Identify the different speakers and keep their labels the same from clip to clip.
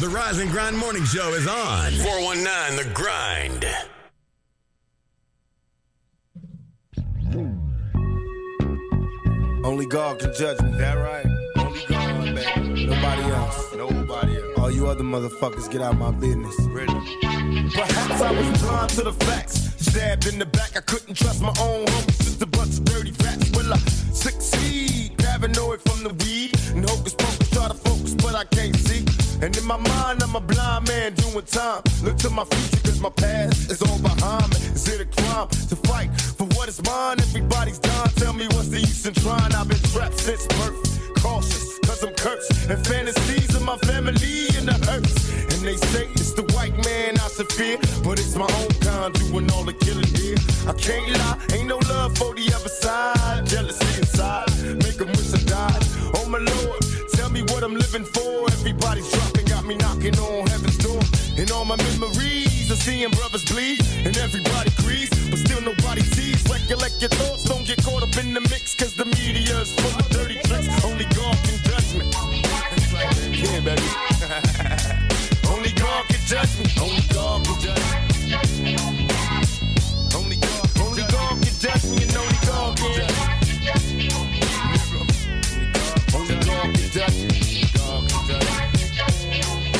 Speaker 1: The Rise and Grind Morning Show is on. 419 The Grind.
Speaker 2: Only God can judge me.
Speaker 3: That right? Only God, baby.
Speaker 2: Nobody else.
Speaker 3: Nobody else.
Speaker 2: All you other motherfuckers get out of my business.
Speaker 3: Really?
Speaker 2: Perhaps I was blind to the facts. Stabbed in the back, I couldn't trust my own homies. Just a bunch of dirty rats. Will I succeed? Paranoid from the weed. And hocus pocus, try to focus, but I can't see. And in my mind, I'm a blind man doing time. Look to my future, cause my past is all behind me. Is it a crime to fight for what is mine? Everybody's dying. Tell me what's the use in trying? I've been trapped since birth. Cautious, cause I'm cursed. And fantasies of my family in the hurts. And they say it's the white man I should fear. But it's my own kind doing all the killing here. I can't lie, ain't no love for the other side. Jealousy inside, make them wish I died. Oh my lord, tell me what I'm living for. Everybody's dropping, got me knocking on heaven's door. And all my memories of seeing brothers bleed. And everybody grieves, but still nobody sees. Recollect your thoughts, don't get caught up in the mix. Cause the media's full of dirty tricks. Only God can judge me. yeah, baby. Only God can judge me. Only God can judge me. Only God, only God can judge me, and only God can judge me. Only God can judge me. God can judge me. Only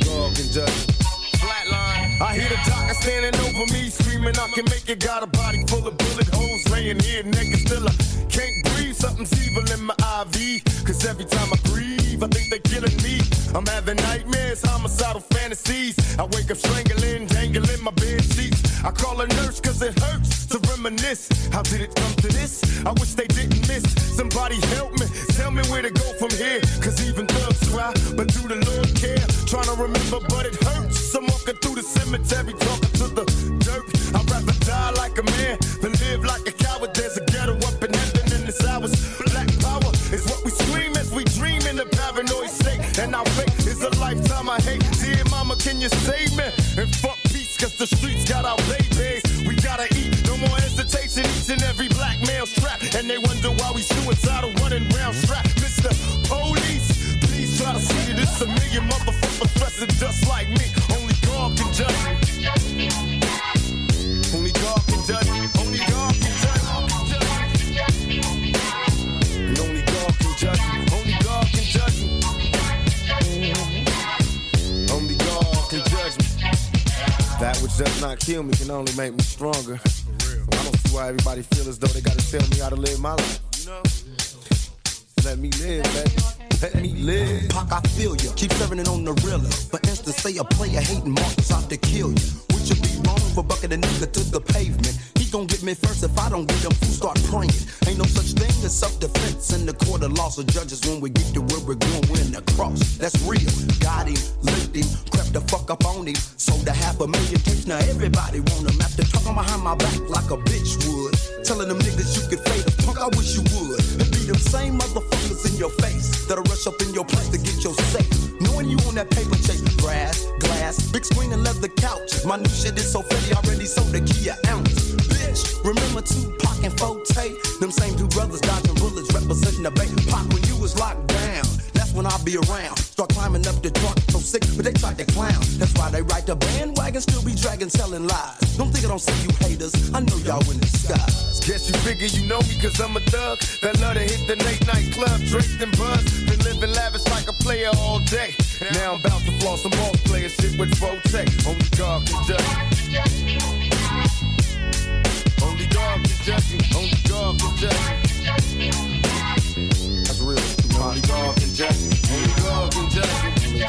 Speaker 2: God can judge me. Flatline. I hear the doctor standing over me, screaming, I can make it. Got a body full of bullet holes, laying here naked, still I can't breathe. Something's evil in my IV, cause every time I breathe, I think they're killing me. I'm having nightmares, homicidal fantasies. I wake up strangling, dangling my bed sheets. I call a nurse cause it hurts to reminisce. How did it come to this? I wish they didn't miss. Somebody help me, tell me where to go from here. Cause even thugs try, but do the Lord care? Trying to remember, but it hurts. I'm walking through the cemetery, talking to the dirt. I'd rather die like a man than live like a coward. There's a ghetto up in heaven and it's ours. Black power is what we scream as we dream in the paranoid state. And our fate is a lifetime I hate. Dear mama, can you save me? And fuck peace, cause the streets got our babies. We gotta eat, no more hesitation. Each and every black male strapped. And they wonder why we suicidal running round strapped. Mr. Police, please try to see that it's a million motherfuckers dressing just like me. Only God can judge me. Only God can judge me. Only God can judge me. And only God can judge me. Only God can judge me. Only God can judge me. That which does not kill me can only make me stronger. So I don't see why everybody feels as though they gotta tell me how to live my life. Let me live, baby. Let me live.
Speaker 4: Pac, I feel ya. Keep serving it on the real. For instance, say a player hating Marcus out to kill ya. Would you be wrong for bucking a nigga to the pavement? He gon' get me first if I don't get him. Who start praying? Ain't no such thing as self-defense in the court of law. So judges, when we get to where we're going, we're in the cross. That's real. Got him, licked him, crept the fuck up on him. Sold a half a million tapes. Now everybody want him. After talking behind my back like a bitch would, telling them niggas you could fade a punk. I wish you would. It be them same motherfuckers in your face that'll rush up in your place to get your safe. Knowing you on that paper chase, brass, glass, big screen and leather couches. My new shit is so fatty, I already sold a key an ounce. Bitch, remember Tupac and Forte? Them same two brothers dodging bullets representing the bay. Pac, when you was locked down, that's when I be around. Start climbing up the dark, so sick, but they tried to clown. That's why they ride the bandwagon, still be dragging, telling lies. Don't think I don't see you haters, I know y'all in the sky.
Speaker 2: Guess you figure you know me cause I'm a thug That love to hit the late night club Draped in buzz Been living lavish like a player all day Now I'm about to floss some ball player shit with Forte Only God can judge me Only God can judge me Only God can judge me That's real Only God can judge me Only God can judge me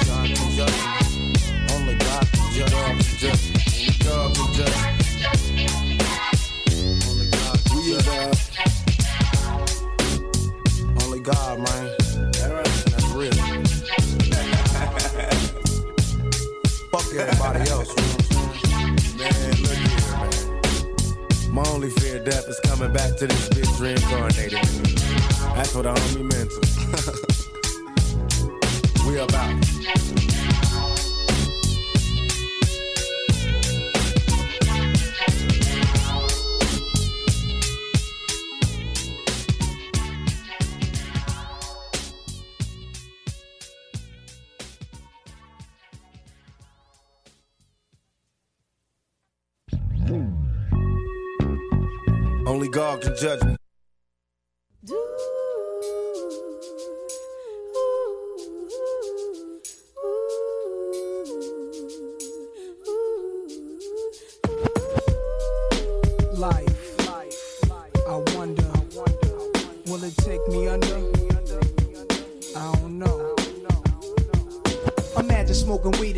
Speaker 2: Only God can judge me Only God can judge me Only God can judge me we is uh, only God, man. That's real. Fuck everybody else, you know what I'm saying? Man, look here, man. My only fear of death is coming back to this bitch reincarnated. That's what I homie mental. we about. Only God can judge me.
Speaker 5: Do. Ooh, ooh, ooh, ooh.
Speaker 6: life. I wonder, will it take me under? I don't know. Imagine smoking weed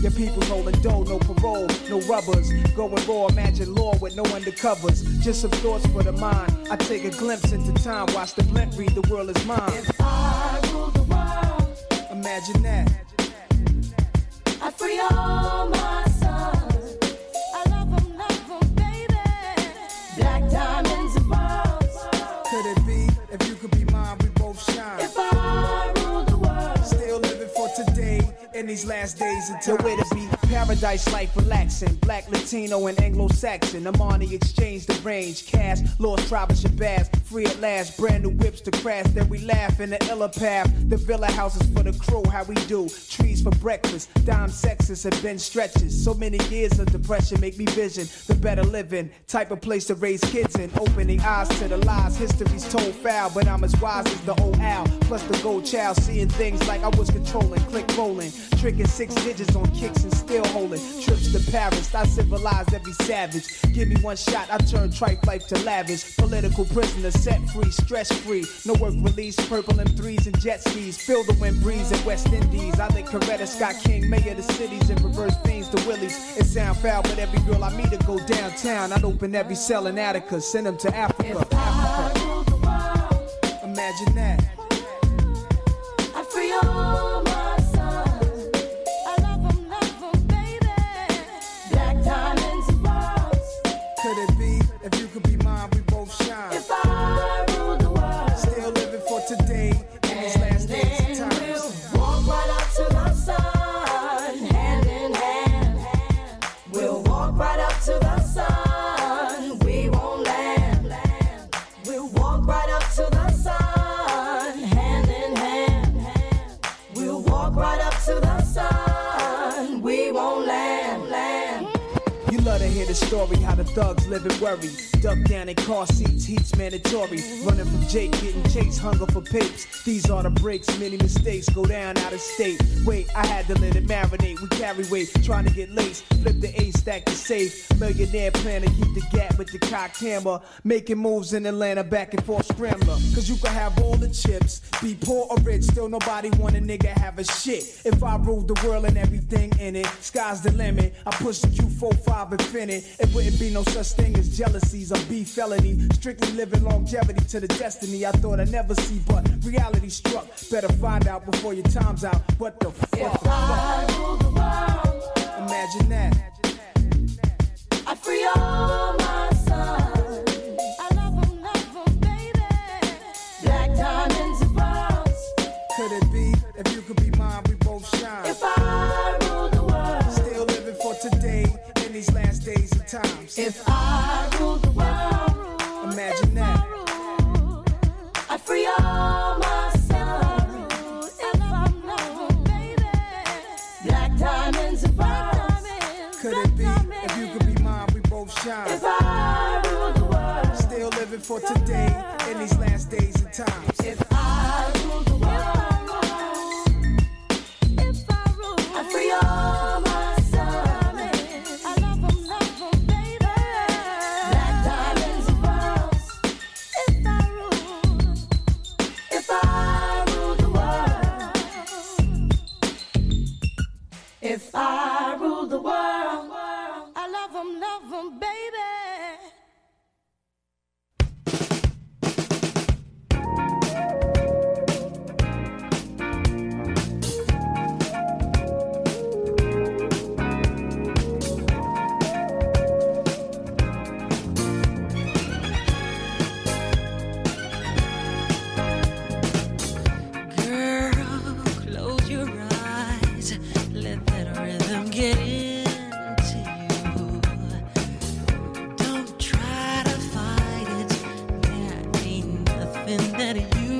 Speaker 6: Your people holding dough, no parole, no rubbers. Going raw, imagine law with no undercovers. Just some thoughts for the mind. I take a glimpse into time, watch the blimp read, the world is mine. If I rule the world, imagine that.
Speaker 5: I free all my sons. I love 'em, love 'em, baby. Black diamonds and pearls.
Speaker 6: Could it be if you could be mine, we both shine?
Speaker 5: If I rule the world,
Speaker 6: Still living for today in these last days of time. way to be paradise life relaxing. Black, Latino, and Anglo-Saxon. Amani exchanged the range. Cash, lost tribe of Shabazz. Free at last. Brand new whips to crash. Then we laugh in the iller path. The villa houses for the crew. How we do. Trees for breakfast. Dime sexes have been stretches. So many years of depression make me vision the better living. Type of place to raise kids in. Opening eyes to the lies. History's told foul. But I'm as wise as the old owl. Plus the gold child. Seeing things like I was controlling. Click rolling. Tricking six digits on kicks and still holding. Trips to Paris, I civilized every savage. Give me one shot, I turn tripe life to lavish. Political prisoner, set free, stress free. No work release, purple M3s and jet skis. Feel the wind breeze in West Indies. I think Coretta Scott King, mayor of the cities, and reverse things to Willies. It sound foul, but every girl I meet to go downtown. I'd open every cell in Attica, send them to Africa. Africa.
Speaker 5: rule the world.
Speaker 6: Imagine that.
Speaker 5: I free all my sons. I love 'em, love 'em, baby. Black diamonds and pearls.
Speaker 6: Could it be if you could be mine, we both shine?
Speaker 5: If I rule the world,
Speaker 6: Still living for today in these last days of
Speaker 5: then
Speaker 6: time.
Speaker 5: we'll walk right up to the sun, hand in hand. We'll walk right up to the sun. We won't land. We'll walk right up to the sun, hand in hand. We'll walk right up to the sun. We won't land. land.
Speaker 6: You love to hear the story how the thugs live in worry. Duck down in car seats, heat's mandatory. Running from Jake, getting chased, hunger for papes. These are the breaks, many mistakes go down out of state. Wait, I had to let it marinate. We carry weight, trying to get laced. Flip the ace, stack the safe. Millionaire plan to keep the gap with the cock hammer. Making moves in Atlanta, back and forth scrambler. Cause you can have all the chips, be poor or rich, still nobody want a nigga have a shit. If I ruled the world and everything in it, sky's the limit. I push the Q45 infinite. It wouldn't be no such thing as jealousies or be felony. Strictly living longevity to the destiny I thought I'd never see, but reality struck. Better find out before your time's out. What the fuck?
Speaker 5: If I rule the world.
Speaker 6: Imagine that.
Speaker 5: I free all my sons. I love 'em, love 'em, baby. Black diamonds and pearls.
Speaker 6: Could it be if you could be mine, we both shine?
Speaker 5: If I rule the world,
Speaker 6: Still living for today in these last days and times.
Speaker 5: if I rule the world,
Speaker 6: Imagine
Speaker 5: if
Speaker 6: that.
Speaker 5: I rule, I free all my sons. If I rule, baby. Black diamonds and pearls.
Speaker 6: Could it be if you could be mine, we both shine?
Speaker 5: If I rule the world.
Speaker 6: Still living for today in these last days and times.
Speaker 5: If I rule the world, if I rule, I free all my sons. I love 'em, love 'em, baby. Black diamonds and pearls. If I rule, if I rule the world, if I rule the world, I love 'em, love 'em, baby.
Speaker 6: Life.
Speaker 5: Mm,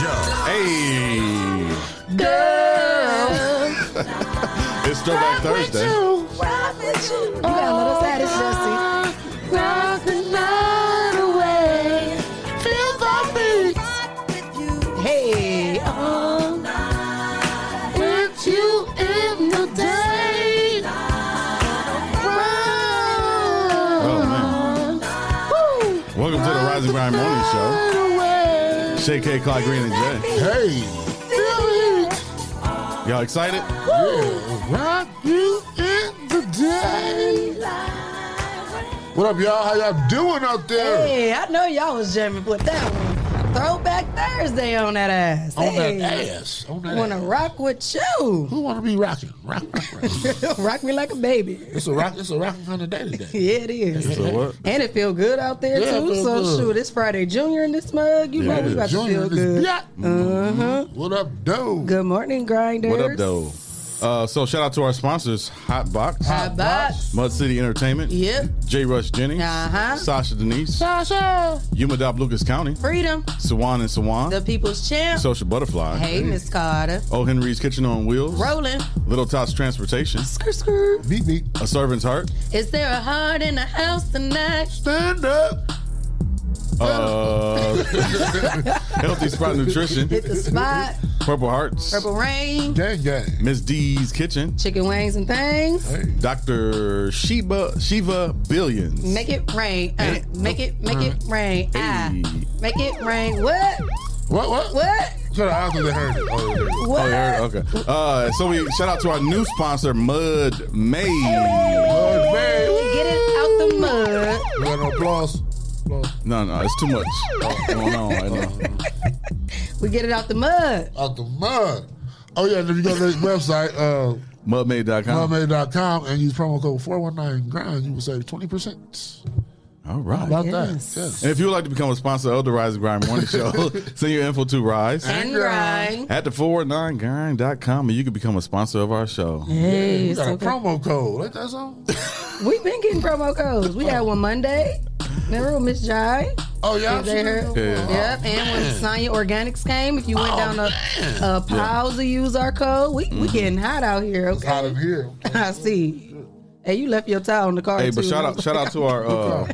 Speaker 7: Joe.
Speaker 8: Hey. it's Throwback Thursday.
Speaker 9: You gotta let us have this, Justin. Hey.
Speaker 8: Oh, man. Welcome to the Rising Grind Morning Show. Shay K, Clyde Green, and Jay.
Speaker 10: Hey,
Speaker 8: Y'all excited?
Speaker 10: yeah, rock you in the day. What up, y'all? How y'all doing out there?
Speaker 9: Hey, I know y'all was jamming with that one. Throwback Thursday on that ass.
Speaker 10: On
Speaker 9: hey.
Speaker 10: that ass. On that
Speaker 9: Wanna
Speaker 10: ass.
Speaker 9: rock with you.
Speaker 10: Who want to be rocking? Rock, rock, rock.
Speaker 9: rock me like a baby.
Speaker 10: it's a rock. It's a rocking kind of day today.
Speaker 9: Yeah, it is.
Speaker 8: So what?
Speaker 9: And it feel good out there
Speaker 10: Yeah, it
Speaker 9: too.
Speaker 10: feel
Speaker 9: So
Speaker 10: good.
Speaker 9: shoot, it's Friday Junior in this mug. You
Speaker 8: Yeah,
Speaker 9: know we about to
Speaker 10: Junior
Speaker 9: feel
Speaker 10: in this
Speaker 9: good. Uh-huh.
Speaker 10: block. What up, dude?
Speaker 9: Good morning, grinders.
Speaker 8: What up, though? Uh, so shout out to our sponsors, Hot Box,
Speaker 9: How about?
Speaker 8: Mud City Entertainment,
Speaker 9: Yep.
Speaker 8: J. Rush Jennings,
Speaker 9: Uh-huh.
Speaker 8: Sasha Denise, Umadop Lucas County,
Speaker 9: Freedom,
Speaker 8: Sawan and Sawan,
Speaker 9: the people's champ.
Speaker 8: Social Butterfly,
Speaker 9: hey, Miss Carter.
Speaker 8: O. Henry's Kitchen on Wheels,
Speaker 9: Rolling.
Speaker 8: Little Tots Transportation,
Speaker 9: Skr, skr.
Speaker 10: Beat me.
Speaker 8: A Servant's Heart,
Speaker 9: Is there a heart in the house tonight?
Speaker 10: Stand up.
Speaker 8: uh, Healthy Spot Nutrition,
Speaker 9: Hit the spot.
Speaker 8: Purple Hearts,
Speaker 9: Purple rain.
Speaker 10: Gang, gang.
Speaker 8: Miss D's Kitchen,
Speaker 9: Chicken wings and things.
Speaker 10: Hey.
Speaker 8: Dr. Sheba Shiva Billions.
Speaker 9: Make it rain. Uh,
Speaker 8: Hey.
Speaker 9: make it, make it rain. Ah.
Speaker 8: Hey.
Speaker 9: Make it rain. What?
Speaker 10: What, what?
Speaker 9: What?
Speaker 10: So the eyes of the herd. Oh, there you go.
Speaker 9: What?
Speaker 8: Oh, you heard? Okay. Uh, so we shout out to our new sponsor, Mud Maid.
Speaker 10: Lord, man.
Speaker 9: Get it out the mud.
Speaker 10: We got no applause. Applause.
Speaker 8: No, no, it's too much going on right now.
Speaker 9: We get it out the mud.
Speaker 10: Out the mud. Oh, yeah, and if you go to their website, uh,
Speaker 8: Mudmaid.com.
Speaker 10: mudmaid.com, and use promo code 419GRIND, you will save 20%.
Speaker 8: All right.
Speaker 10: About
Speaker 9: Yes.
Speaker 10: that. Yes.
Speaker 8: And if you would like to become a sponsor of the Rise and Grind Morning Show, send your info to Rise
Speaker 9: And grind.
Speaker 10: grind.
Speaker 8: at the 49grind.com and you can become a sponsor of our show.
Speaker 9: Hey,
Speaker 10: We
Speaker 9: it's
Speaker 10: got a
Speaker 9: okay.
Speaker 10: promo code. Like that song?
Speaker 9: We've been getting promo codes. We had one Monday. Remember when Miss Jai?
Speaker 10: Oh, yeah.
Speaker 9: Is there?
Speaker 8: Yeah.
Speaker 9: yep. And when Sonya Organics came, if you went down a, a pile to use our code, we,
Speaker 8: Mm-hmm.
Speaker 9: we getting hot out here.
Speaker 10: It's out of
Speaker 9: Okay.
Speaker 10: here.
Speaker 9: I see. Hey, you left your towel in the car.
Speaker 8: Hey, but
Speaker 9: too.
Speaker 8: shout out shout out to our uh,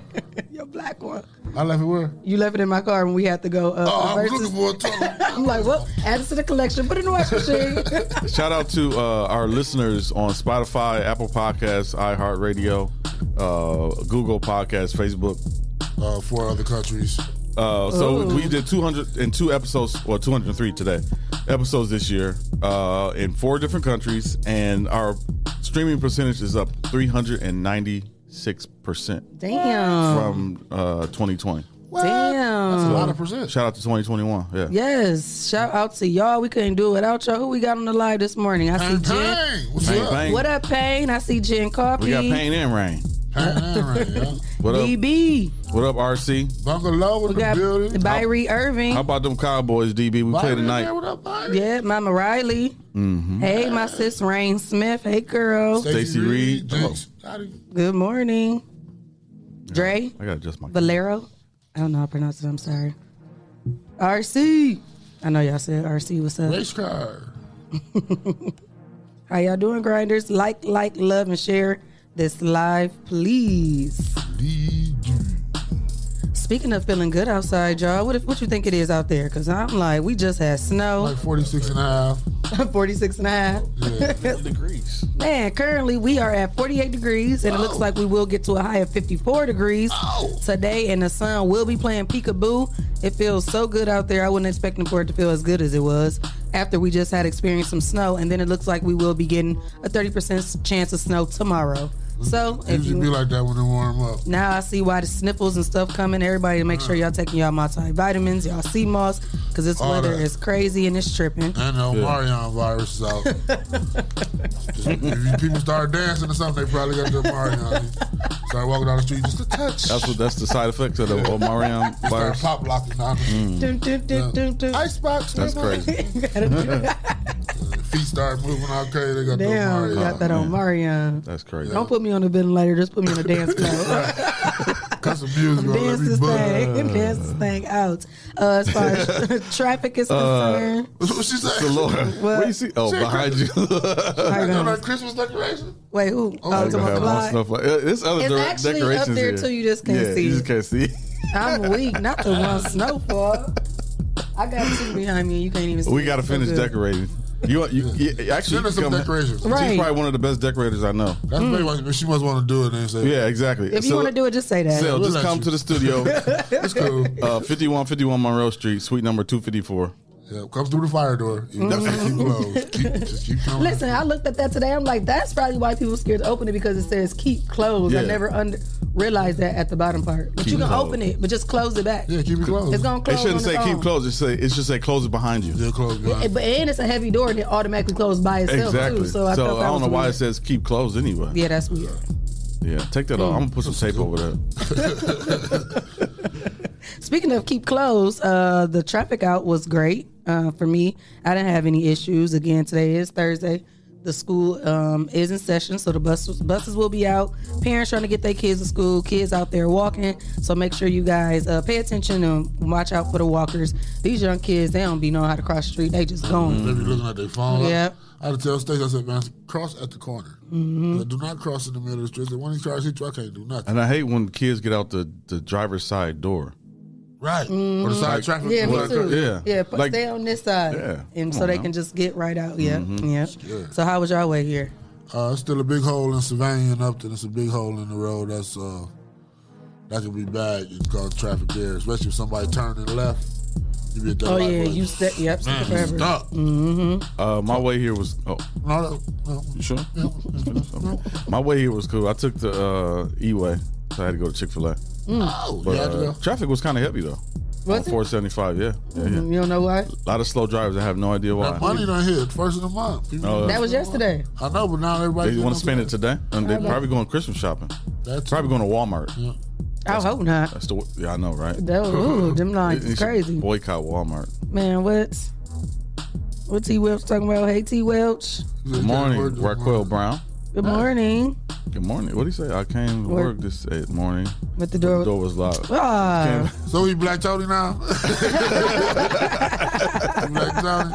Speaker 9: your black one.
Speaker 10: I left it where?
Speaker 9: You left it in my car when we had to go. Uh,
Speaker 10: Oh, I was
Speaker 9: versus-
Speaker 10: looking for a toilet.
Speaker 9: I'm like, well, add it to the collection. Put it in the washing machine.
Speaker 8: shout out to uh, our listeners on Spotify, Apple Podcasts, iHeartRadio, uh, Google Podcasts, Facebook,
Speaker 10: Uh, four other countries.
Speaker 8: Uh, so
Speaker 10: Oh.
Speaker 9: Ooh.
Speaker 8: we did 202 episodes, well, 203 today, episodes this year uh, in four different countries, and our streaming percentage is up 396%
Speaker 9: Damn.
Speaker 8: from uh, 2020.
Speaker 10: That's a
Speaker 9: Damn.
Speaker 10: lot of percent.
Speaker 8: Shout out to 2021. Yeah.
Speaker 9: Yes. Shout out to y'all. We couldn't do it without y'all. Who we got on the live this morning? I see
Speaker 10: Bang,
Speaker 9: Jen.
Speaker 10: bang. What's
Speaker 8: Bang,
Speaker 10: up?
Speaker 8: bang.
Speaker 9: What up, Payne? I see Jen Coffee.
Speaker 8: We got pain and rain.
Speaker 10: Bang, bang, right, yeah.
Speaker 8: What up?
Speaker 9: DB.
Speaker 8: What up, RC?
Speaker 10: Bungalow in
Speaker 9: We
Speaker 10: the
Speaker 9: got
Speaker 10: building.
Speaker 9: Byrie Irving.
Speaker 8: How about them Cowboys, DB? We play
Speaker 10: Byron
Speaker 8: tonight. Mm-hmm.
Speaker 10: there, What up, Byron?
Speaker 9: yeah, Mama Riley. Hey, my sis Rain Smith. Hey, girl.
Speaker 8: Stacey Reed.
Speaker 10: Jinx. Howdy.
Speaker 9: Good morning. Dre.
Speaker 8: I got to adjust my.
Speaker 9: Valero. I don't know how to pronounce it. I'm sorry. RC. I know y'all said RC. What's up?
Speaker 10: Race car.
Speaker 9: How y'all doing, grinders? Like, like, love, and share this live, please.
Speaker 10: DJ.
Speaker 9: Speaking of feeling good outside, y'all, what if, what you think it is out there? Cause I'm like, we just had snow,
Speaker 10: Like 46 and a half.
Speaker 9: 46 and a half.
Speaker 8: degrees.
Speaker 9: Man, currently we are at 48 degrees, and it looks like we will get to a high of 54 degrees today, and the sun will be playing peekaboo. It feels so good out there. I wasn't expecting for it to feel as good as it was after we just had experienced some snow, and then it looks like we will be getting a 30% chance of snow tomorrow. So if
Speaker 10: Usually
Speaker 9: you
Speaker 10: be like that when they warm up.
Speaker 9: now I see why the sniffles and stuff coming. Everybody, make sure y'all taking y'all multivitamins, y'all sea moss, because this
Speaker 10: All
Speaker 9: weather
Speaker 10: that.
Speaker 9: is crazy and it's tripping.
Speaker 10: And the Omarion virus is out. Just- if people start dancing or something, they probably got the Omarion. Start walking down the street just a touch.
Speaker 8: That's what. That's the side effects of the Omarion
Speaker 10: Start
Speaker 8: virus. Mm.
Speaker 10: pop locking down the street.
Speaker 9: Dun, dun, dun, dun, dun.
Speaker 10: Icebox.
Speaker 8: That's
Speaker 10: baby.
Speaker 8: crazy.
Speaker 10: Feet start moving. Okay, they got
Speaker 9: Damn,
Speaker 10: the
Speaker 9: got
Speaker 10: Omarion.
Speaker 9: that on Marion.
Speaker 8: That's crazy.
Speaker 9: Don't put me on a ventilator. Just put me in a dance club.
Speaker 10: Cut dance some music. gonna let
Speaker 9: dance
Speaker 10: me
Speaker 9: this
Speaker 10: buzz.
Speaker 9: thing. It can dance this thing out. Uh, as far as traffic
Speaker 8: Uh,
Speaker 9: is concerned,
Speaker 10: That's what she said.
Speaker 8: Delora, what do you see? Oh,
Speaker 10: Shit,
Speaker 8: behind you.
Speaker 9: how you
Speaker 10: That's on
Speaker 9: gonna-
Speaker 10: that Christmas decoration.
Speaker 9: wait, who? Oh,
Speaker 10: I
Speaker 9: it's
Speaker 10: don't
Speaker 9: about
Speaker 8: Have one
Speaker 9: Clyde.
Speaker 8: snowflake. Uh, There's other
Speaker 9: It's
Speaker 8: dura-
Speaker 9: actually up
Speaker 8: decorations
Speaker 9: there,
Speaker 8: here.
Speaker 9: too, you just can't
Speaker 8: yeah,
Speaker 9: see
Speaker 8: You
Speaker 9: it.
Speaker 8: just can't see.
Speaker 9: I'm weak. Not the one snowfall. I got two behind me. and You can't even. see
Speaker 8: we
Speaker 9: it.
Speaker 8: got to
Speaker 9: So
Speaker 8: finish
Speaker 9: good.
Speaker 8: decorating. You, you, you actually
Speaker 10: Send
Speaker 8: you
Speaker 10: her some
Speaker 8: come-
Speaker 10: decorations.
Speaker 9: Right.
Speaker 8: She's probably one of the best decorators I know.
Speaker 10: That's maybe why she must want to do it. And say,
Speaker 8: Yeah, exactly.
Speaker 9: If you want to do it, Mm. just say that.
Speaker 8: so
Speaker 10: we'll
Speaker 8: just
Speaker 10: let
Speaker 8: come
Speaker 10: you.
Speaker 8: to the studio,
Speaker 10: it's cool.
Speaker 8: uh, 5151 Monroe Street, suite number 254.
Speaker 10: Yeah, come through the fire door.
Speaker 9: Mm-hmm.
Speaker 10: You just keep closed. Keep, just keep coming.
Speaker 9: Listen, I looked at that today. I'm like, that's probably why people scared to open it because it says keep closed. I
Speaker 8: Yeah.
Speaker 9: never under realized that at the bottom part. But
Speaker 8: Keep
Speaker 9: you can
Speaker 8: closed.
Speaker 9: open it, but just close it back.
Speaker 10: Yeah, keep it closed.
Speaker 9: It's gonna
Speaker 8: It
Speaker 9: close.
Speaker 8: shouldn't
Speaker 9: on
Speaker 8: say
Speaker 9: its
Speaker 8: keep
Speaker 9: own.
Speaker 8: closed. It say it should say close it behind you.
Speaker 10: Yeah, closed behind.
Speaker 9: It- but and it's a heavy door that automatically closed by itself
Speaker 8: Exactly.
Speaker 9: too. So I, felt that
Speaker 8: don't
Speaker 9: was
Speaker 8: know why
Speaker 9: weird.
Speaker 8: it says keep closed anyway. Yeah,
Speaker 9: Yeah, that's weird.
Speaker 8: take that
Speaker 10: Mm.
Speaker 8: off. I'm gonna put some tape over that.
Speaker 9: Speaking of keep closed, uh, the traffic out was great uh, for me. I didn't have any issues. Again, today is Thursday. The school um, is in session, so the bus, buses will be out. Parents trying to get their kids to school, kids out there walking. So make sure you guys uh, pay attention and watch out for the walkers. These young kids, they don't be knowing how to cross the street. They just
Speaker 8: Mm-hmm.
Speaker 9: going.
Speaker 10: They be looking at their phone.
Speaker 9: Yep. Mm-hmm.
Speaker 10: I, I had to tell Stacey, I said, man, cross at the corner. I said, do not cross in the middle of the street. I said, When he tries to hit you, I can't do nothing.
Speaker 8: And I hate when kids get out the, the driver's side door.
Speaker 10: Right. Or the side traffic.
Speaker 9: Mm-hmm. Yeah, me
Speaker 10: Right.
Speaker 9: too.
Speaker 8: yeah.
Speaker 9: yeah. But
Speaker 8: Like-
Speaker 9: stay on this side,
Speaker 8: Yeah, come
Speaker 9: and so
Speaker 8: on now.
Speaker 9: they
Speaker 8: Mm-hmm.
Speaker 9: can just get right out. Yeah, yeah. So how was y'all way here?
Speaker 10: Mm-hmm. Uh, it's still a big hole in Sylvania and Upton. It's a big hole in the road. That's uh, that could be bad. You can cause traffic there, especially if somebody turning left. You be at that
Speaker 9: Oh
Speaker 10: light
Speaker 9: yeah,
Speaker 10: bulb.
Speaker 9: you set. Yep,
Speaker 10: Man,
Speaker 9: stuck
Speaker 10: you
Speaker 9: forever.
Speaker 10: stuck.
Speaker 9: Mm-hmm.
Speaker 8: Uh, my way here was oh
Speaker 10: No, no, no.
Speaker 8: you sure? my way here was cool. I took the uh, E way, so I had to go to Chick Fil A.
Speaker 10: Oh,
Speaker 8: But
Speaker 10: you had to
Speaker 8: uh,
Speaker 10: go.
Speaker 8: traffic was kind of heavy though.
Speaker 9: Was
Speaker 8: on
Speaker 9: it?
Speaker 8: 475, yeah. yeah, yeah.
Speaker 9: You don't know why?
Speaker 8: A lot of slow drivers. I have no idea
Speaker 10: That money
Speaker 8: why.
Speaker 10: done hit first of the month. People-
Speaker 8: Oh,
Speaker 9: That was yesterday.
Speaker 10: I know, but now everybody
Speaker 8: They want to spend it
Speaker 10: to.
Speaker 8: today, and they're probably going Christmas shopping.
Speaker 10: That's
Speaker 8: Probably going to Walmart.
Speaker 9: I hope not.
Speaker 8: That's the yeah, I know, right?
Speaker 9: That was, ooh, them lines
Speaker 8: You
Speaker 9: is
Speaker 8: should
Speaker 9: crazy.
Speaker 8: Boycott Walmart.
Speaker 9: Man, what's what T Welch talking about? Hey T Welch.
Speaker 8: Good morning, Raquel Brown.
Speaker 9: Good morning.
Speaker 8: Good morning. What do you say? I came to
Speaker 9: Work.
Speaker 8: work this at morning.
Speaker 9: But
Speaker 8: The
Speaker 9: the door.
Speaker 8: door was locked.
Speaker 9: Ah,
Speaker 10: So he black Tony now. black Tony.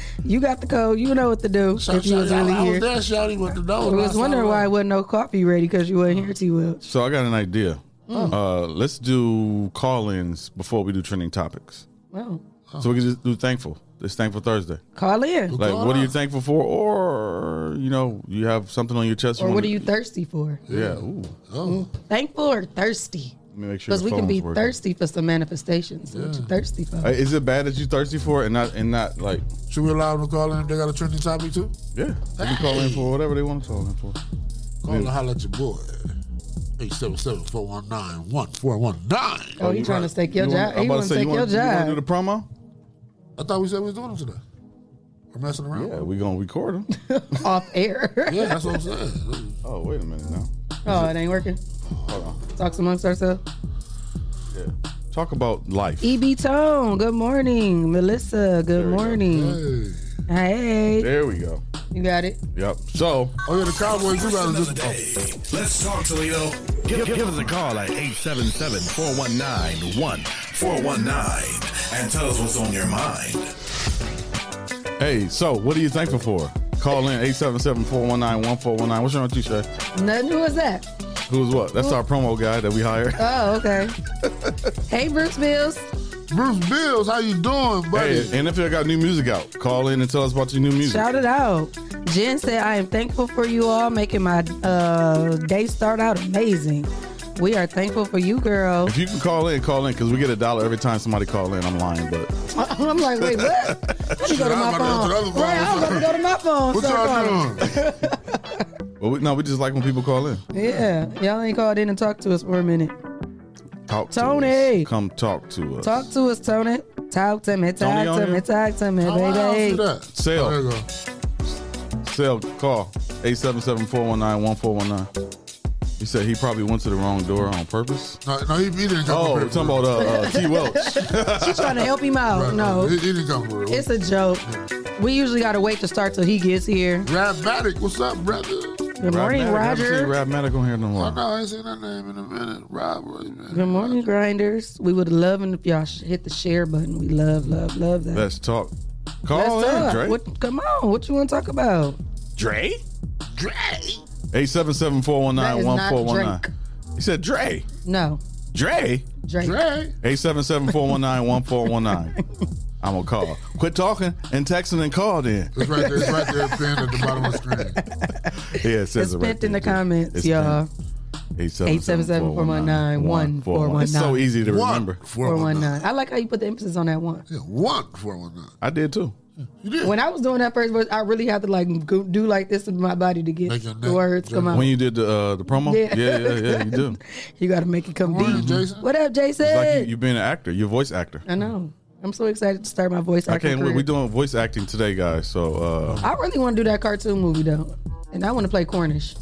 Speaker 9: you got the code. You know what to do
Speaker 10: Shout,
Speaker 9: if you
Speaker 10: shout,
Speaker 9: was really
Speaker 10: I,
Speaker 9: here.
Speaker 10: was there shouting with the
Speaker 9: I
Speaker 10: door.
Speaker 9: was wondering why it wasn't no coffee ready because you wasn't here, T Welch.
Speaker 8: So I got an idea.
Speaker 9: Mm.
Speaker 8: Uh, let's do call-ins before we do trending topics.
Speaker 9: Well,
Speaker 8: So we can just do thankful. It's thankful Thursday.
Speaker 9: call in.
Speaker 8: Like,
Speaker 10: Call
Speaker 8: what are you
Speaker 10: us.
Speaker 8: thankful for? Or you know, you have something on your chest.
Speaker 9: Or
Speaker 8: wanna-
Speaker 9: what are you thirsty for?
Speaker 8: yeah. Ooh.
Speaker 10: Oh,
Speaker 9: Thankful or thirsty?
Speaker 8: Let me make sure.
Speaker 9: Because
Speaker 8: the
Speaker 9: we can
Speaker 8: phone's
Speaker 9: be
Speaker 8: working.
Speaker 9: thirsty for some manifestations. What you thirsty for?
Speaker 8: Uh, Is it bad that you thirsty for it and not and not like
Speaker 10: should we allow them to call in if they got a trending topic too?
Speaker 8: yeah? They can call in for whatever they want to call in for.
Speaker 10: Call and holler at your boy. 877-419-1419.
Speaker 9: oh, he trying to take your
Speaker 8: You wanna-
Speaker 9: job.
Speaker 8: I'm
Speaker 9: He
Speaker 8: about
Speaker 9: want to
Speaker 8: say,
Speaker 9: take
Speaker 8: you wanna- You want
Speaker 9: your
Speaker 8: to do
Speaker 9: job.
Speaker 8: the promo?
Speaker 10: I thought we said we was doing them today. We're messing around.
Speaker 8: Yeah,
Speaker 10: Yeah,
Speaker 8: we gonna record them.
Speaker 9: off air.
Speaker 10: that's what I'm saying.
Speaker 8: oh wait a minute now.
Speaker 9: oh, it ain't working.
Speaker 8: Hold on.
Speaker 9: Talks amongst ourselves.
Speaker 8: Yeah. Talk about life.
Speaker 9: EB E Tone, good morning. Melissa, good
Speaker 8: we go.
Speaker 9: morning.
Speaker 10: Hey.
Speaker 9: Hey,
Speaker 8: There we go.
Speaker 9: you got it.
Speaker 8: Yep. So
Speaker 10: Oh yeah, the Cowboys do gotta just oh,
Speaker 1: Let's talk, Toledo. Give, give us a call at 877-419-1419 and tell us what's on your mind.
Speaker 8: hey, so what are you thankful for? Call in 877-419-1419. What's wrong with you, Shay?
Speaker 9: Nothing. Who was that?
Speaker 8: Who's what? That's our promo guy that we hired.
Speaker 9: Oh, okay. hey, Bruce Bills.
Speaker 10: Bruce Bills, how you doing, buddy?
Speaker 8: Hey, NFL got new music out. Call in and tell us about your new music.
Speaker 9: Shout it out. Jen said, I am thankful for you all making my uh, day start out amazing. We are thankful for you, girl.
Speaker 8: If you can call in, call in because we get a dollar every time somebody call in. I'm lying, but
Speaker 9: I'm like, wait, what? Let me go to
Speaker 10: I'm
Speaker 9: my
Speaker 10: about to go to
Speaker 9: phone.
Speaker 10: the other phone.
Speaker 9: Right, I'm about to go to my phone.
Speaker 10: what
Speaker 9: So far.
Speaker 10: y'all doing?
Speaker 8: well, we, no, we just like when people call in.
Speaker 9: Yeah, y'all ain't called in and talked to us for a minute.
Speaker 8: Talk to
Speaker 9: Tony.
Speaker 8: us. Come talk to us.
Speaker 9: Talk to us, Tony. Talk to me,
Speaker 8: Tony
Speaker 9: talk
Speaker 8: on
Speaker 9: to
Speaker 8: here?
Speaker 9: me, talk to me,
Speaker 10: Oh, I don't see
Speaker 9: baby.
Speaker 10: that.
Speaker 8: Sale.
Speaker 10: Oh, there you go.
Speaker 8: Sell call 877-419-1419. He said he probably went to the wrong door on purpose.
Speaker 10: No, no, he, he didn't come
Speaker 8: Oh, we're
Speaker 10: prepared.
Speaker 8: talking about uh, uh, T. Welch.
Speaker 9: She's trying to help him out.
Speaker 10: Right,
Speaker 9: no,
Speaker 10: He, he didn't come for it.
Speaker 9: it's a joke. We usually gotta wait to start till he gets here.
Speaker 10: Rap Matic, what's up, brother?
Speaker 9: Good morning,
Speaker 8: Rap Medic. I haven't
Speaker 9: Roger.
Speaker 8: seen Rap Medic on here no more.
Speaker 10: I know Oh, I ain't seen that name in a minute. Rob, man.
Speaker 9: Good morning, grinders. We would love if y'all sh- hit the share button. We love, love, love that.
Speaker 8: Let's talk. Call
Speaker 9: Let's
Speaker 8: in,
Speaker 9: talk.
Speaker 8: Dre.
Speaker 9: What, come on, what you want to talk about?
Speaker 8: Dre? Dre. 877-419-1419.
Speaker 9: Drake.
Speaker 8: He said Dre.
Speaker 9: No,
Speaker 8: Dre.
Speaker 9: Drake.
Speaker 10: Dre.
Speaker 8: 877-419-1419. I'm gonna call. Quit talking and texting and call then.
Speaker 10: It's right there. It's right there pinned at the bottom of the screen.
Speaker 8: Yeah, it says
Speaker 9: It's
Speaker 8: it right
Speaker 9: pinned in
Speaker 8: there,
Speaker 9: the
Speaker 8: too.
Speaker 9: comments,
Speaker 8: It's
Speaker 9: y'all.
Speaker 8: pinned. 877-419-1419. It's so easy to remember.
Speaker 10: One,
Speaker 9: Four one
Speaker 10: 419.
Speaker 9: nine. I like how you put the emphasis on that one.
Speaker 10: Yeah, one, 419.
Speaker 8: I did too.
Speaker 10: You did.
Speaker 9: When I was doing that first verse, I really had to like go, do like this in my body to get
Speaker 10: Make your
Speaker 9: the
Speaker 10: neck
Speaker 9: words come out.
Speaker 8: When you did the uh, the promo?
Speaker 9: Yeah.
Speaker 8: yeah, yeah, yeah, you do.
Speaker 9: You got to make it come
Speaker 10: Morning,
Speaker 9: deep.
Speaker 10: Jason.
Speaker 9: What up, Jason?
Speaker 8: It's like you, you've been an actor. You're a voice actor.
Speaker 9: I know. I'm so excited to start my voice
Speaker 8: I
Speaker 9: acting
Speaker 8: can't.
Speaker 9: career.
Speaker 8: wait. We're doing voice acting today, guys. So uh,
Speaker 9: I really want to do that cartoon movie though, and I want to play Cornish.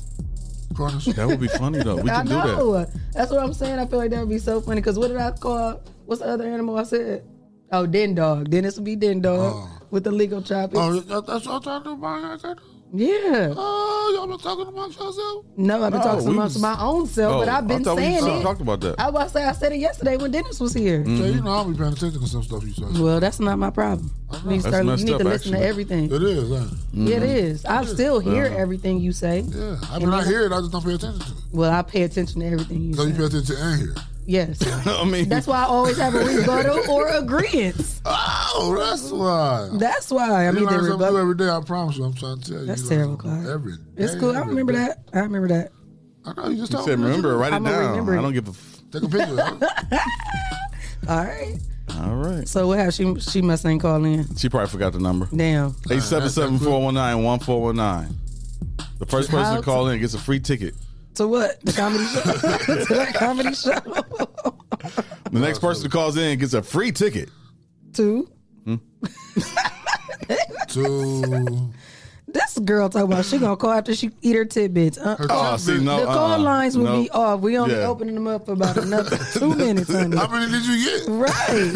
Speaker 10: Cornish.
Speaker 8: that would be funny though. We
Speaker 9: I
Speaker 8: can do that.
Speaker 9: know. That's what I'm saying. I feel like that would be so funny. Cause what did I call? What's the other animal I said? Oh, den dog. Then this would be den dog with the legal tropics.
Speaker 10: Oh, that- that's what I'm trying to do, Brian.
Speaker 9: yeah.
Speaker 10: Oh, y'all been talking amongst yourself?
Speaker 9: No, I've been
Speaker 8: No,
Speaker 9: talking
Speaker 8: we
Speaker 9: amongst
Speaker 8: was-
Speaker 9: my own self,
Speaker 8: Oh,
Speaker 9: but I've been
Speaker 8: I thought we
Speaker 9: saying
Speaker 8: just
Speaker 9: it.
Speaker 8: talked about that.
Speaker 9: I was say I said it yesterday when Dennis was here. Mm-hmm.
Speaker 10: Yeah, you know I don't be paying attention to some stuff you say.
Speaker 9: Well, that's not my problem. You need to,
Speaker 8: That's
Speaker 9: start, you
Speaker 8: messed
Speaker 9: need
Speaker 8: up,
Speaker 9: to listen
Speaker 8: actually.
Speaker 9: to everything.
Speaker 10: It is, huh?
Speaker 9: It is. I still hear
Speaker 10: Uh-huh.
Speaker 9: everything you say.
Speaker 10: Yeah. I mean, I hear it. I just don't pay attention to it.
Speaker 9: Well, I pay attention to everything you
Speaker 10: So you
Speaker 9: say.
Speaker 10: pay attention to and here.
Speaker 9: Yes.
Speaker 8: I mean,
Speaker 9: That's why I always have a rebuttal or agreement.
Speaker 10: Oh, that's why.
Speaker 9: That's why I
Speaker 10: You
Speaker 9: mean the
Speaker 10: learn something new
Speaker 9: rebuttal.
Speaker 10: every day. I promise you. I'm trying to tell you.
Speaker 9: That's
Speaker 10: you learn
Speaker 9: terrible,
Speaker 10: something new
Speaker 9: Clyde.
Speaker 10: Every day.
Speaker 9: It's cool. I
Speaker 10: every
Speaker 9: remember
Speaker 10: day.
Speaker 9: that. I remember that.
Speaker 10: I know. You just
Speaker 8: you
Speaker 10: told
Speaker 8: said
Speaker 10: me.
Speaker 8: remember. Write it
Speaker 9: I'ma
Speaker 8: down.
Speaker 9: remember
Speaker 8: I
Speaker 9: it.
Speaker 8: don't give a. F-
Speaker 10: Take a picture.
Speaker 9: All right.
Speaker 8: All right.
Speaker 9: So what have she she must ain't call in.
Speaker 8: She probably forgot the number.
Speaker 9: Damn.
Speaker 8: Eight seven seven four one nine one four one nine. The first person
Speaker 9: How
Speaker 8: to
Speaker 9: to-
Speaker 8: call in gets a free ticket.
Speaker 9: To what? The comedy show. to that comedy show.
Speaker 8: The next person who calls in gets a free ticket.
Speaker 9: Two.
Speaker 8: Hmm?
Speaker 10: Two.
Speaker 9: This girl talking about she gonna call after she eat her tidbits. Uh,
Speaker 8: Oh, see, no,
Speaker 9: the call
Speaker 8: uh-uh.
Speaker 9: lines will
Speaker 8: No.
Speaker 9: be off. We only
Speaker 8: Yeah.
Speaker 9: opening them up for about another two minutes, honey.
Speaker 10: How many did you get?
Speaker 9: Right.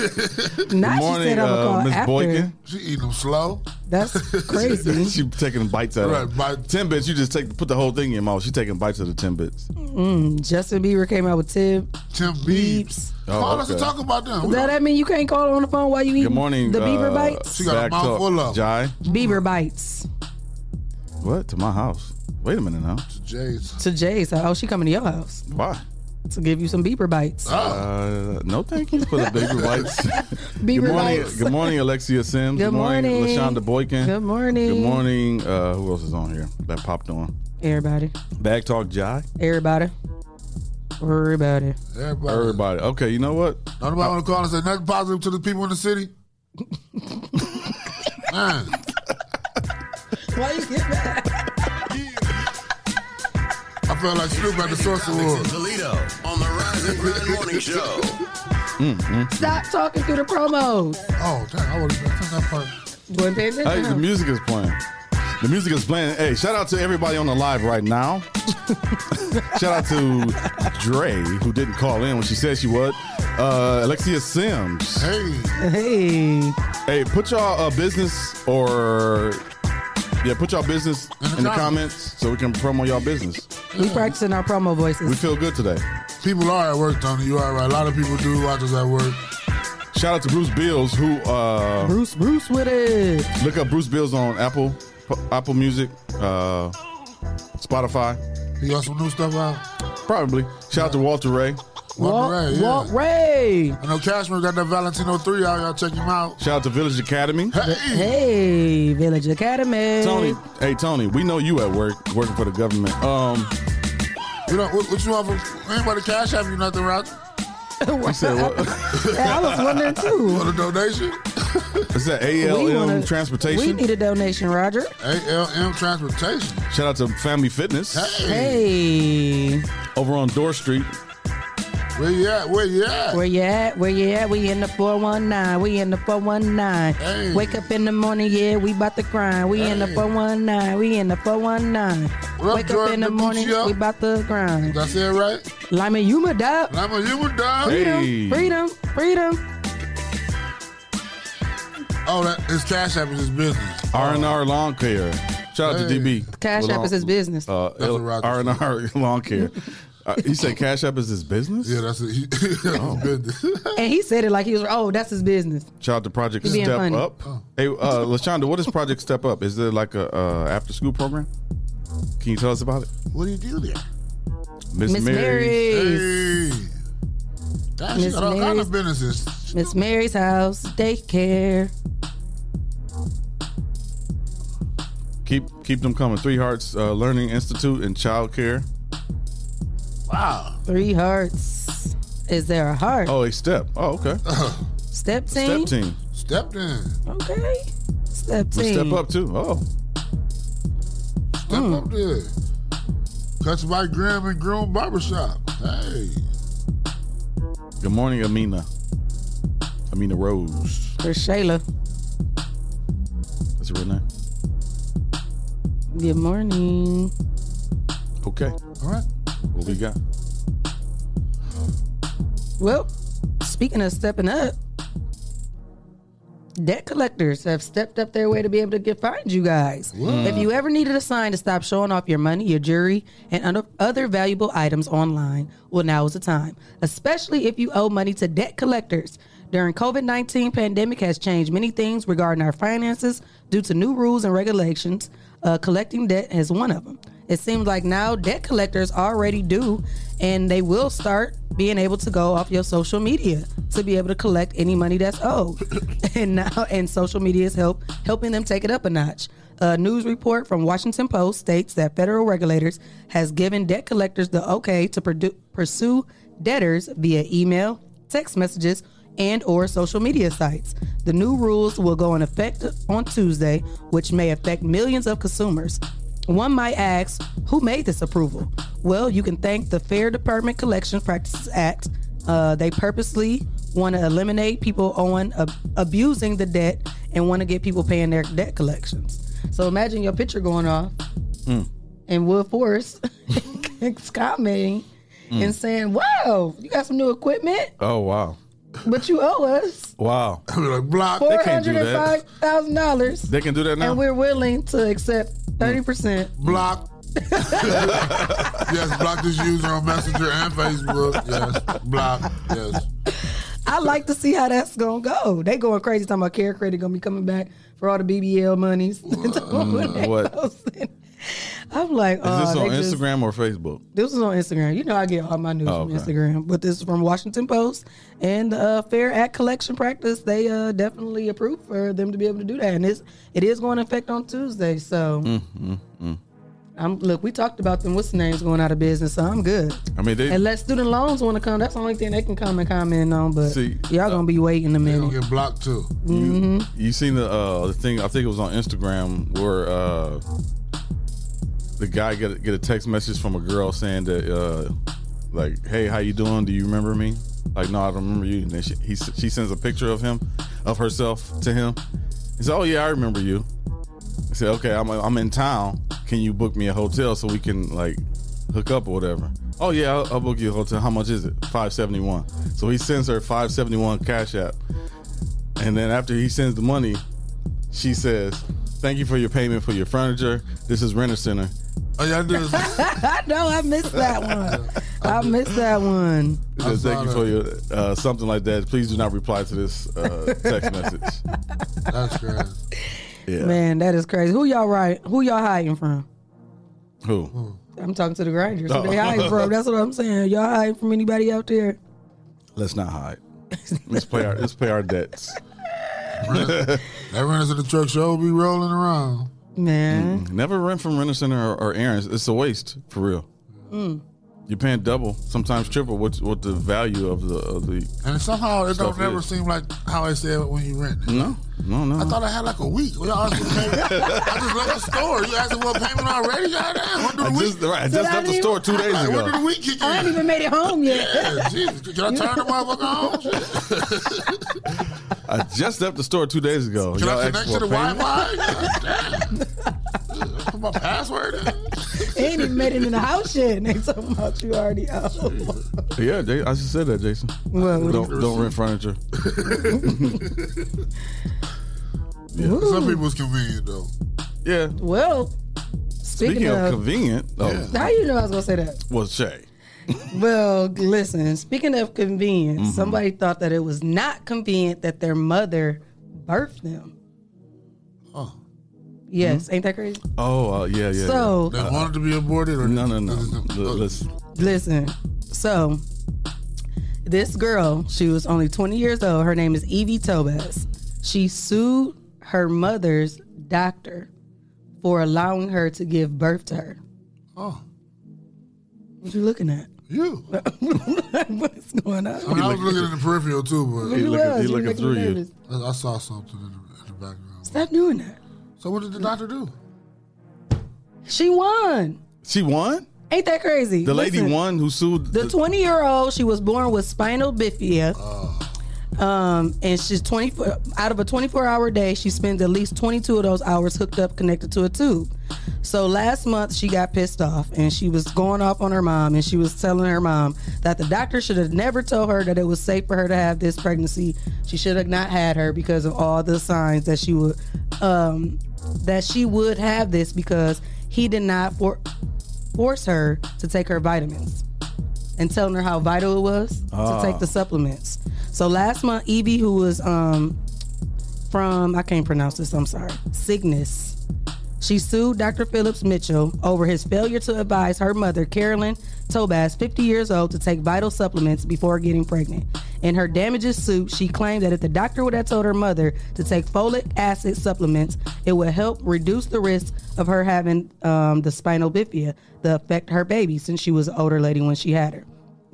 Speaker 9: Now
Speaker 8: Good
Speaker 9: she
Speaker 8: morning,
Speaker 9: said I'm gonna
Speaker 8: uh,
Speaker 9: call
Speaker 8: Miss
Speaker 9: after.
Speaker 8: Boykin.
Speaker 10: She eating them slow.
Speaker 9: That's crazy.
Speaker 8: She taking bites out
Speaker 10: Right,
Speaker 8: of
Speaker 10: bite.
Speaker 8: ten bits. You just take put the whole thing in your mouth. She taking bites of the ten bits.
Speaker 9: Mm, Justin Bieber came out with Tib
Speaker 10: Tim Beebs.
Speaker 9: Beeps.
Speaker 8: Oh,
Speaker 10: Call us
Speaker 8: okay.
Speaker 10: and talk about them. We
Speaker 9: Does that mean you can't call on the phone while you eat
Speaker 8: Good morning.
Speaker 9: the
Speaker 8: uh,
Speaker 9: Bieber bites?
Speaker 10: She got a
Speaker 8: Back
Speaker 10: mouth
Speaker 8: Talk.
Speaker 10: full of 'em.
Speaker 8: Jai.
Speaker 9: Bieber bites
Speaker 8: What to my house? Wait a minute now.
Speaker 10: don't- Jay's.
Speaker 9: to Jay's. house. Oh, she coming to your house
Speaker 8: Why?
Speaker 9: to give you some Bieber bites.
Speaker 10: Oh. Ah.
Speaker 8: Uh, no, thank you for the Bieber bites. good
Speaker 9: Bieber
Speaker 8: morning,
Speaker 9: bites.
Speaker 8: good morning, Alexia Sims.
Speaker 9: Good morning.
Speaker 8: Lashonda Boykin.
Speaker 9: Good morning.
Speaker 8: Good morning. Uh, who else is on here that popped on?
Speaker 9: Everybody,
Speaker 8: Bag Talk Jai.
Speaker 9: everybody, everybody.
Speaker 10: Everybody. Everybody.
Speaker 8: Everybody. Okay, you know what?
Speaker 10: Don't nobody want to call and say nothing positive to the people in the city? Man.
Speaker 9: Why you get that?
Speaker 10: I felt like Snoop at the Source
Speaker 1: Topics in
Speaker 10: Awards.
Speaker 1: Toledo on the Rise and Grind Morning Show.
Speaker 8: Mm-hmm.
Speaker 9: Stop talking through the promos.
Speaker 10: Oh, damn. I would have done that part.
Speaker 9: Boy, pay attention.
Speaker 8: Hey, the
Speaker 9: huh?
Speaker 8: music is playing. The music is playing. Hey, shout out to everybody on the live right now. shout out to Dre, who didn't call in when she said she would. Uh, Alexia Sims.
Speaker 10: Hey.
Speaker 9: Hey,
Speaker 8: Hey, put y'all uh, business or yeah, put y'all business in the,
Speaker 10: the
Speaker 8: comments. so we can promo y'all business.
Speaker 9: we practicing our promo
Speaker 8: We
Speaker 9: voices.
Speaker 8: feel good today.
Speaker 10: People are at work, Tony. You are right. A lot of people do watch us at work.
Speaker 8: Shout out to Bruce Bills who uh,
Speaker 9: Bruce, Bruce with it.
Speaker 8: look up Bruce Bills on Apple, Apple Music, uh, Spotify,
Speaker 10: You got some new stuff out?
Speaker 8: probably. Shout out to Walter Ray.
Speaker 10: Walk
Speaker 9: Walk,
Speaker 10: Ray,
Speaker 9: Ray,
Speaker 10: yeah.
Speaker 9: walk Ray.
Speaker 10: I know Cashmere got that Valentino 3 out. Y'all check him out.
Speaker 8: Shout out to Village Academy.
Speaker 10: Hey.
Speaker 9: Hey, Village Academy.
Speaker 8: Tony, hey Tony, we know you at work working for the government. Um,
Speaker 10: You know, what, what you want from anybody cash app you nothing, Roger?
Speaker 8: you said what?
Speaker 9: Yeah, I was wondering too.
Speaker 10: Want a donation?
Speaker 8: Is that
Speaker 9: We
Speaker 8: ALM
Speaker 9: wanna- We
Speaker 8: Transportation?
Speaker 9: need a donation, Roger.
Speaker 10: ALM Transportation.
Speaker 8: Shout out to Family Fitness
Speaker 10: Hey.
Speaker 9: Hey,
Speaker 8: over on Door Street.
Speaker 10: Where you at? Where you at?
Speaker 9: where you at? Where you at? We in the 419. We in the 419.
Speaker 10: Hey.
Speaker 9: Wake up in the morning, yeah, we about to grind. We in the
Speaker 10: Hey.
Speaker 9: 419. We in the 419.
Speaker 10: What up,
Speaker 9: Wake
Speaker 10: Jordan?
Speaker 9: up in the
Speaker 10: Good to meet
Speaker 9: morning,
Speaker 10: you up.
Speaker 9: we about to grind.
Speaker 10: Did I say it right?
Speaker 9: Lima Yuma, dog.
Speaker 10: And I'm a human dog.
Speaker 8: Hey.
Speaker 9: Freedom, freedom, freedom.
Speaker 10: Oh, that his cash app is his business.
Speaker 8: R and R Lawn Care. Shout out to
Speaker 10: Hey.
Speaker 8: DB.
Speaker 9: Cash
Speaker 8: With
Speaker 9: App
Speaker 8: long-
Speaker 9: is his business.
Speaker 8: Uh,
Speaker 10: That's a rocket
Speaker 8: R and R lawn care. Uh, you say Cash App is his business?
Speaker 10: Yeah, that's it. He, oh. business.
Speaker 9: and he said it like he was, oh, that's his business.
Speaker 8: Shout out to Project
Speaker 9: He's being
Speaker 8: Step
Speaker 9: funny.
Speaker 8: Up.
Speaker 10: Oh.
Speaker 8: Hey, uh, Lashonda, what is Project Step Up? Is there like a uh, after school program? Can you tell us about it?
Speaker 10: what do you do there?
Speaker 8: Miss
Speaker 9: Miss Mary's.
Speaker 10: Hey. God, she
Speaker 9: Miss
Speaker 10: got all kind
Speaker 9: Mary's-
Speaker 10: of businesses.
Speaker 9: Miss Mary's house, daycare.
Speaker 8: Keep keep them coming. Three Hearts uh, Learning Institute and Child Care.
Speaker 10: Wow.
Speaker 9: Three hearts. Is there a heart?
Speaker 8: Oh, a step. Oh, okay.
Speaker 9: step team.
Speaker 8: Step team.
Speaker 10: Stepped in.
Speaker 9: Okay. Step
Speaker 8: We
Speaker 9: team.
Speaker 8: step up too. Oh,
Speaker 10: Step
Speaker 9: Mm.
Speaker 10: up there. Cuts by Graham and Groom Barbershop. Hey.
Speaker 8: good morning, Amina. Amina Rose.
Speaker 9: For Shayla.
Speaker 8: That's her real name.
Speaker 9: Good morning.
Speaker 8: Okay.
Speaker 10: All right.
Speaker 8: What we got?
Speaker 9: Well, speaking of stepping up, debt collectors have stepped up their way to be able to get find you guys. If you ever needed a sign to stop showing off your money, your jewelry, and other- other valuable items online, well, now is the time. Especially if you owe money to debt collectors. During COVID-19 pandemic has changed many things regarding our finances due to new rules and regulations. Uh, collecting debt is one of them. It seems like now debt collectors already do, and they will start being able to go off your social media to be able to collect any money that's owed. and now, and social media is help helping them take it up a notch. A news report from Washington Post states that federal regulators has given debt collectors the okay to produ- pursue debtors via email, text messages, and or social media sites. The new rules will go in effect on Tuesday, which may affect millions of consumers. One might ask, who made this approval? Well, you can thank the Fair Department Collection Practices Act. Uh, they purposely want to eliminate people owing, ab- abusing the debt, and want to get people paying their debt collections. So imagine your picture going off, and Wood Forest commenting and saying, "Wow, you got some new equipment,
Speaker 8: Oh, wow.
Speaker 9: but you owe us
Speaker 8: Wow.
Speaker 10: I be like, block.
Speaker 9: four
Speaker 8: can't do
Speaker 9: hundred and
Speaker 8: that.
Speaker 9: five thousand dollars,
Speaker 8: They can do that now.
Speaker 9: and we're willing to accept thirty percent."
Speaker 10: Block. yes, block this user on Messenger and Facebook. Yes, block. Yes.
Speaker 9: I like to see how that's gonna go. They going crazy talking about care credit gonna be coming back for all the BBL monies.
Speaker 8: Mm, what?
Speaker 9: I'm like,
Speaker 8: Is
Speaker 9: oh,
Speaker 8: this on
Speaker 9: they just-
Speaker 8: Instagram or Facebook?
Speaker 9: this is on Instagram. You know, I get all my news
Speaker 8: Oh,
Speaker 9: from
Speaker 8: okay.
Speaker 9: Instagram, but this is from Washington Post and uh, Fair Act Collection Practice. They uh, definitely approve for them to be able to do that, and it's it is going to affect on Tuesday. So,
Speaker 8: Mm-hmm.
Speaker 9: I'm look. We talked about them. What's the names going out of business? So I'm good.
Speaker 8: I mean, they.
Speaker 9: Unless student loans want to come, that's the only thing they can come and comment on. But
Speaker 8: See,
Speaker 9: y'all gonna be waiting
Speaker 10: They
Speaker 9: a
Speaker 10: gonna
Speaker 9: minute. Mm-hmm.
Speaker 10: get blocked too.
Speaker 8: You, you seen the uh, the thing? I think it was on Instagram where uh, the guy get a, get a text message from a girl saying that uh, like, "Hey, how you doing? Do you remember me?" Like, "No, I don't remember you." And then she he, she sends a picture of him, of herself to him. He said, "Oh yeah, I remember you." I said, "Okay, I'm I'm in town. Can you book me a hotel so we can like hook up or whatever?" Oh yeah, I'll, I'll book you a hotel. How much is it? Five seventy one. So he sends her five seventy one cash app. And then after he sends the money, she says, "Thank you for your payment for your furniture. This is Renter Center."
Speaker 10: Oh yeah, I do. is- I
Speaker 9: I know I missed that one. I missed that one.
Speaker 8: It
Speaker 10: I
Speaker 8: says,
Speaker 10: saw
Speaker 8: "Thank you for your uh, something like that. Please do not reply to this uh, text message."
Speaker 10: That's crazy.
Speaker 8: Yeah.
Speaker 9: Man, that is crazy. Who y'all right? Who y'all hiding from?
Speaker 8: Who?
Speaker 9: I'm talking to the grinders.
Speaker 8: Oh.
Speaker 9: Who they hiding from? That's what I'm saying. Y'all hiding from anybody out there?
Speaker 8: Let's not hide. Let's pay our let's pay our debts.
Speaker 10: That runners of the truck show be rolling around.
Speaker 9: Man,
Speaker 8: Mm-hmm. Never rent from Renter Center or, or errands. It's a waste for real.
Speaker 9: Mm.
Speaker 8: You're paying double, sometimes triple, what what the value of the of the
Speaker 10: And somehow it
Speaker 8: Stuff
Speaker 10: don't never
Speaker 8: is.
Speaker 10: seem like how I said it when you rent.
Speaker 8: no no no.
Speaker 10: I thought I had like a week. Well, y'all asked me to pay- I just left the store. You asking what payment already? Y'all damn. When do the
Speaker 8: I
Speaker 10: week?
Speaker 8: just, right, I just
Speaker 9: I
Speaker 8: left the
Speaker 9: didn't-
Speaker 8: store two days
Speaker 10: Like, when do
Speaker 8: ago.
Speaker 10: the week kick
Speaker 9: I ain't
Speaker 10: in?
Speaker 9: even made it home yet.
Speaker 10: Yeah, Jesus, can I turn the motherfucker on? Shit.
Speaker 8: I just left the store two days ago.
Speaker 10: Can
Speaker 8: Y'all
Speaker 10: I
Speaker 8: asked
Speaker 10: connect
Speaker 8: for
Speaker 10: to
Speaker 8: a
Speaker 10: the
Speaker 8: payment?
Speaker 10: Wi-Fi? Damn. Put my password in.
Speaker 9: They ain't even made it in the house yet. And they talking about you already out.
Speaker 8: Yeah, Jay, I just said that, Jason.
Speaker 9: Well, what
Speaker 8: don't don't rent furniture.
Speaker 10: Some people's convenient though.
Speaker 8: Yeah,
Speaker 9: Well, Speaking,
Speaker 8: Speaking of
Speaker 9: of,
Speaker 8: convenient, oh,
Speaker 9: how you know I was gonna say that?
Speaker 8: well, Shay,
Speaker 9: Well, listen, speaking of convenience,
Speaker 10: Mm-hmm.
Speaker 9: somebody thought that it was not convenient that their mother birthed them.
Speaker 10: Oh.
Speaker 9: Yes,
Speaker 10: Mm-hmm.
Speaker 9: ain't that crazy?
Speaker 8: oh uh, yeah, yeah.
Speaker 9: so,
Speaker 10: They wanted to be aborted or
Speaker 8: yeah. no, no, no.
Speaker 10: Oh,
Speaker 8: L- Listen,
Speaker 9: listen. So, this girl, she was only 20 years old. Her name is Evie Tobas. She sued her mother's doctor for allowing her to give birth to her.
Speaker 10: oh,
Speaker 9: What you looking at?
Speaker 10: you.
Speaker 9: what is going on?
Speaker 10: I, mean, I was looking in the peripheral too,
Speaker 8: He looking-
Speaker 9: was,
Speaker 8: he
Speaker 9: you
Speaker 8: looking
Speaker 9: making
Speaker 8: through
Speaker 9: me
Speaker 8: you.
Speaker 9: nervous.
Speaker 10: but I, I saw something in the, in the background.
Speaker 9: Stop doing that.
Speaker 10: So what did the doctor do?
Speaker 9: She won.
Speaker 8: she won.
Speaker 9: Ain't that crazy?
Speaker 8: The
Speaker 9: Listen,
Speaker 8: lady won who sued
Speaker 9: The 20 year old, she was born with spinal bifida. Um, and she's 24 out of a 24 hour day, she spends at least 22 of those hours hooked up connected to a tube. So last month, she got pissed off and she was going off on her mom. And she was telling her mom that the doctor should have never told her that it was safe for her to have this pregnancy. She should have not had her because of all the signs that she would, um, that she would have this because he did not for, force her to take her vitamins and telling her how vital it was to take the supplements. So last month, Evie, who was um, from, I can't pronounce this, I'm sorry, Cygnus, she sued Dr. Phillips Mitchell over his failure to advise her mother, Carolyn Tobas, 50 years old, to take vital supplements before getting pregnant. In her damages suit, she claimed that if the doctor would have told her mother to take folic acid supplements, it would help reduce the risk of her having um, the spinal bifida that affect her baby since she was an older lady when she had her.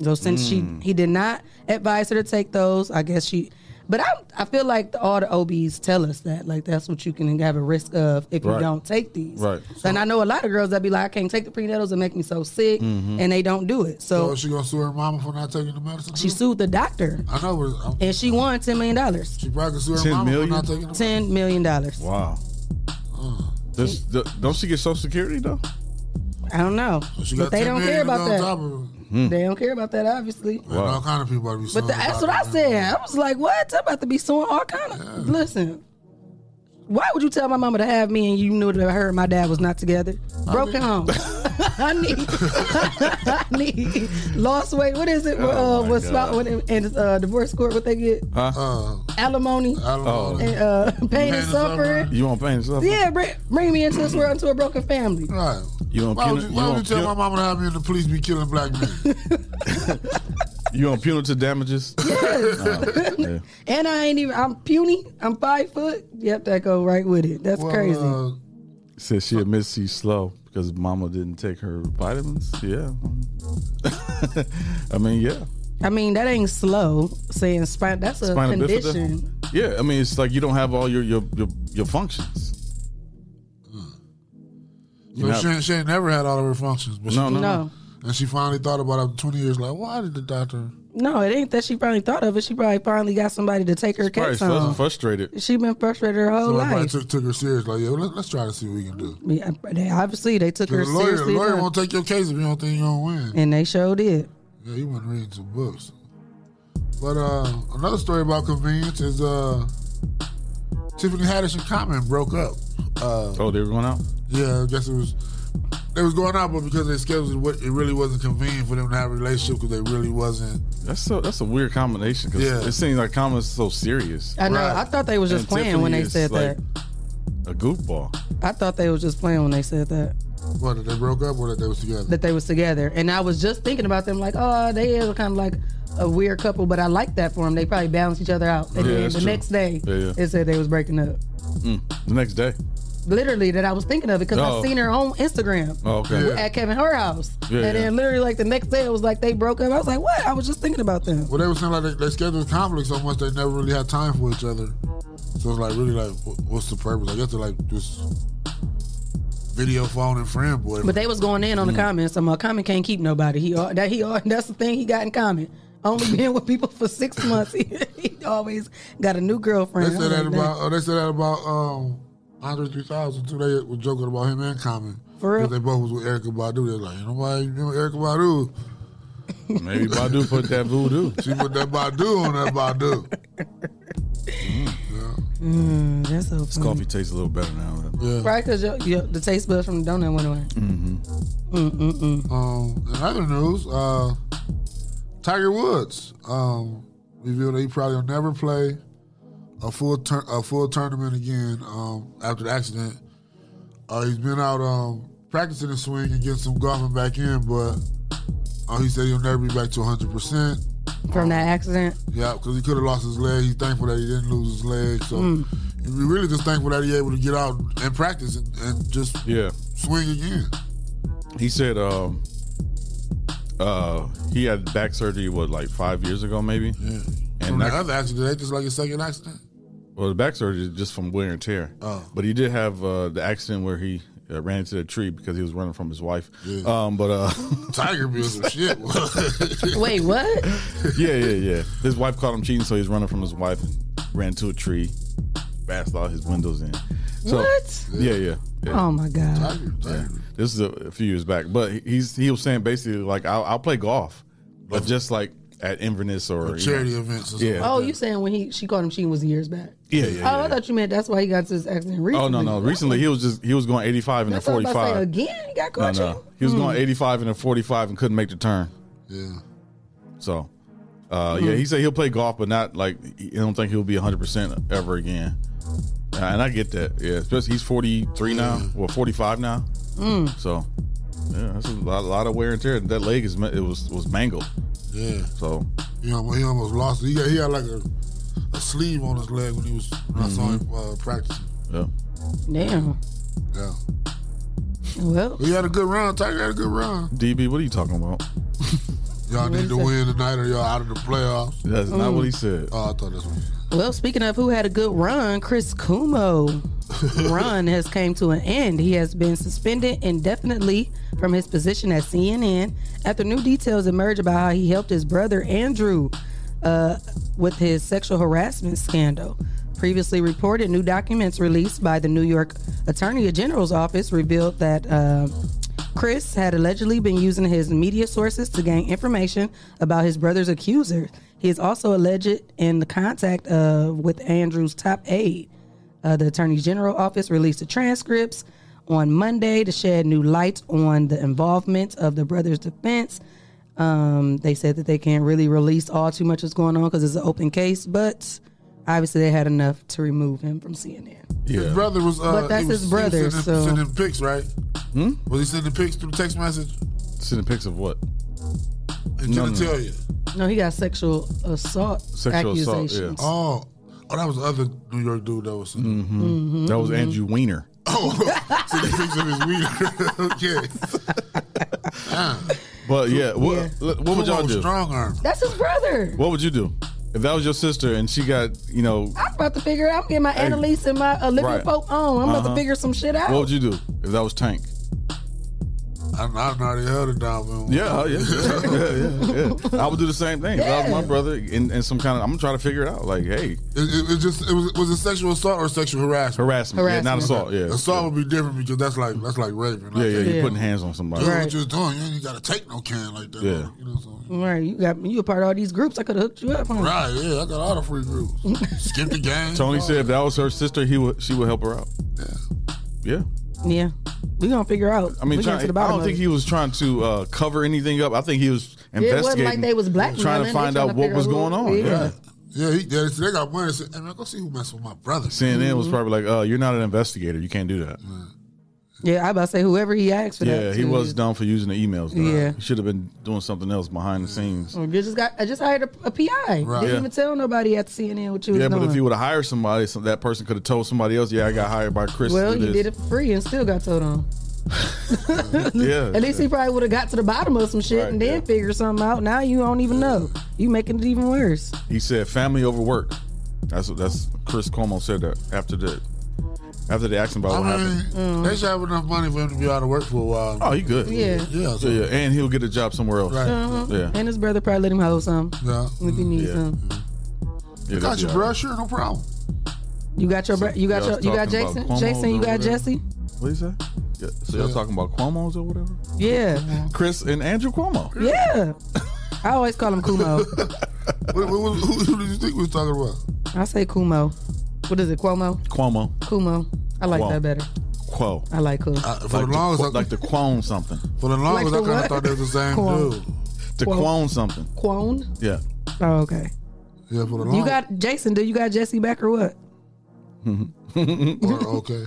Speaker 9: So since she he did not advise her to take those, I guess she. But I I feel like the, all the OBs tell us that like that's what you can have a risk of if
Speaker 8: Right.
Speaker 9: you don't take these.
Speaker 8: Right.
Speaker 9: and I know a lot of girls that be like I can't take the prenatals and make me so sick,
Speaker 8: Mm-hmm.
Speaker 9: and they don't do it.
Speaker 10: So
Speaker 9: So
Speaker 10: is she gonna sue her mama for not taking the medicine?
Speaker 9: she
Speaker 10: too?
Speaker 9: sued the doctor,
Speaker 10: I know, but I'm,
Speaker 9: and she won ten million dollars.
Speaker 10: she probably could sue her
Speaker 8: 10
Speaker 10: mama
Speaker 8: million?
Speaker 10: for not taking the
Speaker 9: Ten million dollars.
Speaker 8: Wow.
Speaker 10: Uh.
Speaker 8: Does, do- don't she get Social Security though?
Speaker 9: I don't know,
Speaker 10: She
Speaker 9: but
Speaker 10: got
Speaker 9: they
Speaker 10: 10
Speaker 9: don't
Speaker 10: million
Speaker 9: care
Speaker 10: to go
Speaker 9: about
Speaker 10: on
Speaker 9: that.
Speaker 10: top of it.
Speaker 8: Hmm.
Speaker 9: They don't care about that, obviously.
Speaker 10: And all kind of people ought to be
Speaker 9: But
Speaker 10: suing
Speaker 9: the, that's what I
Speaker 10: doctor, man.
Speaker 9: said. I was like, what? I'm about to be suing all kind of. Listen, why would you tell my mama to have me and you knew that her and my dad was not together? Broken
Speaker 10: mean-
Speaker 9: home. I need, I need, lost weight. What is it?
Speaker 8: Oh,
Speaker 9: uh,
Speaker 8: my
Speaker 9: with
Speaker 8: God.
Speaker 9: spout when it- and uh, divorce court, what they get?
Speaker 10: Uh,
Speaker 9: Alimony,
Speaker 10: I don't
Speaker 8: Oh.
Speaker 10: know.
Speaker 9: and, uh, pain and
Speaker 10: and
Speaker 9: suffering.
Speaker 10: suffering.
Speaker 8: You want pain yourself?
Speaker 9: Yeah, bring, bring me into this world into a broken family.
Speaker 10: Right.
Speaker 8: You want
Speaker 10: Why would
Speaker 8: puni-
Speaker 10: you,
Speaker 8: you
Speaker 10: why would
Speaker 8: want
Speaker 10: you tell
Speaker 8: puni-
Speaker 10: my mama to have me and the police be killing black men?
Speaker 8: you want punitive damages? Uh, yeah.
Speaker 9: And I ain't even. I'm puny. I'm five foot. Yep, that go right with it. That's
Speaker 10: Well,
Speaker 9: crazy.
Speaker 10: uh,
Speaker 8: Says she admits she's slow because mama didn't take her vitamins. Yeah. I mean, yeah.
Speaker 9: I mean, that ain't slow. Saying spine, that's a
Speaker 8: Spina bifida.
Speaker 9: condition.
Speaker 8: Yeah, I mean, it's like you don't have all your your your, your functions.
Speaker 10: Hmm. so
Speaker 8: know-
Speaker 10: she, ain't- she ain't never had all of her functions, but
Speaker 8: No,
Speaker 10: she,
Speaker 8: no,
Speaker 9: No,
Speaker 10: and she finally thought about it after 20 years. Like, why did the doctor?
Speaker 9: no, it ain't that she finally thought of it. She probably finally got somebody to take her
Speaker 8: Probably
Speaker 9: case
Speaker 8: frus-
Speaker 9: on.
Speaker 8: frustrated.
Speaker 9: She been frustrated her whole
Speaker 10: Somebody probably
Speaker 9: life.
Speaker 10: took, took her serious. Like, yeah, let, let's try to see what we can do.
Speaker 9: Yeah, they, obviously, they took her
Speaker 10: the lawyer, the
Speaker 9: seriously,
Speaker 10: lawyer
Speaker 9: enough,
Speaker 10: won't take your case if you don't think you're gonna win.
Speaker 9: and they sure did.
Speaker 10: Yeah, he wasn't reading some books. But uh, another story about convenience is uh, Tiffany Haddish and Common broke up. Uh,
Speaker 8: Oh, they were going out.
Speaker 10: yeah, I guess it was they was going out, but because they scheduled what it really wasn't convenient for them to have a relationship because they really wasn't.
Speaker 8: That's so. That's a weird combination. Cause
Speaker 10: Yeah.
Speaker 8: it seems like Common's so serious.
Speaker 9: I know.
Speaker 10: Right.
Speaker 9: I thought they was just
Speaker 8: And
Speaker 9: playing
Speaker 8: Tiffany
Speaker 9: when they
Speaker 8: is
Speaker 9: said
Speaker 8: like
Speaker 9: that.
Speaker 8: A goofball.
Speaker 9: I thought they was just playing when they said that
Speaker 10: What that they broke up or that they was together.
Speaker 9: that they was together. And I was just thinking about them, like, oh, they is kind of like a weird couple, but I like that for them. They probably balance each other out. And
Speaker 8: Yeah,
Speaker 9: then
Speaker 8: that's
Speaker 9: the
Speaker 8: true.
Speaker 9: next day,
Speaker 8: Yeah, yeah.
Speaker 9: it said they was breaking up.
Speaker 8: Mm, The next day.
Speaker 9: literally that I was thinking of it because
Speaker 8: Oh.
Speaker 9: I seen her on Instagram
Speaker 8: Oh, okay.
Speaker 10: Yeah.
Speaker 9: at Kevin her house,
Speaker 8: Yeah,
Speaker 9: and
Speaker 8: yeah.
Speaker 9: then literally like the next day it was like they broke up. I was like, what? I was just thinking about them.
Speaker 10: well, they were saying like they, they scheduled conflict so much they never really had time for each other. So it's like really like wh- what's the purpose? I guess they're like just video phone and friend boy. Mm-hmm.
Speaker 9: But they was going in on
Speaker 10: Mm.
Speaker 9: the comments. I'm like, common can't keep nobody. He al- that he al- that's the thing he got in common. Only been with people for six months. He, he always got a new girlfriend.
Speaker 10: They
Speaker 9: I
Speaker 10: said
Speaker 9: was
Speaker 10: that
Speaker 9: like,
Speaker 10: about uh, they said that about um, Andre 3000 too. They were joking about him and Common.
Speaker 9: For real?
Speaker 10: 'Cause They both was with Erica Badu. They was like, "Ain't nobody remember Erica Badu.
Speaker 8: Maybe Badu put that voodoo.
Speaker 10: She put that Badu on that Badu.
Speaker 9: "Damn, that's so funny. Mm,
Speaker 8: Coffee tastes a little better now.
Speaker 10: Yeah.
Speaker 9: Right, because the taste buds from the donut went away.
Speaker 8: Mm-hmm.
Speaker 9: Mm,
Speaker 10: Um, in other news, uh, Tiger Woods um, revealed that he probably will never play a full tur- a full tournament again um, after the accident. Uh, he's been out um, practicing his swing and getting some golfing back in, but uh, he said he'll never be back to 100. percent
Speaker 9: mm. From that accident.
Speaker 10: Yeah, because he could have lost his leg. He's thankful that he didn't lose his leg. So we're really just thankful that he able to get out and practice and, and just
Speaker 8: Yeah.
Speaker 10: swing again.
Speaker 8: He said um uh he had back surgery what like five years ago maybe?
Speaker 10: Yeah.
Speaker 8: And
Speaker 10: From the
Speaker 8: that-
Speaker 10: other accident, that just like his second accident.
Speaker 8: Well, the back surgery is just from wear and tear.
Speaker 10: Oh.
Speaker 8: But he did have uh, the accident where he uh, ran into the tree because he was running from his wife.
Speaker 10: Yeah.
Speaker 8: Um, but uh,
Speaker 10: Tiger be on some shit.
Speaker 9: Wait, what?
Speaker 8: yeah, yeah, yeah. His wife caught him cheating, so he's running from his wife and ran to a tree, bashed all his windows in. So,
Speaker 9: What?
Speaker 8: Yeah, yeah. yeah.
Speaker 9: Oh my god.
Speaker 10: Tiger, Tiger.
Speaker 8: This is a, a few years back, but he- he's he was saying basically like I'll, I'll play golf, but just like at Inverness or you know.
Speaker 10: Charity events. Or
Speaker 8: Yeah.
Speaker 9: Oh, you saying when he she called him cheating was years back?
Speaker 8: Yeah, yeah, yeah,
Speaker 9: Oh, I
Speaker 8: yeah.
Speaker 9: thought you meant that's why he got into this accident recently.
Speaker 8: Oh no no! Recently he was just he was going 85 and a
Speaker 9: that's what I was
Speaker 8: 45.
Speaker 9: about to say again. He got Hmm.
Speaker 8: No
Speaker 9: caught Mm.
Speaker 8: no,
Speaker 9: cheating.
Speaker 8: he was going 85 and a 45 and couldn't make the turn.
Speaker 10: something. Yeah.
Speaker 8: So, uh, yeah, he said he'll play golf, but not like he don't think he'll be 100 percent ever again. Uh, And I get that. Yeah, especially he's 43 now, well 45 now. So, yeah, that's a lot, lot of wear and tear. That leg is ma- it was was mangled.
Speaker 10: Yeah.
Speaker 8: So,
Speaker 10: He almost, he almost lost it. He got, he had like a, a sleeve on his leg when he was when I saw him uh, practicing.
Speaker 8: yeah.
Speaker 9: Mm-hmm. Damn.
Speaker 10: Yeah.
Speaker 9: Well,
Speaker 10: But he had a good round. Tiger had a good round.
Speaker 8: DB, what are you talking about?
Speaker 10: Y'all need to
Speaker 9: What
Speaker 10: win tonight or y'all out of the playoffs.
Speaker 8: That's not what he said.
Speaker 10: Oh, I thought that's what he said.
Speaker 9: well. Speaking of who had a good run, Chris Cuomo run has came to an end. He has been suspended indefinitely from his position at CNN after new details emerge about how he helped his brother Andrew uh, with his sexual harassment scandal. Previously reported, new documents released by the New York Attorney General's office revealed that. Uh, Chris had allegedly been using his media sources to gain information about his brother's accuser. He is also alleged in the contact of with Andrew's top aide. Uh, the Attorney General office released the transcripts on Monday to shed new light on the involvement of the brother's defense. Um, they said that they can't really release all too much what's going on because it's an open case, but obviously they had enough to remove him from CNN.
Speaker 10: His
Speaker 8: Yeah,
Speaker 10: brother was. Uh,
Speaker 9: But that's
Speaker 10: he was,
Speaker 9: his brother,
Speaker 10: He was sending,
Speaker 9: so-
Speaker 10: sending pics, right? Hmm? Was he sending pics through text message?
Speaker 8: sending pics of what? No,
Speaker 10: He couldn't
Speaker 8: no, no.
Speaker 10: tell you.
Speaker 9: No, he got sexual assault
Speaker 8: Sexual assault, yeah.
Speaker 9: accusations.
Speaker 10: Oh. Oh, that was the other New York dude that was sending
Speaker 8: Mm-hmm.
Speaker 10: Mm-hmm.
Speaker 9: Mm-hmm.
Speaker 8: That was Andrew Weiner.
Speaker 10: pics of his weed. okay.
Speaker 8: But yeah, what what would y'all do?
Speaker 10: Strong arm.
Speaker 9: That's his brother.
Speaker 8: What would you do if that was your sister and she got you know?
Speaker 9: I'm about to figure it out. I'm getting my Annalise and my Olivia
Speaker 8: Right.
Speaker 9: Pope on. I'm about
Speaker 8: Uh-huh.
Speaker 9: to figure some shit out.
Speaker 8: What would you do if that was Tank?
Speaker 10: I, I already held it down. Man.
Speaker 8: Yeah, yeah, yeah, yeah, yeah, yeah. I would do the same thing. If I was
Speaker 9: Yeah.
Speaker 8: my brother and, and some kind of, I'm gonna try to figure it out. Like, hey,
Speaker 10: It, it, it just it was was it sexual assault or sexual harassment?
Speaker 8: harassment, yeah, not
Speaker 9: Harassment.
Speaker 8: assault, yeah,
Speaker 10: Assault would be different because that's like that's like raping.
Speaker 8: yeah, yeah. You're
Speaker 9: Yeah.
Speaker 8: putting hands on somebody.
Speaker 10: That's
Speaker 9: Right.
Speaker 10: what you're doing. You ain't even gotta take no can like that.
Speaker 8: Yeah.
Speaker 10: You know what I'm saying?
Speaker 9: Right, you got you a part of all these groups. I could have hooked you up. huh?
Speaker 10: Right, yeah, I got all the free groups. Skip the game.
Speaker 8: Tony said if that was her sister, he would, she would help her out.
Speaker 10: Yeah.
Speaker 8: Yeah,
Speaker 9: Yeah, we gonna figure out.
Speaker 8: I mean,
Speaker 9: Oh, we
Speaker 8: try,
Speaker 9: get to the
Speaker 8: I
Speaker 9: bottom
Speaker 8: don't
Speaker 9: of
Speaker 8: think
Speaker 9: it.
Speaker 8: he was trying to uh, cover anything up. I think he was
Speaker 9: like
Speaker 8: investigating.
Speaker 9: they was
Speaker 8: trying
Speaker 9: blackmailing.
Speaker 8: to
Speaker 9: They
Speaker 8: find
Speaker 9: trying
Speaker 8: out
Speaker 9: to
Speaker 8: what
Speaker 9: figure
Speaker 8: was
Speaker 9: out
Speaker 8: going
Speaker 9: who-
Speaker 8: on.
Speaker 9: yeah.
Speaker 8: Yeah.
Speaker 10: Yeah, he, yeah, they got money. Said, hey man, go see who messed with my brother.
Speaker 8: CNN was probably like, "Uh, you're not an investigator. You can't do that."
Speaker 9: Yeah, I about to say whoever he asked for that.
Speaker 8: Yeah, he
Speaker 9: to.
Speaker 8: was down for using the emails. though.
Speaker 9: Yeah.
Speaker 8: he should have been doing something else behind the scenes.
Speaker 9: You just got. Oh, I just hired a, a PI.
Speaker 10: Right.
Speaker 9: Didn't
Speaker 8: Yeah.
Speaker 9: even tell nobody at CNN what you
Speaker 8: Yeah,
Speaker 9: was doing.
Speaker 8: but if he would have hired somebody, so that person could have told somebody else, "Yeah, I got hired by Chris." to
Speaker 9: well,
Speaker 8: do
Speaker 9: you
Speaker 8: this."
Speaker 9: did it for free and still got told on.
Speaker 8: Yeah,
Speaker 9: At least he probably would have got to the bottom of some shit
Speaker 8: Right,
Speaker 9: and then
Speaker 8: yeah.
Speaker 9: figure something out. Now you don't even know. You making it even worse.
Speaker 8: He said family over work. That's that's Chris Cuomo said that after the after the action about
Speaker 10: I
Speaker 8: what
Speaker 10: mean,
Speaker 8: happened.
Speaker 9: Mm.
Speaker 10: they should have enough money for him to be out of work for a while.
Speaker 8: Oh, he good.
Speaker 9: Yeah.
Speaker 10: yeah, so,
Speaker 8: yeah, yeah. And he'll get a job somewhere else.
Speaker 10: Right.
Speaker 8: Yeah,
Speaker 9: Uh-huh. And his brother probably let him hold some
Speaker 10: yeah.
Speaker 9: if he needs
Speaker 8: Yeah.
Speaker 9: some.
Speaker 8: yeah that'd
Speaker 10: Got
Speaker 8: be
Speaker 10: your
Speaker 8: all
Speaker 10: brush, sure, no problem.
Speaker 9: You got your, bro- you got
Speaker 8: Y'all
Speaker 9: your, you got
Speaker 8: talking about
Speaker 9: Jason,
Speaker 8: Cuomo
Speaker 9: Jason, you
Speaker 8: over
Speaker 9: got
Speaker 8: there?
Speaker 9: Jesse.
Speaker 8: right. What you say? Yeah. So y'all
Speaker 10: Yeah.
Speaker 8: talking about Cuomo's or whatever?
Speaker 9: Yeah,
Speaker 8: Chris and Andrew Cuomo.
Speaker 9: yeah. I always call him Kumo.
Speaker 10: What- what- what- who, who did you think we was talking about?
Speaker 9: I say Kumo. What is it, Cuomo?
Speaker 8: Cuomo.
Speaker 9: Kumo. I like
Speaker 8: Cuomo.
Speaker 9: that better.
Speaker 8: Quo.
Speaker 9: I like her.
Speaker 10: Uh, for
Speaker 8: Like
Speaker 10: the
Speaker 8: to-
Speaker 10: longest, I,
Speaker 8: like to quone something.
Speaker 10: for the longest,
Speaker 9: Like
Speaker 10: I
Speaker 9: the
Speaker 10: kind of
Speaker 9: what?
Speaker 10: thought they was the same
Speaker 9: Quo.
Speaker 10: dude.
Speaker 8: To
Speaker 9: Quo.
Speaker 8: quone something.
Speaker 9: Quone.
Speaker 8: Yeah.
Speaker 9: Oh, okay.
Speaker 10: Yeah, for the longest.
Speaker 9: You got Jason. Do you got Jesse back or what?
Speaker 10: Or, okay.
Speaker 8: Mm-hmm.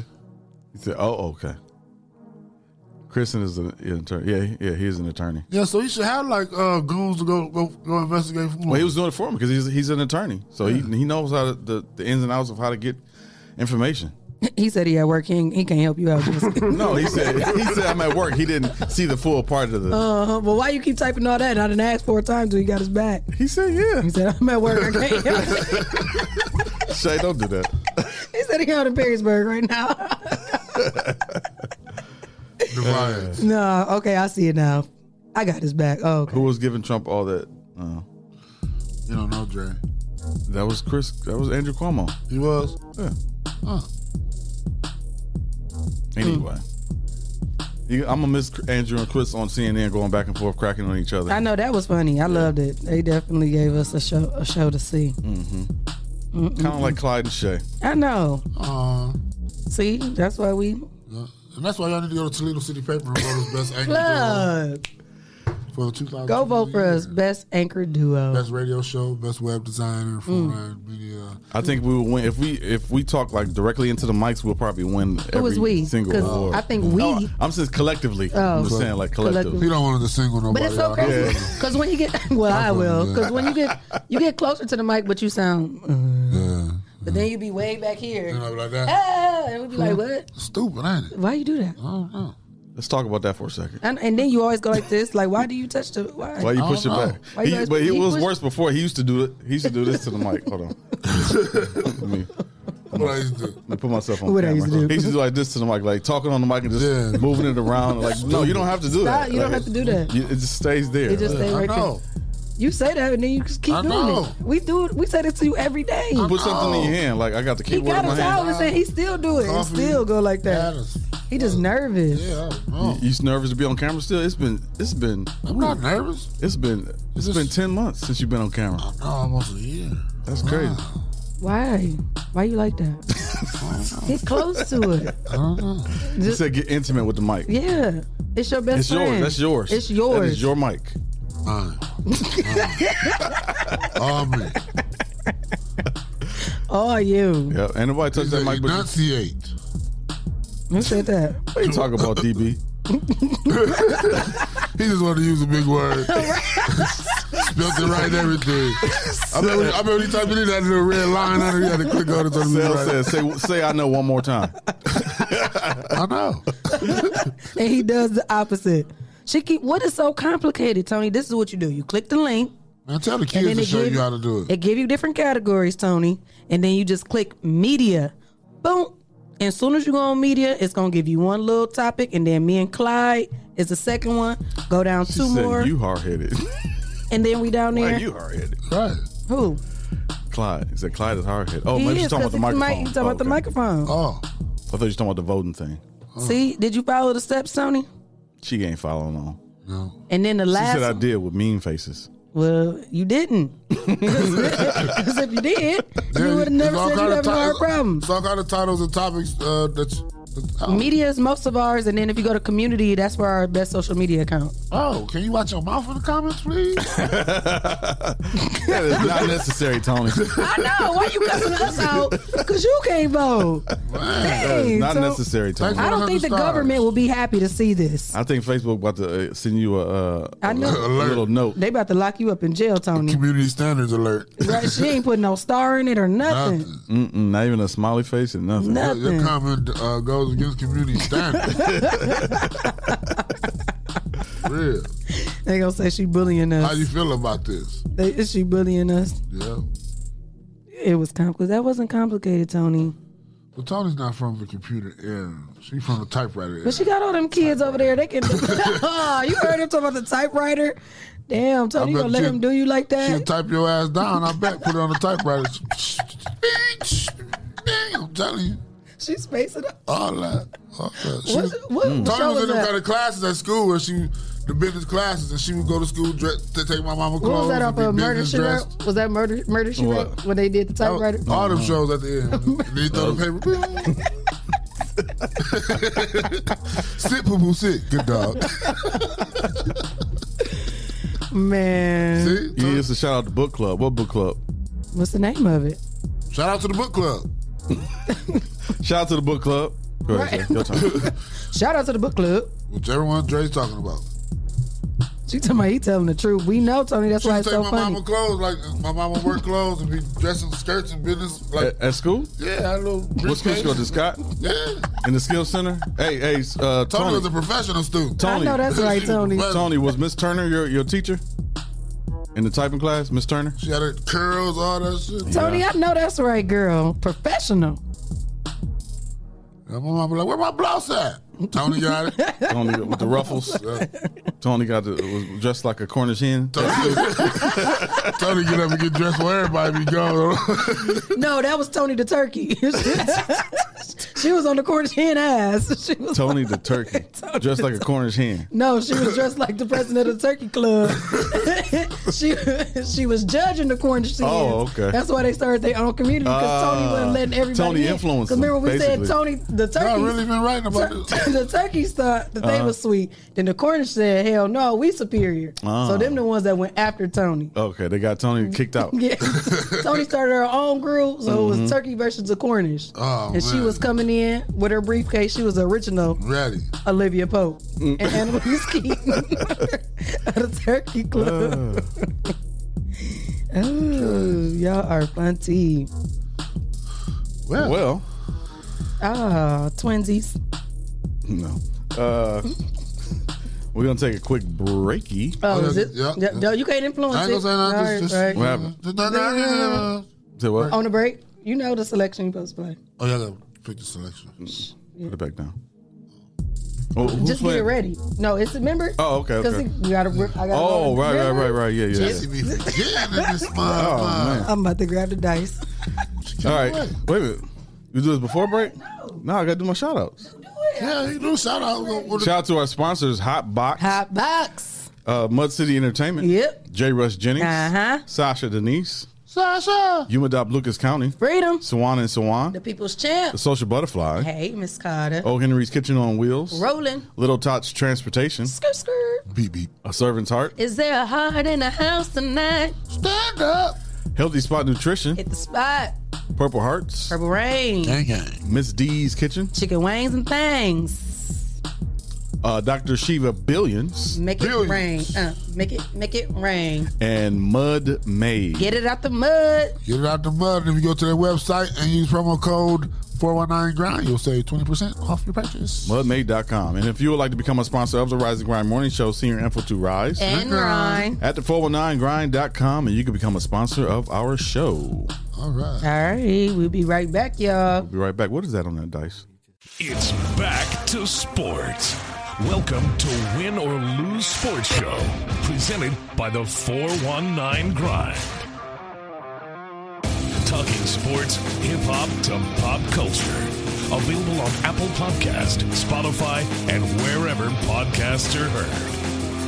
Speaker 8: He said, "Oh, okay." Kristen is an attorney. Yeah, yeah, he's an attorney.
Speaker 10: Yeah, so you should have like uh, goons to go go, go investigate for
Speaker 8: Well, he was doing it for him because he's he's an attorney, so he he knows how to, the the ins and outs of how to get information.
Speaker 9: He said he at work. He, ain't- he can't help you out. Jason.
Speaker 8: No, he said he said I'm at work. He didn't see the full part of the.
Speaker 9: uh, but why you keep typing all that? And I didn't ask four times till he got his back.
Speaker 8: he said, "Yeah,
Speaker 9: He said I'm at work. I can't help. you."
Speaker 8: Shay, don't do that."
Speaker 9: He said he out in Perrysburg right now.
Speaker 10: the riots.
Speaker 9: no, okay, I see it now. I got his back. Oh, okay.
Speaker 8: Who was giving Trump all that? Uh,
Speaker 10: You don't know, Dre.
Speaker 8: that was Chris. That was Andrew Cuomo.
Speaker 10: He was.
Speaker 8: Yeah.
Speaker 10: Huh.
Speaker 8: Anyway, you, I'm gonna miss Andrew and Chris on CNN going back and forth, cracking on each other.
Speaker 9: I know that was funny. I loved it. They definitely gave us a show a show to see.
Speaker 8: Kind of Mm. Mm-hmm. like Clyde and Shay.
Speaker 9: I know.
Speaker 10: Uh,
Speaker 9: See, that's why we
Speaker 10: yeah. And that's why y'all need to go to Toledo City Paper and vote us best anchor duo
Speaker 9: plug.
Speaker 10: for the 2000.
Speaker 9: Go vote for us, best anchor duo. Mm.
Speaker 10: Best radio show, best web designer, frontline media.
Speaker 8: I think we will win if we if we talk like directly into the mics. We'll probably win every
Speaker 9: Who is we?
Speaker 8: single award.
Speaker 9: Because I think we.
Speaker 8: No, I'm just collectively. I'm just
Speaker 9: Oh.
Speaker 8: saying like collective.
Speaker 10: He
Speaker 9: Collectively.
Speaker 10: don't want to single nobody.
Speaker 9: But it's so
Speaker 10: out.
Speaker 9: crazy
Speaker 10: Yeah.
Speaker 9: because when you get well, I will
Speaker 10: good.
Speaker 9: because when you get you get closer to the mic, but you sound. uh,
Speaker 10: Yeah.
Speaker 9: but then you be way back here,
Speaker 10: You know, like that.
Speaker 9: ah, and we be like, "What?
Speaker 10: Stupid, ain't it?
Speaker 9: Why you do that?"
Speaker 10: I don't know.
Speaker 8: Let's talk about that for a second.
Speaker 9: And, and then you always go like this, like, "Why do you touch the? Why?"
Speaker 8: Why you
Speaker 10: I
Speaker 8: push it
Speaker 10: don't know.
Speaker 8: back?
Speaker 9: Why
Speaker 8: He-
Speaker 9: you guys-
Speaker 8: but he,
Speaker 9: he
Speaker 8: was
Speaker 9: pushed-
Speaker 8: worse before. He used to do it. He used to do this to the mic. Hold on. Let me,
Speaker 10: What I used to do.
Speaker 8: let me put myself on
Speaker 9: What I
Speaker 8: camera.
Speaker 9: used to do.
Speaker 8: He used to do like this to the mic, like talking on the mic and just
Speaker 10: Yeah.
Speaker 8: moving it around. Like no, you don't have to do
Speaker 9: Stop,
Speaker 8: that.
Speaker 9: you don't
Speaker 8: Like,
Speaker 9: have to do that.
Speaker 8: you- it just stays there.
Speaker 9: It just
Speaker 8: Like,
Speaker 9: stay
Speaker 10: I
Speaker 9: right there.
Speaker 10: know.
Speaker 9: You say that, and then you just keep
Speaker 10: I
Speaker 9: doing
Speaker 10: know.
Speaker 9: it. We do it. We say this to you every day.
Speaker 8: put something in your hand. Like I got the
Speaker 9: He
Speaker 8: keyboard
Speaker 9: got
Speaker 8: in
Speaker 9: a
Speaker 8: my
Speaker 9: towel
Speaker 8: hand.
Speaker 9: and said he still do it. and
Speaker 10: Coffee.
Speaker 9: still go like
Speaker 10: That
Speaker 9: that.
Speaker 10: is,
Speaker 9: He just nervous.
Speaker 10: yeah, I don't know.
Speaker 8: You just nervous to be on camera still? It's been it's been
Speaker 10: I'm not nervous.
Speaker 8: it's been it's
Speaker 10: Just-
Speaker 8: been ten months since you've been on camera.
Speaker 10: No, oh, almost a year.
Speaker 8: That's crazy.
Speaker 9: Why? Why you like that? Get close to it.
Speaker 10: I don't know.
Speaker 8: You said get intimate with the mic.
Speaker 9: Yeah, it's your best
Speaker 8: It's
Speaker 9: friend.
Speaker 8: yours. That's yours.
Speaker 9: It's yours.
Speaker 8: That is your mic.
Speaker 10: Mine. All me.
Speaker 9: Oh, you.
Speaker 8: Yeah. Ain't nobody touch
Speaker 10: He's
Speaker 8: that
Speaker 10: a
Speaker 8: mic. But
Speaker 10: enunciate.
Speaker 9: Who said that?
Speaker 8: what you talk about, DB?
Speaker 10: He just wanted to use a big word. Spelt it right and everything. I remember, I remember he typed it in that little red line under it, you had to click on it. to
Speaker 8: Sal
Speaker 10: right.
Speaker 8: says, "Say say I know one more time."
Speaker 10: I know.
Speaker 9: And he does the opposite. She keep. What is so complicated, Tony? This is what you do. You click the link,
Speaker 10: Man, tell the
Speaker 9: and
Speaker 10: kids
Speaker 9: then
Speaker 10: to
Speaker 9: it
Speaker 10: show
Speaker 9: give
Speaker 10: you how to do it.
Speaker 9: It give you different categories, Tony, and then you just click media. Boom. And as soon as you go on media, it's gonna give you one little topic, and then me and Clyde is the second one. Go down
Speaker 8: She
Speaker 9: two
Speaker 8: said,
Speaker 9: more,
Speaker 8: "You hard headed.
Speaker 9: and then we down there.
Speaker 8: Why you hard headed?"
Speaker 10: Right.
Speaker 9: Who?
Speaker 8: Clyde. He said, "Clyde is hard headed." Oh,
Speaker 9: He
Speaker 8: maybe
Speaker 9: is,
Speaker 8: she's talking
Speaker 9: 'cause
Speaker 8: about the
Speaker 9: it's
Speaker 8: microphone.
Speaker 9: mic- you talking
Speaker 8: Oh,
Speaker 9: about the
Speaker 8: okay.
Speaker 9: microphone.
Speaker 10: Oh.
Speaker 8: I thought you was talking about the voting thing.
Speaker 9: See, did you follow the steps, Tony?
Speaker 8: She ain't following on.
Speaker 10: No.
Speaker 9: And then the
Speaker 8: She
Speaker 9: last
Speaker 8: said, "I did with mean faces."
Speaker 9: Well, you didn't. Because if you did, you would have
Speaker 10: There's
Speaker 9: never
Speaker 10: all
Speaker 9: said you
Speaker 10: kind of
Speaker 9: have a
Speaker 10: ti-
Speaker 9: hard problem.
Speaker 10: It's all kind of titles and topics uh, that's. that's- oh.
Speaker 9: Media is most of ours, and then if you go to community, that's for our best social media account.
Speaker 10: Oh, can you watch your mouth in the comments, please?
Speaker 8: That is not necessary, Tony.
Speaker 9: I know. Oh, Why you cussing us out? Because you can't vote.
Speaker 8: That
Speaker 9: Dang,
Speaker 8: is not
Speaker 9: so
Speaker 8: necessary, Tony.
Speaker 10: Thank
Speaker 9: I don't think the government will be happy to see this.
Speaker 8: I think Facebook about to uh, send you a, uh,
Speaker 9: I know.
Speaker 8: a little note.
Speaker 9: They about to lock you up in jail, Tony.
Speaker 10: Community standards alert.
Speaker 9: Right? She ain't putting no star in it or nothing.
Speaker 10: Nothing.
Speaker 8: Mm-mm, not even a smiley face and nothing.
Speaker 9: No.
Speaker 10: Your- Your
Speaker 9: Nothing.
Speaker 10: comment uh, goes against community standards. Real.
Speaker 9: They gonna say she bullying
Speaker 10: How you
Speaker 9: us.
Speaker 10: feel about this?
Speaker 9: They, is she bullying us?
Speaker 10: Yeah.
Speaker 9: It was complicated. That wasn't complicated, Tony.
Speaker 10: But Tony's not from the computer era. She from the typewriter era.
Speaker 9: But she got all them kids over there. They can. oh, you heard him talking about the typewriter. Damn, Tony, you
Speaker 10: bet
Speaker 9: gonna let
Speaker 10: you-
Speaker 9: him do you like
Speaker 10: She'll
Speaker 9: that?
Speaker 10: type your ass down. I bet. Put it on the typewriter. I'm telling you.
Speaker 9: She spaced it up.
Speaker 10: All that. All that. She
Speaker 9: What,
Speaker 10: was-
Speaker 9: what show
Speaker 10: Tony was
Speaker 9: was
Speaker 10: in them
Speaker 9: that?
Speaker 10: kind of classes at school where she, the business classes, and she would go to school dress, to take my mama clothes.
Speaker 9: What was that
Speaker 10: and
Speaker 9: off
Speaker 10: be
Speaker 9: of Murder
Speaker 10: business
Speaker 9: She
Speaker 10: dressed.
Speaker 9: Wrote? Was that Murder Murder She
Speaker 8: What?
Speaker 9: Wrote when they did the
Speaker 8: Mm-hmm.
Speaker 10: That was-
Speaker 9: typewriter?
Speaker 10: All them shows at the end. Then you throw the paper. sit, poo poo, sit. Good dog.
Speaker 9: Man,
Speaker 10: See?
Speaker 8: Yeah, it's a shout out to book club. What book club?
Speaker 9: what's the name of it?
Speaker 10: Shout out to the book club.
Speaker 8: Shout out to the book club. Go ahead,
Speaker 9: Right.
Speaker 8: Jay. Your turn.
Speaker 9: Shout out to the book club.
Speaker 10: Whichever one Dre's talking about.
Speaker 9: She talking about he telling the truth. We know Tony. That's
Speaker 10: She
Speaker 9: why
Speaker 10: used
Speaker 9: it's
Speaker 10: to take
Speaker 9: so
Speaker 10: my
Speaker 9: funny.
Speaker 10: mama clothes, like my mama work clothes, and be dressing skirts and business. Like,
Speaker 8: At, at school?
Speaker 10: yeah, I had a little.
Speaker 8: What school
Speaker 10: briefcase.
Speaker 8: you go to? Scott?
Speaker 10: Yeah.
Speaker 8: In the skill center? Hey, hey, uh,
Speaker 10: Tony,
Speaker 8: Tony.
Speaker 10: was a professional student.
Speaker 9: I
Speaker 8: Tony.
Speaker 9: know that's right, Tony.
Speaker 8: Tony, was Miss Turner your, your teacher in the typing class? Miss Turner?
Speaker 10: She had her curls, all that shit.
Speaker 9: Tony, I know that's right, girl. Professional.
Speaker 10: And my mom be like, where my blouse at? Tony got it. Oh,
Speaker 8: Tony with the ruffles. Tony got the, was dressed like a Cornish hen.
Speaker 10: Tony get up and get dressed where everybody be going.
Speaker 9: No, that was Tony the Turkey. she was on the corner chin ass. She was
Speaker 8: Tony the turkey,
Speaker 9: Tony
Speaker 8: dressed
Speaker 9: the
Speaker 8: like a Cornish hen.
Speaker 9: No, she was dressed like the president of the Turkey Club. she she was judging the Cornish sins.
Speaker 8: Oh, okay.
Speaker 9: That's why they started their own community because Tony
Speaker 8: Ah,
Speaker 9: wasn't letting everybody.
Speaker 8: Tony
Speaker 9: in.
Speaker 8: influenced
Speaker 9: Because remember we
Speaker 8: them,
Speaker 9: said
Speaker 8: basically.
Speaker 9: Tony the Turkey.
Speaker 10: Y'all really been writing about this.
Speaker 9: the turkeys thought that they
Speaker 8: Uh-huh.
Speaker 9: were sweet. Then the Cornish said, "Hell no, we superior."
Speaker 8: Ah.
Speaker 9: So them the ones that went after Tony.
Speaker 8: Okay, they got Tony kicked out.
Speaker 9: Yeah, Tony started her own group, so it was Turkey versus the Cornish.
Speaker 10: Mm-hmm. Oh,
Speaker 9: and she
Speaker 10: man.
Speaker 9: was coming in with her briefcase. She was the original
Speaker 10: Ready. Mm.
Speaker 9: Olivia Pope and Annalise Keating at the Turkey Club.
Speaker 8: Uh,
Speaker 10: Uh.
Speaker 9: Ooh, y'all are funny.
Speaker 10: Well,
Speaker 8: well,
Speaker 9: Ah, twinsies.
Speaker 8: no. Uh, we're gonna take a quick breaky.
Speaker 9: Oh,
Speaker 10: Oh,
Speaker 9: is it?
Speaker 10: yeah,
Speaker 9: Yeah,
Speaker 10: yeah.
Speaker 9: No, you can't influence
Speaker 10: I ain't gonna
Speaker 9: it.
Speaker 10: say nothing.
Speaker 9: All
Speaker 10: just, just,
Speaker 9: right, right.
Speaker 8: What happened?
Speaker 10: Just- nah, nah, nah, nah, nah.
Speaker 8: Say what?
Speaker 9: On the break, you know the selection you're supposed to play.
Speaker 10: Oh, y'all gotta pick the selection.
Speaker 8: Put it back down. Oh, who's
Speaker 9: Just
Speaker 8: playing?
Speaker 9: get ready. No, it's remember.
Speaker 8: Oh, okay,
Speaker 9: Because
Speaker 8: okay.
Speaker 9: we gotta. rip- I gotta
Speaker 8: Oh,
Speaker 9: roll the-
Speaker 8: right, right, right,
Speaker 9: remember?
Speaker 8: right. Yeah, yeah.
Speaker 10: Jesse
Speaker 8: yeah.
Speaker 10: be forgetting in this
Speaker 8: Oh
Speaker 10: motherfucker.
Speaker 8: man.
Speaker 9: I'm about to grab the dice.
Speaker 8: All right. Wait a minute. You do this before break? No, I gotta do my shout outs.
Speaker 10: Yeah, you do shout out. with- with-
Speaker 8: Shout out to our sponsors, Hot Box,
Speaker 9: Hot box.
Speaker 8: uh, Mud City Entertainment,
Speaker 9: Yep.
Speaker 8: J. Rush Jennings,
Speaker 9: Uh-huh.
Speaker 8: Sasha Denise,
Speaker 10: Sasha.
Speaker 8: Umadop Lucas County,
Speaker 9: Freedom.
Speaker 8: Swan and Swan,
Speaker 9: The people's champ.
Speaker 8: The Social Butterfly,
Speaker 9: Hey, Miss Carter.
Speaker 8: O. Henry's Kitchen on Wheels,
Speaker 9: Rolling.
Speaker 8: Little Tots Transportation,
Speaker 9: Skirt, skirt.
Speaker 10: Beep, beep.
Speaker 8: A Servant's Heart,
Speaker 9: Is there a heart in the house tonight?
Speaker 10: Stand up.
Speaker 8: Healthy Spot Nutrition,
Speaker 9: Hit the spot.
Speaker 8: Purple Hearts,
Speaker 9: Purple rain.
Speaker 10: Gang, gang.
Speaker 8: Miss D's Kitchen,
Speaker 9: Chicken wings and things.
Speaker 8: uh, Dr. Shiva Billions,
Speaker 9: Make it
Speaker 10: Billions.
Speaker 9: rain. Uh, make it make it rain.
Speaker 8: and Mud Maid.
Speaker 9: Get it out the mud.
Speaker 10: Get it out the mud. And if you go to their website and use promo code 419grind, you'll save 20% off your purchase.
Speaker 8: Mudmaid.com. And if you would like to become a sponsor of the Rise and Grind Morning Show, senior info to Rise.
Speaker 9: And
Speaker 10: Grind.
Speaker 9: rhyme.
Speaker 8: at the oh 419grind.com and you can become a sponsor of our show.
Speaker 10: All right.
Speaker 9: All right, we'll be right back, y'all.
Speaker 8: Be right back. What is that on that dice?
Speaker 1: It's back to sports. Welcome to Win or Lose Sports Show, presented by the 419 Grind. Talking sports, hip hop to pop culture. Available on Apple Podcast, Spotify, and wherever podcasts are heard.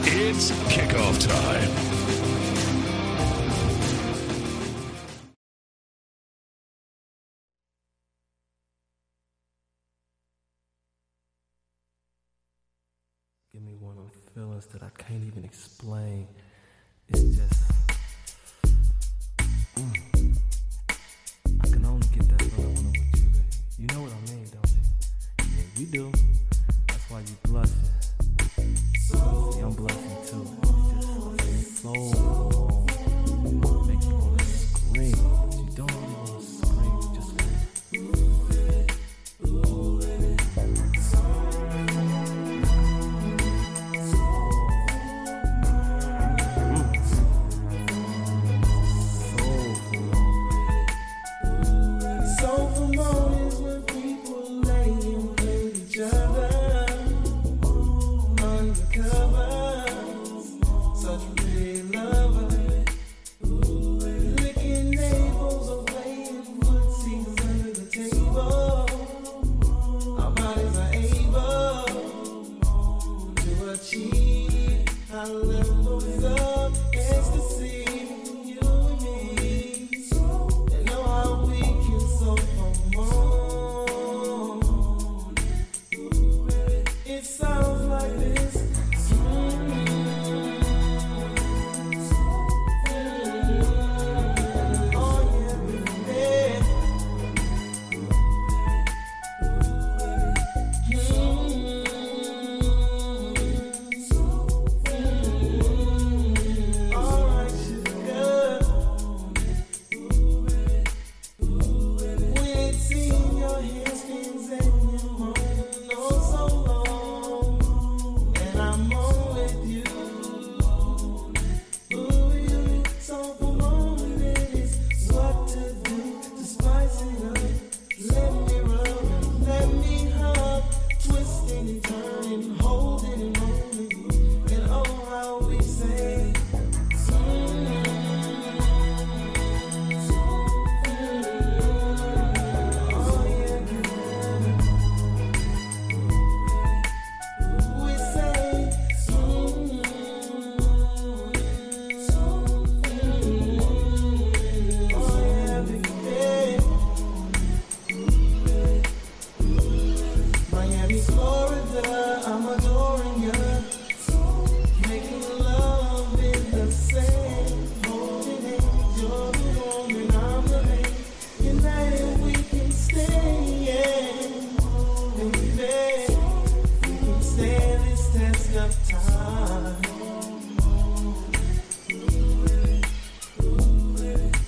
Speaker 1: It's kickoff time.
Speaker 11: give me one on feelings that I can't even explain. It's just. Mm. I can only get that feeling when I'm with you, baby. You know what I mean, don't you? Yeah, you do. That's why you blushing. See, I'm blushing too. It's just so long. Make you wanna scream, but you don't really wanna scream. You just wanna soulful.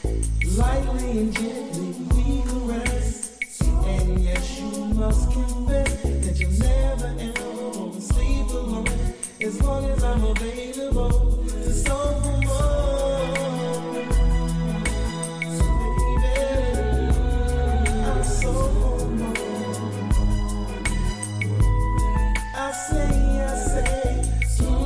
Speaker 11: and gently we caress. And yes, you must confess that you'll never ever fall asleep alone. As long as I'm available to someone more. So baby, I'm so hormonal. I say, I say, mm,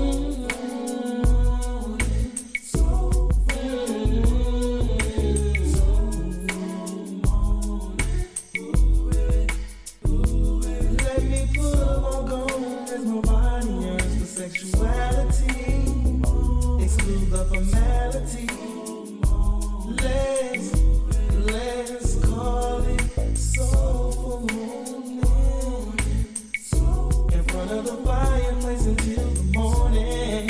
Speaker 11: Let me put them on gold as my body yearns for sexuality. Exclude the formality. Let's, let's call it soulful morning. In front of the fireplace until the morning.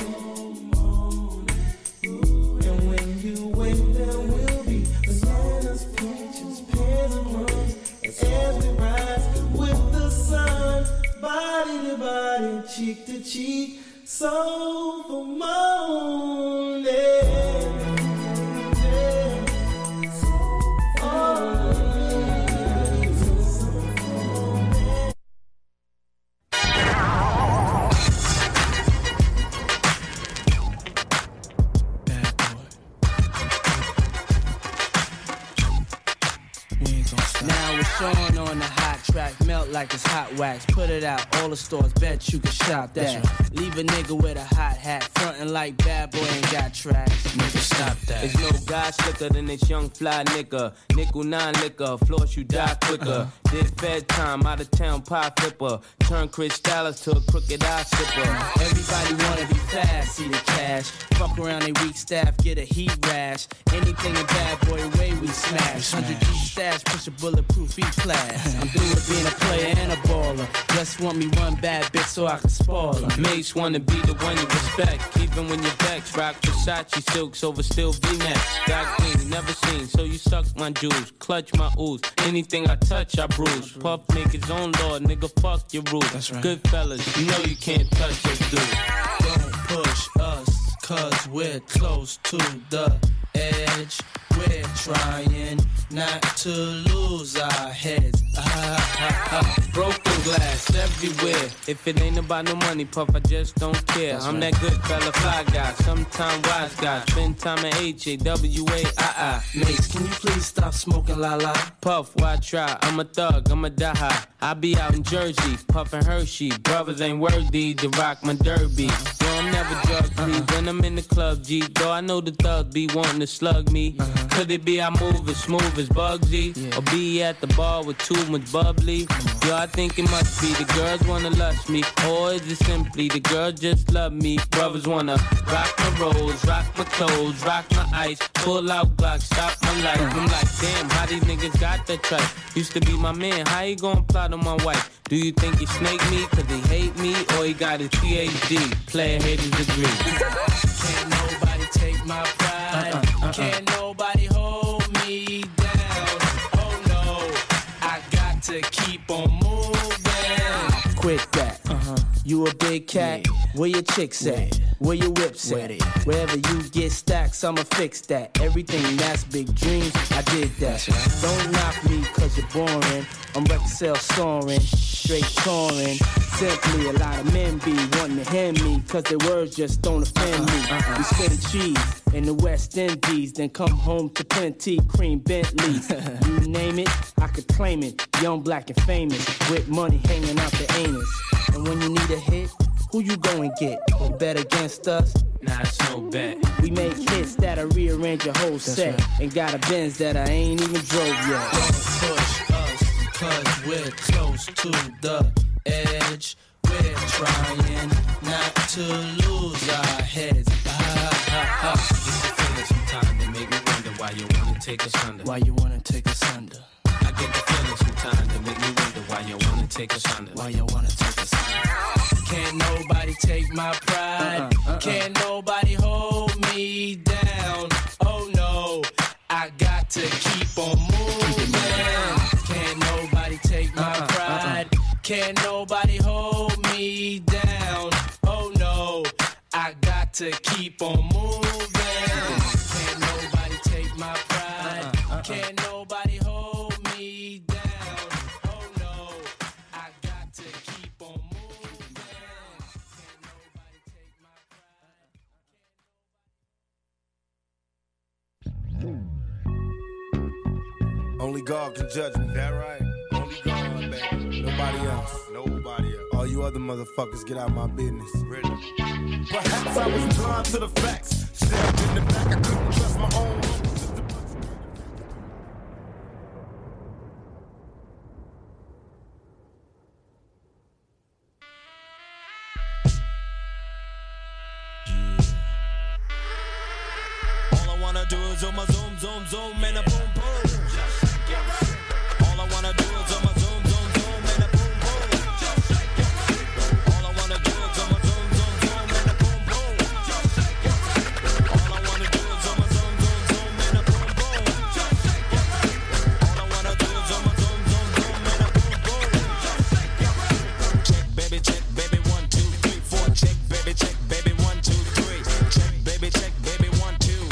Speaker 11: And when you wake, there will be bananas, peaches, pears, and plums. And as we rise with the sun, body to body, cheek to cheek, soul for morning. Bad boy. We ain't gonna stop.
Speaker 12: Now it's Sean on the hot track, melt like it's hot wax. Put it out, all the stores, bet you can shop that. Leave a nigga with a hot hat, frontin' like bad boy ain't got tracks.
Speaker 11: Nigga, stop that.
Speaker 12: There's no guy slicker than this young fly nigga. Nickel nine liquor, floss you die quicker.
Speaker 11: Uh-huh.
Speaker 12: Did bedtime, out of town pie flipper. Turn Chris Dallas to a crooked eye sipper. Everybody wanna be fast, see the cash. Fuck around they weak staff, get a heat rash. Anything a bad boy way we smash. 100 G stash, push a bulletproof E class. I'm through with being a player and a baller. Just want me one bad bitch so I can spoil her.
Speaker 11: Mace wanna be the one you respect, even when your backs rock Versace silks over still V-necks. Got clean, never seen, so you suck my juice, clutch my ooze. Anything I touch, I bruise. Puff make his own law, nigga, fuck your rules. That's right. Good fellas, you know you can't touch us, dude. Don't push us, cause we're close to the edge. We're trying not to lose our heads.
Speaker 12: Uh-huh.
Speaker 11: Broken glass everywhere. If it ain't about no money, puff, I just don't care. I'm that good fella, fly guy, sometime wise guy. Spend time at H A W A I I. Mace, can you please stop smoking la la? Puff, why try? I'm a thug, I'm a die high. I be out in Jersey, puffin' Hershey. Brothers ain't worthy to rock my derby. No, I'm never drug free when I'm in the club, G. Though I know the thug be wanting to slug me. Could it be I move as smooth as Bugsy? Or be at the bar with too much bubbly? Yo, I think it must be the girls wanna lust me. Or is it simply the girls just love me? Brothers wanna rock my rolls, rock my clothes, rock my ice, pull out Glock, stop my life. I'm like, damn, how these niggas got that trice? Used to be my man, how he gon' plot on my wife? Do you think he snake me cause he hate me? Or he got his PhD, player hating degree? Can't nobody take my pride.
Speaker 12: Uh-uh,
Speaker 11: Can't nobody hold me down. Oh no, I got to keep on moving.
Speaker 12: Quit that. You a big cat? Where your chicks at? Where your whips at? Wherever you get stacks, I'ma fix that. Everything that's big dreams, I did that. Don't knock me cause you're boring. I'm record sale soaring, straight touring. Simply a lot of men be wanting to hear me cause their words just don't offend me.
Speaker 11: Uh-uh.
Speaker 12: We spend cheese in the West Indies, then come home to plenty cream Bentleys. you name it, I could claim it. Young, black, and famous, with money hanging out the anus. And when you need a hit, who you go and get? You bet against us?
Speaker 11: Nah, it's no bet.
Speaker 12: We make hits that'll rearrange your whole set. And got a Benz that I ain't even drove yet.
Speaker 11: Don't push us, cause we're close to the edge. We're trying not to lose our heads. Ah, ah, ah. It's a feeling sometimes that make me wonder why you wanna take us under.
Speaker 12: Why you wanna take us under?
Speaker 11: I get the feeling sometimes that make me wonder why you wanna take us under.
Speaker 12: Why you wanna take us under?
Speaker 11: Can't nobody take my pride.
Speaker 12: Uh-uh, uh-uh.
Speaker 11: Can't nobody hold me down. Oh no, I got to keep on moving. Can't nobody take my
Speaker 12: Uh-uh, uh-uh.
Speaker 11: pride. Can't nobody hold me down. Oh no, I got to
Speaker 12: Uh-uh,
Speaker 11: keep on moving. Can't nobody take my pride. Can't nobody Oh,
Speaker 2: Only God can judge me. That right? Only God, baby. Nobody else. Nobody else. All you other motherfuckers, get out my business. Really? Perhaps I was blind to the facts. Stabbed in the back, I couldn't trust my own.
Speaker 13: All I wanna do is on my zoom, zoom, zoom, and a boom, boom. All I wanna do is on my zoom, zoom, zoom, and a boom, boom. All I wanna do is on my zoom, zoom, zoom, and a boom, boom. All I wanna do is on my zoom, zoom, zoom, and a boom, boom. All I wanna do is on my zoom, zoom, zoom, and a boom, boom. Check, baby, check, baby, one, two, three, four. Check, baby, check, baby, one, two, three. Check, baby, check, baby, one, two.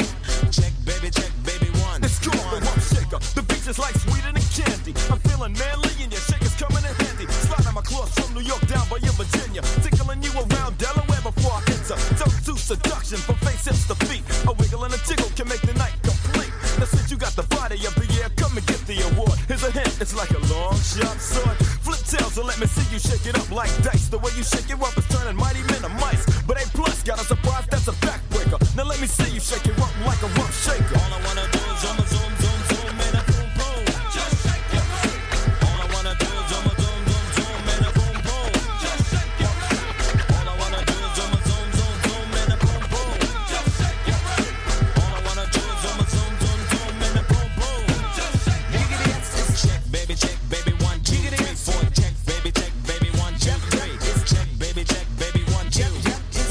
Speaker 13: Check, baby, check, baby, one.
Speaker 14: It's cool, the rump shaker. The beach is like sweeter than candy. I'm feeling manly and your shaker's coming in handy. Sliding my claws from New York down by your Virginia. Tickling you around Delaware before I enter. Don't do seduction from face hips to feet. A wiggle and a tickle can make the night complete. Now since you got the body of the year, come and get the award. Here's a hint, it's like a long sharp sword. Flip tails and let me see you shake it up like dice. The way you shake it up is turning mighty men to mice. But A plus got a surprise, that's a backbreaker. Now let me see you shake it up like a rough shaker. All I wanna do is zoom, zoom, zoom, zoom, and a boom, boom. Just shake your
Speaker 13: All I wanna do is on my zoom, zoom, zoom, and a boom, boom. Just shake your All I wanna do is on my zoom, zoom, zoom, and a boom, boom. Just shake your All I wanna do is on my zoom, zoom, zoom, and a boom, boom. Just shake Check, baby, check, baby, one, two, three, four. Check, baby, check, baby, one, two, three. Check, baby, check, baby, one, two.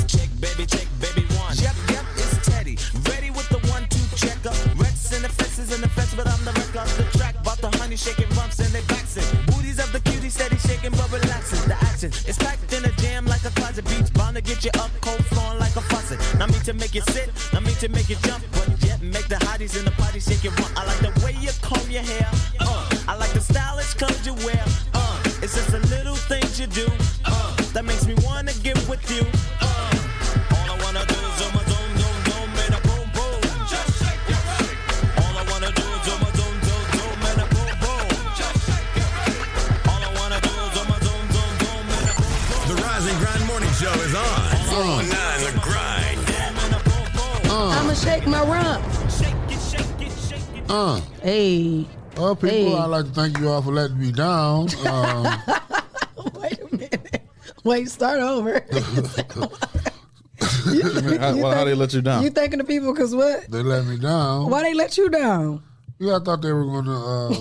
Speaker 13: Check, baby, check, baby, one. Yep, yep, it's Teddy. Ready with the one, two checker. Rex and the fences and the fence, but I'm the wreck of the track. Bought the honey, shaking rumps and they backs it. Booties of the cutie, steady shaking, but relaxes. The action is packed in a jam like a closet beach. Bound to get you up cold, flowing like a faucet. Not mean to make you sit, not mean to make you jump, but yet make the hotties in the party shake it rump. I like the way you comb your hair. Uh, I like the stylish clothes you wear. Uh, it's just the little things you do. Uh, that makes me wanna get with you. Uh, all I wanna do is on my dome, dome, dome, and a boom, boom. Just shake your All I wanna do is on my dome, dome, dome, and a boom, boom. Just shake your All I wanna do is on my dome, dome, dome, and a boom, boom.
Speaker 7: The Rise and Grind Morning Show is on. 409 The Grind.
Speaker 9: I'ma shake my rump.
Speaker 10: Uh.
Speaker 9: Hey.
Speaker 10: Well, people, I'd like to thank you all for letting me down. Um,
Speaker 9: Wait, start over.
Speaker 8: how, well, how they let you down?
Speaker 9: You thinking of people because what?
Speaker 10: they let me down.
Speaker 9: Why they let you down?
Speaker 10: Yeah, I thought they were going to uh,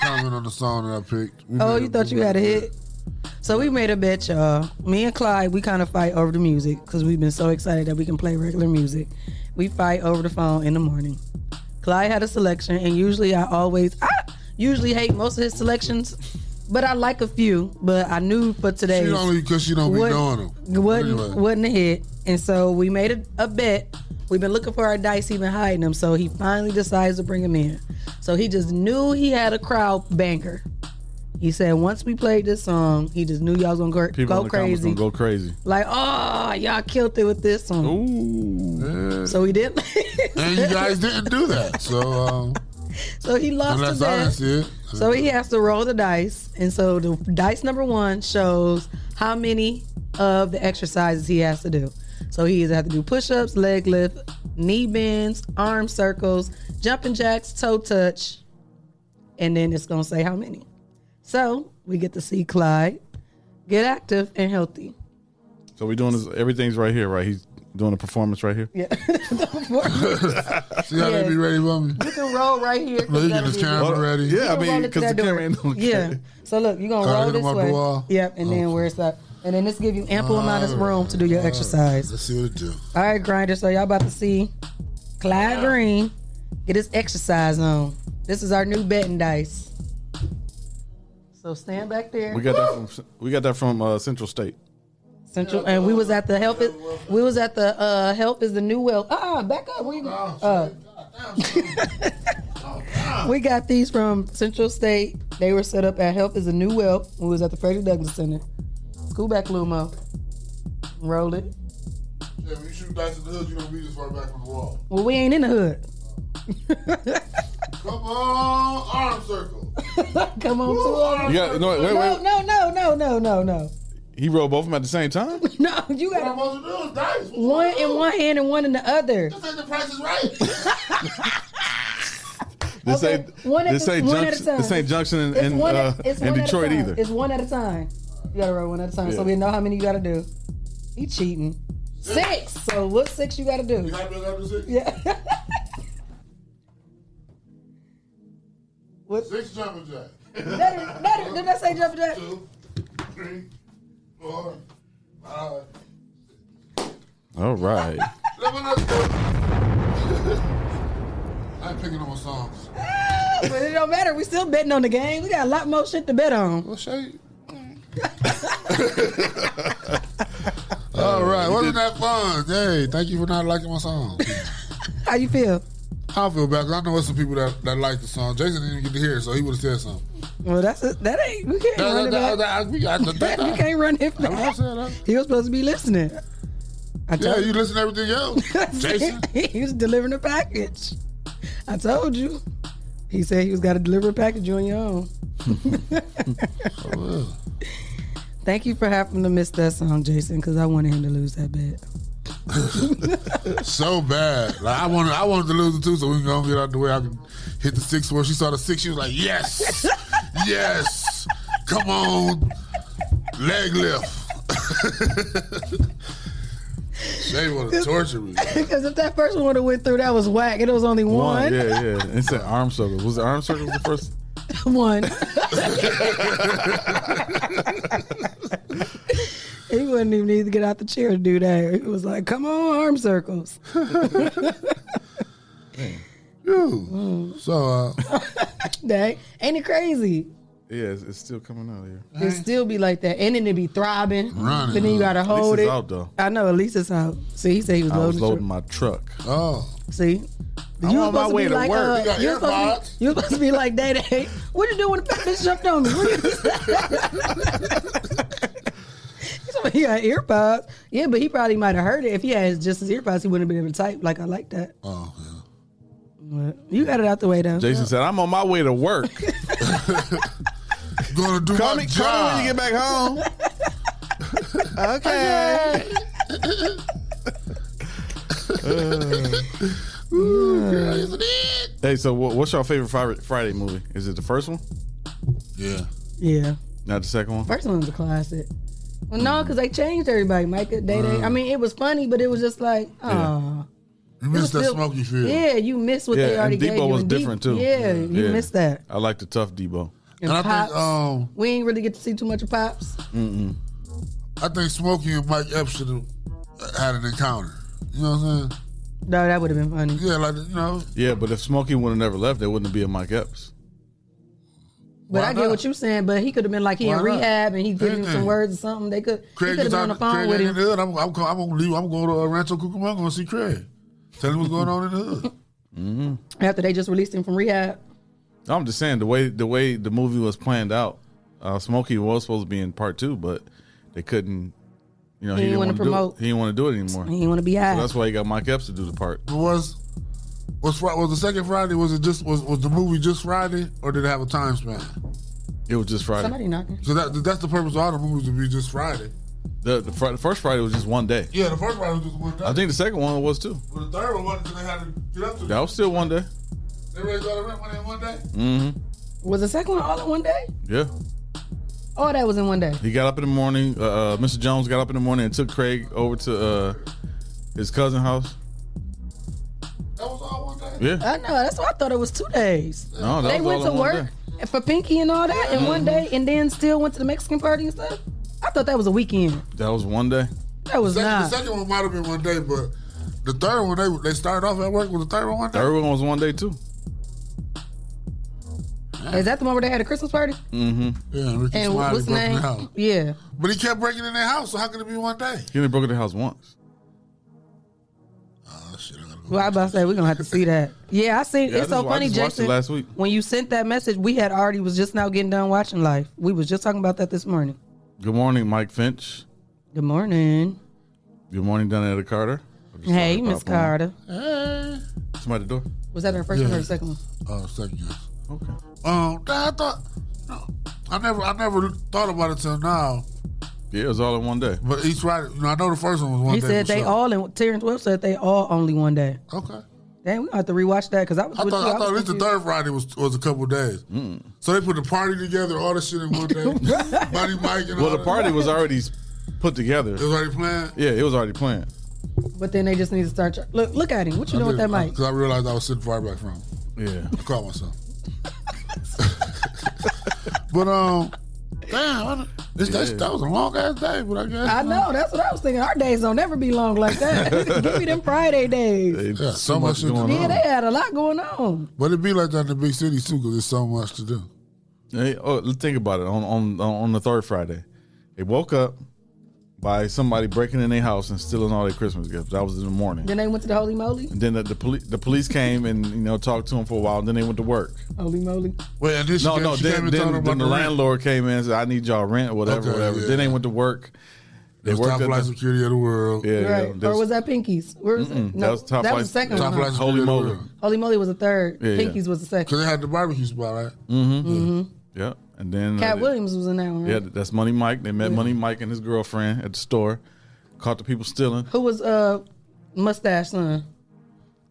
Speaker 10: comment on the song that I picked. We
Speaker 9: Oh,
Speaker 10: made
Speaker 9: you thought
Speaker 10: we
Speaker 9: you had a
Speaker 10: made
Speaker 9: hit? So we made a bet, y'all. Me and Clyde, we kind of fight over the music because we've been so excited that we can play regular music. We fight over the phone in the morning. Clyde had a selection, and usually I always, I usually hate most of his selections, but I like a few. But I knew for today,
Speaker 10: She only because she don't be
Speaker 9: what-
Speaker 10: doing them.
Speaker 9: Wasn't
Speaker 10: Anyway.
Speaker 9: wasn't a hit, and so we made a, a bet. We've been looking for our dice, he been hiding them. So he finally decides to bring them in. So he just knew he had a crowd banker. He said once we played this song, he just knew y'all was gonna go,
Speaker 8: People
Speaker 9: go
Speaker 8: in the comments
Speaker 9: crazy.
Speaker 8: gonna go crazy.
Speaker 9: Like, oh, y'all killed it with this song.
Speaker 8: Yeah.
Speaker 9: So he didn't.
Speaker 10: And you guys didn't do that. So, um,
Speaker 9: so he lost
Speaker 10: unless
Speaker 9: the
Speaker 10: I
Speaker 9: bet.
Speaker 10: didn't see it.
Speaker 9: So he has to roll the dice, and so the dice number one shows how many of the exercises he has to do. So he either has to do push-ups, leg lift, knee bends, arm circles, jumping jacks, toe touch, and then it's gonna say how many. So we get to see Clyde get active and healthy.
Speaker 8: So we doing this. Everything's right here, right? He's doing a performance right here.
Speaker 9: Yeah.
Speaker 10: See how they be ready for me?
Speaker 9: You can roll right here. 'cause
Speaker 10: Look at
Speaker 9: that'll
Speaker 10: his
Speaker 9: be-
Speaker 10: camera ready.
Speaker 9: You can roll it to that door. Yeah. So look, you're gonna
Speaker 10: Gotta
Speaker 9: roll
Speaker 10: hit 'em
Speaker 9: this
Speaker 10: up the
Speaker 9: way.
Speaker 10: wall.
Speaker 9: Yep, and then where it's up. And then this give you ample amount of room to do your exercise.
Speaker 10: Let's see what it do.
Speaker 9: All right, grinder. So y'all about to see Clyde Green get his exercise on. This is our new betting dice. So stand back there.
Speaker 8: We got that from we got that from uh, Central State.
Speaker 9: Central, and we was at the health. Is, we was at the uh, health is the new wealth. Ah, back up. Where you going? Uh, we got these from Central State. They were set up at Health is the New Wealth. We was at the Frederick Douglass Center. School back, Lumo. Roll it.
Speaker 10: Yeah, when you shoot dice in the hood, you don't be this far back from the wall.
Speaker 9: Well, we ain't in the hood.
Speaker 10: Come on, arm circle.
Speaker 9: Come on, two arms.
Speaker 8: Yeah, no, wait, wait.
Speaker 9: no, no, no, no, no, no.
Speaker 8: He rolled both of them at the same time?
Speaker 9: No, you got one in one hand and one in the other.
Speaker 10: The price is right.
Speaker 8: This
Speaker 9: Okay,
Speaker 8: ain't
Speaker 9: one at
Speaker 8: this
Speaker 9: the-
Speaker 8: ain't
Speaker 9: one at a
Speaker 8: Junction-
Speaker 9: time.
Speaker 8: this ain't Junction and,
Speaker 9: It's
Speaker 8: and,
Speaker 9: one
Speaker 8: uh,
Speaker 9: at- it's
Speaker 8: and
Speaker 9: one at a
Speaker 8: Detroit
Speaker 9: time.
Speaker 8: either.
Speaker 9: It's one at a time. You gotta roll one at a time,
Speaker 8: Yeah.
Speaker 9: so we know how many you gotta do. He cheating. Six. So what six you gotta do? You
Speaker 10: gotta build up to six.
Speaker 9: Yeah. What?
Speaker 10: Six jumping jack.
Speaker 9: That is- that is- didn't I say jumping jack?
Speaker 10: Three, four, five.
Speaker 8: All right.
Speaker 10: Let me know. I ain't picking on my songs.
Speaker 9: but it don't matter. We still betting on the game. We got a lot more shit to bet on.
Speaker 10: Well, show you. All right, wasn't that fun? Hey, thank you for not liking my song.
Speaker 9: How you feel?
Speaker 10: I don't feel bad 'cause I know there's some people that, that like the song. Jason didn't even get to hear it, so he would have said something.
Speaker 9: Well, that's it. That ain't. We can't
Speaker 10: No,
Speaker 9: run
Speaker 10: no,
Speaker 9: it
Speaker 10: no,
Speaker 9: back.
Speaker 10: no, I- we got the-
Speaker 9: you can't run it
Speaker 10: I
Speaker 9: back.
Speaker 10: said that.
Speaker 9: He was supposed to be listening. I
Speaker 10: yeah,
Speaker 9: told
Speaker 10: you listen to everything else. Jason.
Speaker 9: he was delivering a package. I told you. He said he was got to deliver a package on your own.
Speaker 10: Oh,
Speaker 9: Thank you for having to miss that song, Jason, because I wanted him to lose that bet.
Speaker 10: so bad. Like I wanted, I wanted to lose it too, so we can go and get out the way. I can hit the six. When she saw the six, she was like, "Yes, yes, come on, leg lift." Shay would have tortured me.
Speaker 9: Because if that first one would have went through, that was whack, and it was only one.
Speaker 8: Yeah, yeah. It's an arm circle. Was the arm circle the first?
Speaker 9: one. he wouldn't even need to get out the chair to do that. He was like, "Come on, arm circles."
Speaker 10: Ew. So uh,
Speaker 9: Dang, Mm. ain't it crazy?
Speaker 8: Yeah, it's, it's still coming out here.
Speaker 9: It still be like that, and then it be throbbing.
Speaker 8: Running,
Speaker 9: but then you
Speaker 8: huh?
Speaker 9: gotta
Speaker 8: At least
Speaker 9: hold
Speaker 8: it's
Speaker 9: it.
Speaker 8: out, though.
Speaker 9: I know. At least it's out. See, he said he was
Speaker 8: I
Speaker 9: loading.
Speaker 8: was
Speaker 9: the
Speaker 8: loading my truck.
Speaker 10: Oh.
Speaker 9: tr- See.
Speaker 8: I'm
Speaker 9: You was
Speaker 8: on my
Speaker 9: supposed to
Speaker 8: way
Speaker 9: be
Speaker 8: to
Speaker 9: like,
Speaker 8: work.
Speaker 9: uh,
Speaker 8: You got
Speaker 9: you're, supposed to be, you're supposed to be like, Day Day, what you do when the fat bitch jumped on me? What you- he got earpods. Yeah, but he probably might have heard it. If he had just his earpods, he wouldn't have been able to type. Like, I like that.
Speaker 10: Oh,
Speaker 9: But You got it out the way, though.
Speaker 8: Jason said, "I'm on my way to work.
Speaker 10: Gonna do
Speaker 8: call
Speaker 10: my
Speaker 8: me, Call me when you get
Speaker 10: job.
Speaker 8: back home."
Speaker 9: okay.
Speaker 10: Ooh, girl, isn't it?
Speaker 8: hey, so what, what's your favorite Fri- Friday movie? Is it the first one?
Speaker 10: Yeah.
Speaker 9: Yeah.
Speaker 8: Not the second one.
Speaker 9: First one's a classic. Well, no, because they changed everybody. Micah, Day
Speaker 8: Mm.
Speaker 9: Day. I mean, it was funny, but it was just like, oh.
Speaker 10: You
Speaker 9: It
Speaker 10: missed
Speaker 9: was
Speaker 10: that
Speaker 9: still-
Speaker 10: smoky feel.
Speaker 9: Yeah, you missed what
Speaker 8: yeah,
Speaker 9: they already
Speaker 8: and
Speaker 9: gave
Speaker 8: Debo
Speaker 9: you.
Speaker 8: was
Speaker 9: And Deep-
Speaker 8: different too.
Speaker 9: Yeah, you
Speaker 8: Yeah.
Speaker 9: missed that.
Speaker 8: I like the tough Debo.
Speaker 9: And,
Speaker 10: And I
Speaker 9: Pops,
Speaker 10: think, um,
Speaker 9: we ain't really get to see too much of Pops.
Speaker 8: Mm-mm.
Speaker 10: I think Smokey and Mike Epps should have had an encounter. You know what I'm saying?
Speaker 9: No, that would have been funny.
Speaker 10: Yeah, like you know.
Speaker 8: Yeah, but if Smokey would have never left, there wouldn't be a Mike Epps.
Speaker 9: But
Speaker 8: Why
Speaker 9: I get
Speaker 8: not?
Speaker 9: what you're saying. But he could have been like he
Speaker 8: Why
Speaker 9: in
Speaker 8: not?
Speaker 9: rehab and he giving him some
Speaker 10: Anything.
Speaker 9: words or something. They could. he
Speaker 10: Craig
Speaker 9: could have
Speaker 10: is
Speaker 9: been on
Speaker 10: on
Speaker 9: the phone
Speaker 10: Craig
Speaker 9: with
Speaker 10: ain't
Speaker 9: him.
Speaker 10: in the hood. I'm, I'm, co- I'm gonna leave. I'm going to uh, Rancho Cucamonga and see Craig. Tell him what's going on in the hood.
Speaker 8: Mm-hmm.
Speaker 9: After they just released him from rehab.
Speaker 8: I'm just saying the way the way the movie was planned out, uh, Smokey was supposed to be in part two, but they couldn't. You know, he,
Speaker 9: He
Speaker 8: didn't
Speaker 9: wanna
Speaker 8: want to do it.
Speaker 9: promote.
Speaker 8: He didn't want to do it anymore.
Speaker 9: He didn't wanna be high.
Speaker 8: So that's why he got Mike Epps to do the part.
Speaker 10: But was was Fri- was the second Friday? Was it just was was the movie just Friday, or did it have a time span?
Speaker 8: It was just Friday.
Speaker 9: Somebody knocking.
Speaker 10: So that that's the purpose of all the movies to be just Friday.
Speaker 8: The, the, fr- the first Friday was just one day.
Speaker 10: Yeah, the first Friday was just one day.
Speaker 8: I think the second one was too.
Speaker 10: But the third one wasn't until they had to get up to.
Speaker 8: That was still one day.
Speaker 10: They raised all the rent money in one day.
Speaker 8: Mm-hmm.
Speaker 9: Was the second one all in one day?
Speaker 8: Yeah.
Speaker 9: Oh, that was in one day.
Speaker 8: He got up in the morning. Uh, uh, Mr. Jones got up in the morning and took Craig over to uh, his cousin house. Yeah.
Speaker 9: I know. That's why I thought it was two days.
Speaker 8: No, that
Speaker 9: they
Speaker 8: was
Speaker 9: went
Speaker 8: all
Speaker 9: to
Speaker 8: in one
Speaker 9: work for Pinky and all that in one day, and then still went to the Mexican party and stuff. I thought that was a weekend.
Speaker 8: That was one day.
Speaker 9: That was
Speaker 10: the second,
Speaker 9: not.
Speaker 10: The second one might have been one day, but the third one they they started off at work with the third one one day.
Speaker 8: Third one was one day too.
Speaker 9: Is that the one where they had a Christmas party?
Speaker 8: Mm-hmm.
Speaker 10: Yeah, Ricky
Speaker 9: And
Speaker 10: Smiley
Speaker 9: what's
Speaker 10: broke in
Speaker 9: the
Speaker 10: the
Speaker 9: name?
Speaker 10: house.
Speaker 9: Yeah.
Speaker 10: But he kept breaking in their house, so how could it be one day?
Speaker 8: He only broke into the house once.
Speaker 9: Well, I about to say we're gonna have to see that. Yeah, I seen.
Speaker 8: Yeah, I
Speaker 9: it's so
Speaker 8: just- I
Speaker 9: funny,
Speaker 8: just watched it
Speaker 9: Jason.
Speaker 8: last week.
Speaker 9: when you sent that message, we had already was just now getting done watching Life. We was just talking about that this morning.
Speaker 8: Good morning, Mike Finch.
Speaker 9: Good morning.
Speaker 8: Good morning, Donetta Carter. I just saw
Speaker 9: Hey,
Speaker 8: her
Speaker 9: Miss
Speaker 8: pop on.
Speaker 9: Carter.
Speaker 10: Hey.
Speaker 8: Somebody at the door.
Speaker 9: Was that her first one
Speaker 10: Eh.
Speaker 9: or
Speaker 10: Yeah.
Speaker 9: her second one?
Speaker 10: Uh, second guess. Okay. Um, I thought, no, I never, I never thought about it till now.
Speaker 8: Yeah, it was all in one day.
Speaker 10: But each right, you know, I know the first one was one
Speaker 9: he
Speaker 10: day.
Speaker 9: said
Speaker 10: for
Speaker 9: they
Speaker 10: sure.
Speaker 9: all, and Terrence Webb said they all only one day.
Speaker 10: Okay.
Speaker 9: Dang, we gonna have to rewatch that because I was.
Speaker 10: I
Speaker 9: with
Speaker 10: thought,
Speaker 9: you,
Speaker 10: I
Speaker 9: was
Speaker 10: thought at least the
Speaker 9: confused.
Speaker 10: third Friday was was a couple days. So they put the party together, all the shit in one day. Buddy Mike and all
Speaker 8: Well, the
Speaker 10: that.
Speaker 8: party was already s- put together. It
Speaker 10: was already planned.
Speaker 8: Yeah, it was already planned.
Speaker 9: But then they just need to start. tr- Look, look at him. What you doing with that mic?
Speaker 10: Because I realized I was sitting far back from.
Speaker 8: Yeah.
Speaker 10: I caught myself. but um, damn, I, this, that's- that was a long ass day. But I guess
Speaker 9: I know. That's what I was thinking. Our days don't never be long like that. Give me them Friday days.
Speaker 10: Yeah, so much shit going
Speaker 9: Yeah,
Speaker 10: on.
Speaker 9: they had a lot going on.
Speaker 10: But it be like that in the big cities too, because there's so much to do.
Speaker 8: Hey, oh, let's think about it. On on on the third Friday, they woke up by somebody breaking in their house and stealing all their Christmas gifts. That was in the morning.
Speaker 9: Then they went to the Holy Moly.
Speaker 8: And then the, the police the police came and you know talked to them for a while. And then they went to work.
Speaker 9: Holy Moly.
Speaker 10: Well, and then she
Speaker 8: no,
Speaker 10: came-
Speaker 8: no.
Speaker 10: she
Speaker 8: Then,
Speaker 10: came and
Speaker 8: then,
Speaker 10: told
Speaker 8: then
Speaker 10: them
Speaker 8: the,
Speaker 10: about the rent.
Speaker 8: landlord came in and said, "I need y'all rent or whatever,
Speaker 10: Okay,
Speaker 8: whatever."
Speaker 10: yeah.
Speaker 8: Then they went to work. They
Speaker 10: It was top
Speaker 8: at
Speaker 10: flight
Speaker 8: the-
Speaker 10: security of the world.
Speaker 8: Yeah,
Speaker 9: right.
Speaker 8: yeah,
Speaker 9: or was that Pinkies? Where was
Speaker 8: Mm-mm,
Speaker 9: it? No,
Speaker 8: that was top
Speaker 9: that
Speaker 8: flight.
Speaker 9: was the second
Speaker 8: top
Speaker 9: one.
Speaker 8: flight
Speaker 9: huh?
Speaker 8: Holy moly.
Speaker 9: Holy Moly was the third.
Speaker 8: Yeah, yeah.
Speaker 9: Pinkies was the second.
Speaker 10: Because they had the barbecue spot, right?
Speaker 8: Mm-hmm.
Speaker 9: Mhm.
Speaker 8: Yeah, and then uh,
Speaker 9: Cat
Speaker 8: they-
Speaker 9: Williams was in that one. Right?
Speaker 8: Yeah, that's Money Mike. They met
Speaker 9: Yeah.
Speaker 8: Money Mike and his girlfriend at the store. Caught the people stealing.
Speaker 9: Who was uh mustache son?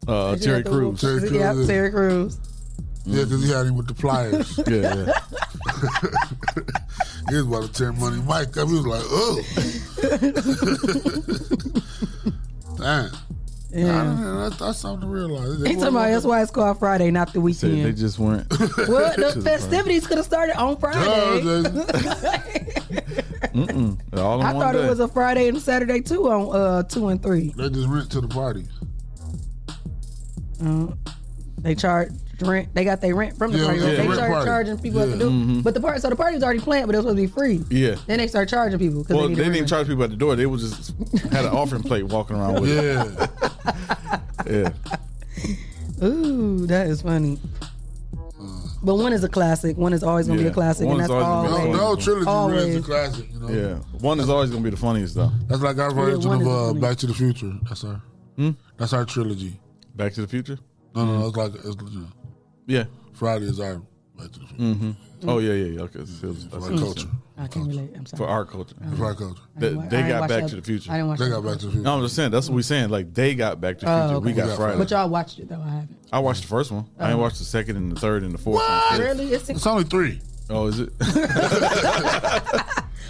Speaker 8: Uh,
Speaker 9: Did you
Speaker 8: Terry
Speaker 9: have the little-
Speaker 8: Crews.
Speaker 9: Yeah, Terry Crews.
Speaker 10: Yeah, because he had him with the pliers.
Speaker 8: yeah,
Speaker 10: he was about to tear money Mike up. He was like, oh. Damn. I don't
Speaker 9: Yeah.
Speaker 10: know, that's, that's something to realize.
Speaker 9: He talking about that's why it's called Friday, not the
Speaker 8: Said
Speaker 9: weekend.
Speaker 8: they just weren't.
Speaker 9: well, the
Speaker 8: Just
Speaker 9: festivities could have started on Friday.
Speaker 8: weren't. Mm-mm. All in
Speaker 9: I
Speaker 8: one
Speaker 9: thought
Speaker 8: day.
Speaker 9: it was a Friday and Saturday too on uh two and three.
Speaker 10: They just went to the party.
Speaker 9: Mm. They charged rent. They got their rent from the
Speaker 10: Yeah,
Speaker 9: party.
Speaker 10: yeah,
Speaker 9: they
Speaker 10: rent
Speaker 9: started
Speaker 10: party.
Speaker 9: charging people at the
Speaker 10: Yeah.
Speaker 9: door.
Speaker 8: Mhm.
Speaker 9: But the part so the party was already planned, but it was supposed to be free.
Speaker 8: Yeah.
Speaker 9: Then they started charging people because
Speaker 8: Well,
Speaker 9: they
Speaker 8: they didn't
Speaker 9: needed rent.
Speaker 8: even charge people at the door. They was just had an offering plate walking around with
Speaker 10: it.
Speaker 8: Yeah.
Speaker 9: Ooh, that is funny. But one is a classic. One is always gonna
Speaker 8: yeah.
Speaker 9: be a classic,
Speaker 8: One
Speaker 9: and
Speaker 8: is
Speaker 9: that's
Speaker 8: always
Speaker 9: always,
Speaker 8: gonna be
Speaker 10: No,
Speaker 8: the
Speaker 10: no
Speaker 8: funniest
Speaker 10: trilogy
Speaker 9: Always.
Speaker 10: really is a classic. You know?
Speaker 8: one. Yeah. One is always going to be the funniest, though.
Speaker 10: That's like our version
Speaker 8: one is the
Speaker 10: of uh,
Speaker 8: funny-
Speaker 10: Back to the Future. That's our. That's our trilogy.
Speaker 8: Back to the Future.
Speaker 10: No, no, no. It's like it's, you know,
Speaker 8: Yeah.
Speaker 10: Friday is our Back to the Future.
Speaker 8: hmm Oh, yeah, yeah, yeah. Okay. So,
Speaker 10: For
Speaker 8: that's
Speaker 10: our
Speaker 8: what I'm
Speaker 10: culture.
Speaker 8: saying.
Speaker 9: I can't relate. I'm sorry.
Speaker 8: For our culture.
Speaker 9: I don't-
Speaker 10: For our culture.
Speaker 9: I
Speaker 8: They,
Speaker 9: didn't wa-
Speaker 8: they
Speaker 9: I didn't
Speaker 8: got
Speaker 9: watch
Speaker 8: Back
Speaker 9: that-
Speaker 8: to the Future.
Speaker 9: I didn't watch
Speaker 10: They got Back to the Future.
Speaker 8: No, I'm just saying. That's what we're saying. Like, they got Back to the Future.
Speaker 9: Oh,
Speaker 8: We
Speaker 9: okay.
Speaker 8: got Friday.
Speaker 9: But y'all watched it though. I haven't.
Speaker 8: I watched the first one. I didn't
Speaker 9: Oh.
Speaker 8: watch the second and the third and the fourth. And the fifth.
Speaker 9: Really? It's,
Speaker 10: It's only three.
Speaker 8: Oh, is it?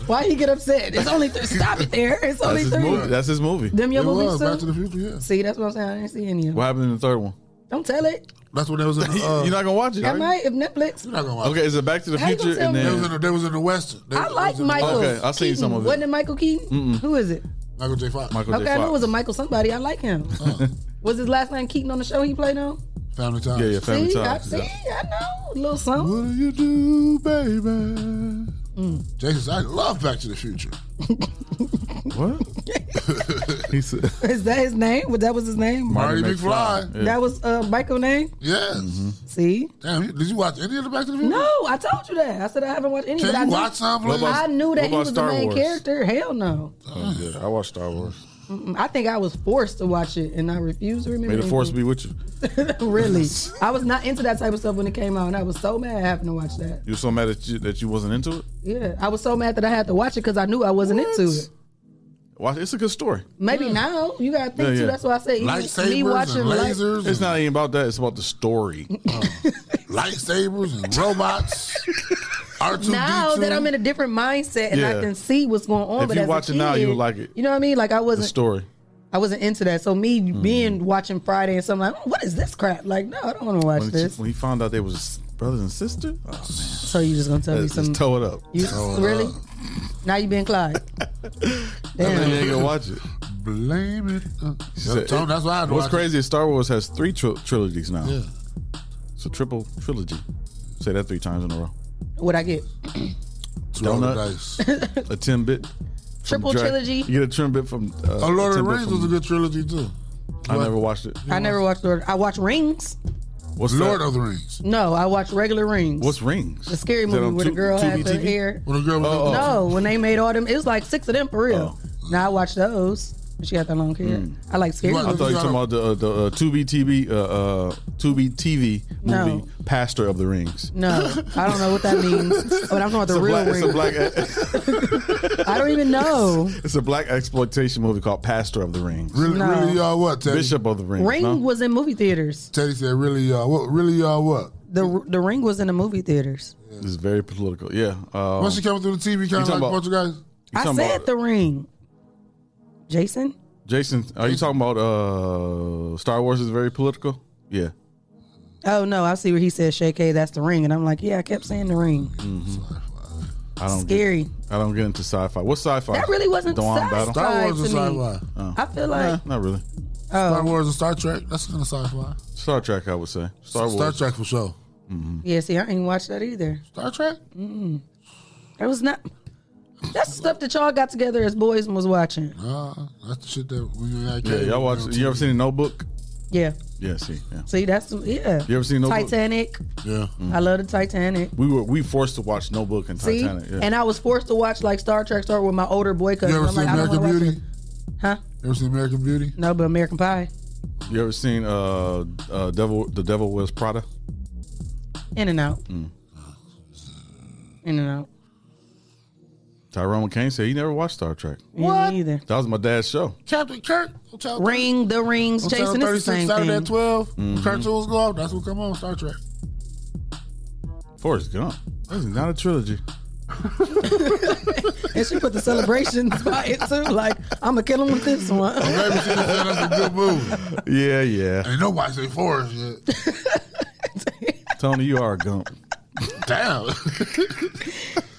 Speaker 9: why you get upset? It's only th- stop it there. It's
Speaker 8: That's
Speaker 9: only
Speaker 8: his
Speaker 9: three.
Speaker 8: movie. That's his movie.
Speaker 9: Them your
Speaker 10: It
Speaker 9: movies
Speaker 10: was
Speaker 9: too?
Speaker 10: Back to the Future. Yeah.
Speaker 9: See, that's what I'm saying. I didn't see any of them.
Speaker 8: What happened in the third one?
Speaker 9: Don't tell it.
Speaker 10: That's when they was in. The, uh,
Speaker 8: You're not gonna watch it.
Speaker 9: I
Speaker 8: are you?
Speaker 9: might if Netflix.
Speaker 10: You're not gonna watch
Speaker 8: Okay, is it Back to the
Speaker 9: How you
Speaker 8: Future
Speaker 9: gonna
Speaker 8: and
Speaker 9: tell
Speaker 10: They
Speaker 8: then
Speaker 10: was in the, they was in the Western. They
Speaker 9: I
Speaker 10: was
Speaker 9: like
Speaker 10: in the-
Speaker 9: Michael.
Speaker 8: Okay, I seen
Speaker 9: Keaton.
Speaker 8: some of it.
Speaker 9: Wasn't it Michael Keaton?
Speaker 8: Mm-mm.
Speaker 9: Who is it?
Speaker 10: Michael J. Fox.
Speaker 8: Michael
Speaker 9: Okay,
Speaker 8: J.
Speaker 9: I knew it
Speaker 8: Fox.
Speaker 9: was a Michael somebody. I like him. Was his last name Keaton on the show he played on?
Speaker 10: Family Ties.
Speaker 8: Yeah, yeah, Family
Speaker 9: see,
Speaker 8: Ties,
Speaker 9: I,
Speaker 8: yeah.
Speaker 9: see, I know a little something. Mm.
Speaker 10: What do you do, baby? Jason, I love Back to the Future.
Speaker 8: what? he said,
Speaker 9: Is that his name? What that was his name?
Speaker 10: Marty Marty McFly. McFly. Yeah.
Speaker 9: That was uh, Michael name.
Speaker 10: Yes.
Speaker 8: Mm-hmm.
Speaker 9: See?
Speaker 10: Damn, you- did you watch any of the Back to the Future?
Speaker 9: No, I told you that. I said I haven't watched any.
Speaker 10: Can
Speaker 9: but I
Speaker 10: you
Speaker 9: knew,
Speaker 10: watch some, What please? about-
Speaker 9: I knew
Speaker 8: what
Speaker 9: that he
Speaker 8: about
Speaker 9: was
Speaker 8: Star
Speaker 9: the main
Speaker 8: Wars?
Speaker 9: character. Hell no.
Speaker 8: oh, yeah, I watched Star Wars.
Speaker 9: Mm-mm. I think I was forced to watch it, and I refuse to remember.
Speaker 8: May the force be with you.
Speaker 9: anything. really, I was not into that type of stuff when it came out, and I was so mad having to watch that.
Speaker 8: You were so mad that you, that you wasn't into it.
Speaker 9: Yeah, I was so mad that I had to watch it because I knew I wasn't into it.
Speaker 8: Watch, it's a good story.
Speaker 9: Maybe now you gotta think
Speaker 8: Yeah,
Speaker 9: too.
Speaker 8: yeah.
Speaker 9: That's why I said even me
Speaker 10: Lightsabers
Speaker 9: watching
Speaker 10: and
Speaker 9: like,
Speaker 10: lasers.
Speaker 8: It's not even about that. It's about the story.
Speaker 10: Lightsabers and robots. R2
Speaker 9: now
Speaker 10: D2.
Speaker 9: that I'm in a different mindset and I
Speaker 8: Yeah.
Speaker 9: can see what's going on.
Speaker 8: If
Speaker 9: but
Speaker 8: you
Speaker 9: as
Speaker 8: watch
Speaker 9: a
Speaker 8: it
Speaker 9: kid,
Speaker 8: now, you'll like it.
Speaker 9: You know what I mean? Like I
Speaker 8: The
Speaker 9: wasn't
Speaker 8: story. Mm.
Speaker 9: I wasn't into that. So me being watching Friday and something like, oh, what is this crap? Like, no, I don't want to watch
Speaker 8: When he,
Speaker 9: this.
Speaker 8: when he found out they was brothers and sister, oh, man.
Speaker 9: so you just gonna tell me
Speaker 8: let's,
Speaker 9: some?
Speaker 8: let's toe it up.
Speaker 9: You really? Now you being Clyde?
Speaker 8: Damn.
Speaker 9: Damn.
Speaker 8: you ain't gonna watch it.
Speaker 10: Blame it. Uh,
Speaker 8: She said-
Speaker 10: Tony, that's why I had to
Speaker 8: What's
Speaker 10: watch
Speaker 8: crazy is Star Wars has three tri- trilogies now.
Speaker 10: Yeah.
Speaker 8: It's a triple trilogy. Say that three times in a row.
Speaker 9: What I get?
Speaker 8: Donut, a ten bit,
Speaker 9: Triple trilogy?
Speaker 8: You get a ten bit from. Uh,
Speaker 10: Oh, Lord of the
Speaker 8: Timbit
Speaker 10: Rings
Speaker 8: from-
Speaker 10: was a good trilogy, too.
Speaker 8: I never watched it.
Speaker 9: I never watched Lord. I watch Rings.
Speaker 8: What's
Speaker 10: Lord
Speaker 8: that?
Speaker 10: of the Rings.
Speaker 9: No, I watch regular Rings.
Speaker 8: What's Rings?
Speaker 9: The scary
Speaker 8: Is that
Speaker 9: movie
Speaker 8: on
Speaker 9: where the
Speaker 8: Tu-
Speaker 9: girl had the
Speaker 8: TV?
Speaker 9: hair.
Speaker 10: When the girl was
Speaker 8: Oh,
Speaker 10: Oh.
Speaker 9: No, when they made all them, it was like six of them for real. Now I watch those. She got that long hair.
Speaker 10: Hmm.
Speaker 8: Mm.
Speaker 9: I like scary.
Speaker 8: I thought you were talking about the uh, the uh, Tubi TV uh, uh, Tubi TV
Speaker 9: No.
Speaker 8: movie Pastor of the Rings.
Speaker 9: No, I don't know what that means. But I'm talking about the
Speaker 8: It's a
Speaker 9: real
Speaker 8: black- it's a
Speaker 9: ring.
Speaker 8: black-
Speaker 9: I don't even know.
Speaker 8: It's a black exploitation movie called Pastor of the Rings.
Speaker 10: Really- No. really, y'all what, Teddy?
Speaker 8: Bishop of the Rings.
Speaker 9: Ring
Speaker 8: no?
Speaker 9: was in movie theaters.
Speaker 10: Teddy said, "Really, y'all? What? Really, y'all? What?"
Speaker 9: The the ring was in the movie theaters.
Speaker 8: It's very political. Yeah. Um,
Speaker 10: Once she came through the TV,
Speaker 8: you talking
Speaker 10: kind of like
Speaker 8: about-
Speaker 10: Portuguese.
Speaker 8: you
Speaker 9: I
Speaker 8: talking
Speaker 9: said
Speaker 8: about-
Speaker 9: the ring. Jason,
Speaker 8: Jason, are you talking about uh, Star Wars is very political? Yeah.
Speaker 9: Oh no, I see where he says Shay K, that's the ring. And I'm like, yeah, I kept saying the ring.
Speaker 8: Mhm. I don't
Speaker 9: Scary.
Speaker 8: Get, I don't get into sci-fi. What's sci-fi?
Speaker 9: That really wasn't
Speaker 8: Dawn
Speaker 9: sci-fi
Speaker 8: Battle?
Speaker 9: Star Wars is to me. sci-fi.
Speaker 8: Oh.
Speaker 9: I feel like-
Speaker 8: Nah, not really.
Speaker 9: Oh.
Speaker 10: Star Wars and Star Trek. That's kind of sci-fi.
Speaker 8: Star Trek, I would say. Star Wars.
Speaker 10: Star Trek for sure.
Speaker 8: hmm
Speaker 9: Yeah, see, I ain't watched that either.
Speaker 10: Star Trek?
Speaker 9: Mm-mm. That was not. That's the stuff that y'all got together as boys and was watching.
Speaker 10: Nah, that's the shit that we I
Speaker 8: Yeah, y'all watch. You ever seen Notebook?
Speaker 9: Yeah.
Speaker 8: Yeah, see, yeah.
Speaker 9: See, that's some, yeah.
Speaker 8: You ever seen Mm. Notebook?
Speaker 9: Titanic?
Speaker 8: Yeah.
Speaker 9: I love the Titanic.
Speaker 8: We were we forced to watch Notebook and
Speaker 9: See,
Speaker 8: Titanic. Yeah.
Speaker 9: and I was forced to watch like Star Trek Star with my older boy cousin.
Speaker 10: You ever
Speaker 9: I'm
Speaker 10: seen
Speaker 9: like, I don't
Speaker 10: American
Speaker 9: wanna watch
Speaker 10: Beauty?
Speaker 9: it. Huh?
Speaker 10: You ever seen American Beauty?
Speaker 9: No, but American Pie
Speaker 8: you ever seen uh, uh, Devil? The Devil Wears Prada.
Speaker 9: in and out,
Speaker 8: Mm.
Speaker 9: in and out.
Speaker 8: Tyrone McCain said he never watched Star Trek.
Speaker 9: What? Me either.
Speaker 8: That was my dad's show.
Speaker 10: Captain Kirk. Hotel
Speaker 9: Ring the rings,
Speaker 10: Hotel
Speaker 9: Jason. It's the same
Speaker 10: Saturday
Speaker 9: thing.
Speaker 10: at 12.
Speaker 8: Mhm.
Speaker 10: Cartoons go off. That's what come on, Star Trek.
Speaker 8: Forrest Gump. This is not a trilogy.
Speaker 9: and she put the celebrations by it too. Like I'm gonna kill him with this one.
Speaker 10: that's a good move.
Speaker 8: Yeah, yeah.
Speaker 10: Ain't nobody say Forrest yet.
Speaker 8: Tony, you are a Gump.
Speaker 10: Damn.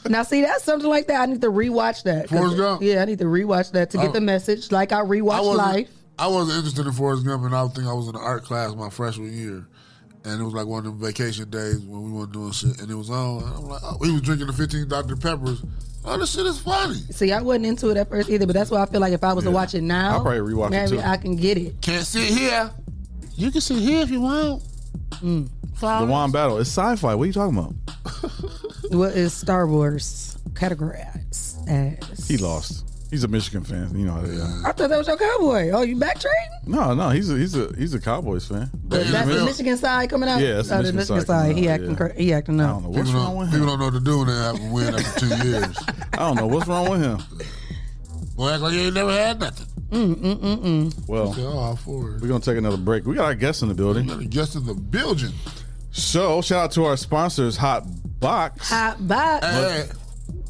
Speaker 9: now see, that's something like that. I need to rewatch that. 'Cause-
Speaker 10: Forrest Gump?
Speaker 9: Yeah, I need to rewatch that to get
Speaker 10: I-
Speaker 9: the message. Like I
Speaker 10: I
Speaker 9: rewatch
Speaker 10: wasn't-
Speaker 9: life.
Speaker 10: I wasn't interested in Forrest Gump, and I think I was in the art class my freshman year. And it was like one of them vacation days when we weren't doing shit, and it was on. And I'm like, oh, we was drinking the 15 Dr. Peppers. Oh, this shit is funny.
Speaker 9: See, I wasn't into it at first either, but that's why I feel like if I was to
Speaker 10: Yeah.
Speaker 9: watch it now,
Speaker 10: I'll probably rewatch it
Speaker 9: maybe
Speaker 10: too.
Speaker 9: I can get it.
Speaker 10: Can't sit here. You can sit here if you want.
Speaker 8: The
Speaker 9: Mm.
Speaker 8: Juan Battle. It's sci-fi. What are you talking about?
Speaker 9: What is Star Wars categorized as?
Speaker 8: He lost. He's a Michigan fan. You know how they are.
Speaker 9: I thought that was your cowboy. Oh, you backtracking?
Speaker 8: No, no. He's a he's a he's a Cowboys fan. But
Speaker 9: But that's the Michigan side coming out.
Speaker 8: Yeah, that's the
Speaker 9: Oh,
Speaker 8: Michigan side coming
Speaker 9: He
Speaker 8: out,
Speaker 9: acting.
Speaker 8: yeah.
Speaker 9: cra- He acting up.
Speaker 8: what's
Speaker 10: people
Speaker 8: wrong
Speaker 10: don't,
Speaker 8: with
Speaker 10: people don't know what to do when they have a win after two years.
Speaker 8: I don't know what's wrong with him.
Speaker 10: Boy, act like you ain't never had nothing. oh,
Speaker 9: Mm, mm, mm, mm.
Speaker 8: Well,
Speaker 10: Okay, all for it.
Speaker 8: we're gonna take another break. We got our guests in the building.
Speaker 10: Guest in the building.
Speaker 8: So shout out to our sponsors, Hot Box.
Speaker 9: Hot box.
Speaker 10: Hey,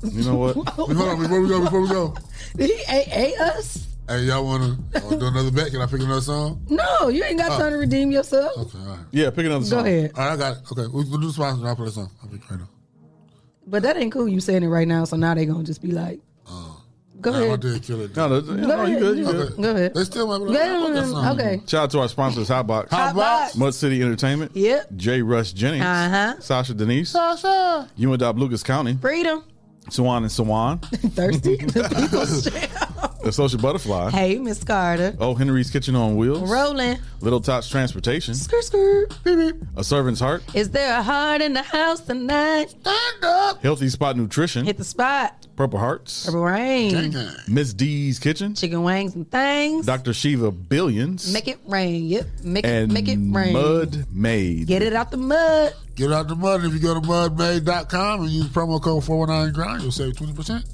Speaker 9: uh,
Speaker 8: You know what?
Speaker 10: Hold on, before we go, before we go.
Speaker 9: Did he ate, ate us?
Speaker 10: Hey, y'all wanna oh, do another bet? Can I pick another song?
Speaker 9: No, you ain't got
Speaker 10: Oh.
Speaker 9: time to redeem yourself.
Speaker 8: Yeah, pick another
Speaker 9: Go song. ahead.
Speaker 10: All right, I got it. Okay, we- we'll do the sponsor. I'll play the song. I'll pick right now.
Speaker 9: But that ain't cool. You saying it right now, so now they gonna just be like, "Go
Speaker 10: Nah, I
Speaker 9: ahead."
Speaker 10: did kill it.
Speaker 8: No, no, no,
Speaker 9: Go
Speaker 8: you
Speaker 9: ahead.
Speaker 8: good? You
Speaker 9: Okay.
Speaker 8: good?
Speaker 9: Go ahead.
Speaker 10: They still might be like,
Speaker 9: Yeah,
Speaker 10: I want that
Speaker 9: mm,
Speaker 10: song.
Speaker 9: okay.
Speaker 8: Shout out to our sponsors, Hot Box,
Speaker 9: Hot Box.
Speaker 8: Mud City Entertainment,
Speaker 9: Yep.
Speaker 8: J. Rush Jennings,
Speaker 9: Uh-huh.
Speaker 8: Sasha Denise,
Speaker 9: Sasha.
Speaker 8: Umadab Lucas County,
Speaker 9: Freedom.
Speaker 8: Swan and Swan,
Speaker 9: Thirsty.
Speaker 8: The Social Butterfly,
Speaker 9: hey, Miss Carter.
Speaker 8: Oh Henry's Kitchen on Wheels,
Speaker 9: Rolling.
Speaker 8: Little Tots Transportation,
Speaker 9: Skirt, skirt. Beep, beep.
Speaker 8: A Servant's Heart,
Speaker 9: Is there a heart in the house tonight? Stand up.
Speaker 8: Healthy Spot Nutrition,
Speaker 9: Hit the spot.
Speaker 8: Purple Hearts,
Speaker 9: Purple rain.
Speaker 8: Miss D's Kitchen,
Speaker 9: Chicken wings and things.
Speaker 8: Dr. Shiva Billions,
Speaker 9: Make it rain. Yep. Make it.
Speaker 8: and
Speaker 9: Make it rain.
Speaker 8: Mud Made.
Speaker 9: Get it out the mud.
Speaker 10: Get out the mud. If you go to mudmade.com and use promo code 419grind, you'll save 20%.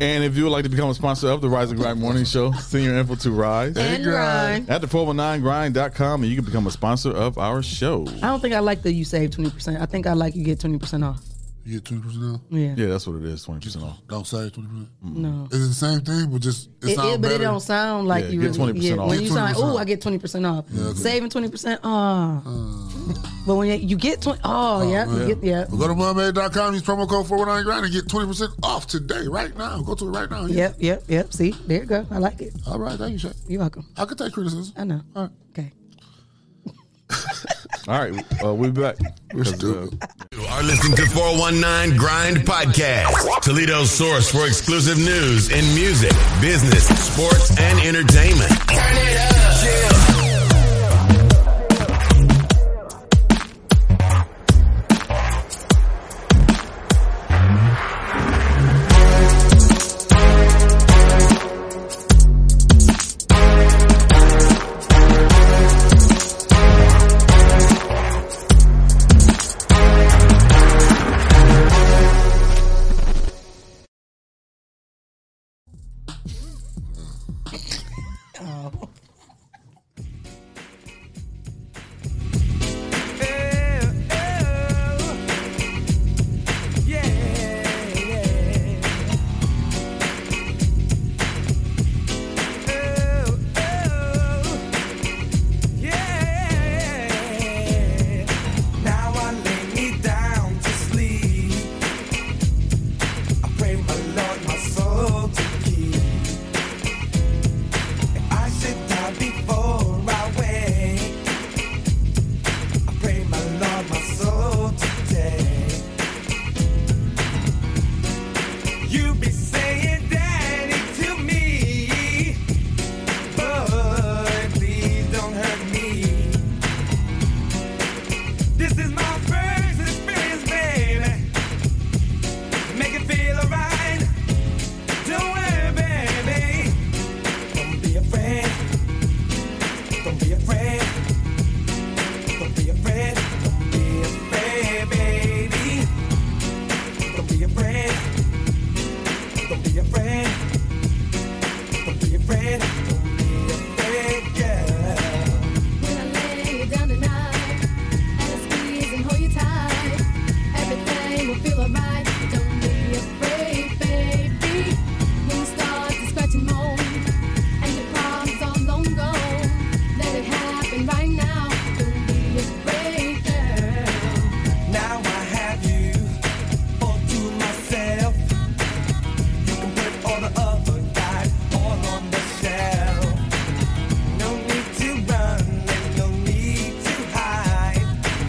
Speaker 8: And if you would like to become a sponsor of the Rise and Grind Morning Show, send your info to Rise
Speaker 9: And grind.
Speaker 8: at the oh 419grind.com and you can become a sponsor of our show.
Speaker 9: I don't think I like that you save twenty percent. I think I like you get twenty percent off.
Speaker 10: You get 20% off?
Speaker 9: Yeah.
Speaker 8: Yeah, that's what it is 20% off.
Speaker 10: Don't save 20%.
Speaker 9: No.
Speaker 10: It's the same thing, but just it,
Speaker 9: It- it-
Speaker 10: sounds
Speaker 9: but it
Speaker 10: better.
Speaker 9: don't sound like
Speaker 8: Yeah,
Speaker 9: you
Speaker 8: get
Speaker 9: really.
Speaker 8: 20%
Speaker 9: yeah,
Speaker 8: off.
Speaker 9: When
Speaker 8: Get
Speaker 9: you sound like,
Speaker 8: 20%
Speaker 9: oh, I get twenty percent off.
Speaker 8: Yeah, okay.
Speaker 9: Saving twenty percent, oh.
Speaker 10: Uh.
Speaker 9: but when you, you get twenty, oh, yeah, you
Speaker 10: man.
Speaker 9: get, yeah.
Speaker 10: But go to mudmade.com, use promo code 419grind and get 20% off today, right now. Go to it right now.
Speaker 9: Yep, yep, yep. See, there you go. I like it.
Speaker 10: All right, thank you, Shay.
Speaker 9: You're welcome.
Speaker 10: I could take criticism.
Speaker 9: I know.
Speaker 10: All right.
Speaker 9: Okay.
Speaker 8: All right, uh, we'll be back. We're stupid.
Speaker 7: You are listening to 419 Grind Podcast, Toledo's source for exclusive news in music, business, sports, and entertainment.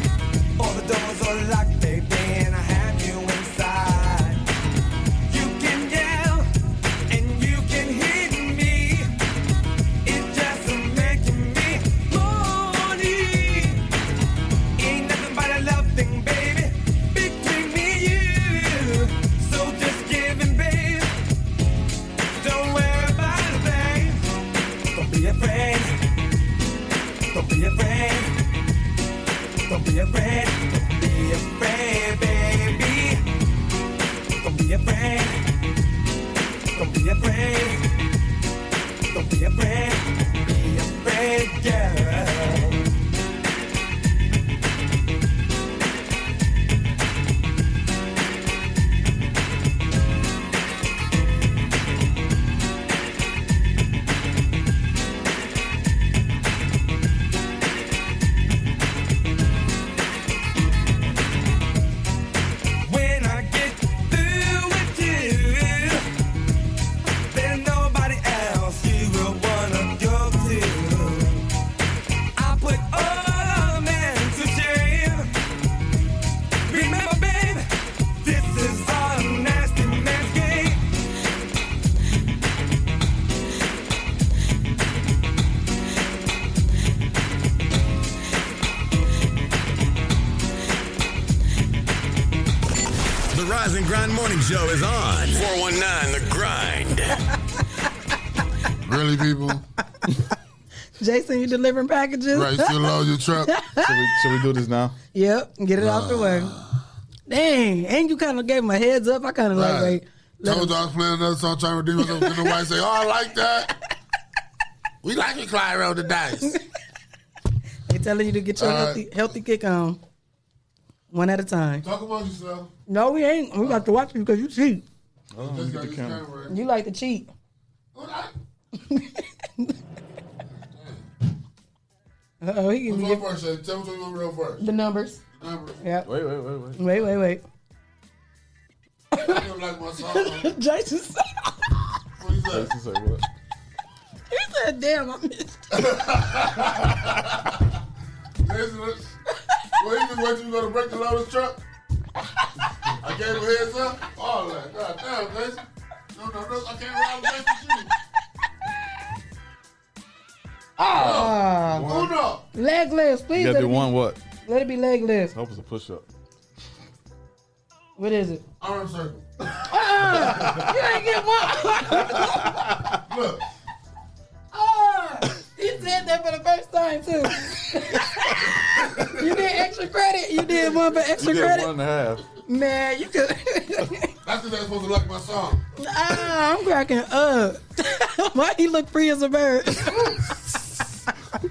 Speaker 15: a lock, baby, and I have you inside. You can yell and you can hit me. It just making me horny. Ain't nothing but a love thing, baby, between me and you. So just give in, babe. Don't worry about a thing. Don't be afraid. Don't be afraid. Don't be afraid. Don't be afraid, baby. Don't be afraid. Don't be afraid. Don't be afraid. Be afraid, girl. When I get through with you, there's nobody else you will wanna go to. I put all men to shame. Remember, babe, this is all a nasty man's game.
Speaker 7: The Rise and Grind Morning Show is on. 419 The Grind.
Speaker 10: Really, people?
Speaker 9: Jason, you delivering packages?
Speaker 10: Right, you still load your truck?
Speaker 8: Should we, should we do this now?
Speaker 9: Yep, and get it out the way. Dang, and you kind of gave him a heads up. I kind of like,
Speaker 10: Right.
Speaker 9: wait. let
Speaker 10: Told you
Speaker 9: him-
Speaker 10: I was playing another song, trying to redeem myself. Then the wife say, "Oh, I like that." We like it, Clyde rolled the dice.
Speaker 9: they telling you to get your
Speaker 10: All right.
Speaker 9: healthy, healthy kick on, one at a time.
Speaker 10: Talk about yourself.
Speaker 9: No, we ain't. We about to watch you because you cheat.
Speaker 10: Oh, just got this camera.
Speaker 9: You like to cheat. Uh oh, he
Speaker 10: Which
Speaker 9: can
Speaker 10: one
Speaker 9: get
Speaker 10: first, Shay? Tell me what you want real first.
Speaker 9: the numbers.
Speaker 10: Numbers.
Speaker 9: Yep.
Speaker 8: Wait, wait, wait, wait.
Speaker 9: Wait, wait, wait.
Speaker 10: I don't like my song.
Speaker 9: Jason said,
Speaker 8: Jason say what?
Speaker 9: he said, damn, I missed
Speaker 10: Jason, look. Well, he just waiting you go to break the load of truck. I gave him a heads up. All that. God damn, Jason. No, no, no. I can't ride with Jason.
Speaker 9: Ah.
Speaker 10: Uno. Uno.
Speaker 9: Leg lifts,
Speaker 8: You
Speaker 9: please.
Speaker 8: gotta
Speaker 9: Let it,
Speaker 8: do
Speaker 9: be,
Speaker 8: one what?
Speaker 9: let it be leg lifts.
Speaker 8: Help us a push up.
Speaker 9: What is it?
Speaker 10: Arm circle.
Speaker 9: Ah, you ain't get one.
Speaker 10: Look.
Speaker 9: Ah, you said that for the first time too. you did extra credit. You did one for extra
Speaker 10: You did
Speaker 9: credit.
Speaker 10: one
Speaker 8: and a half.
Speaker 9: Man, you could.
Speaker 10: That's because they're supposed to like my song.
Speaker 9: ah, I'm cracking up. Why he look free as a bird?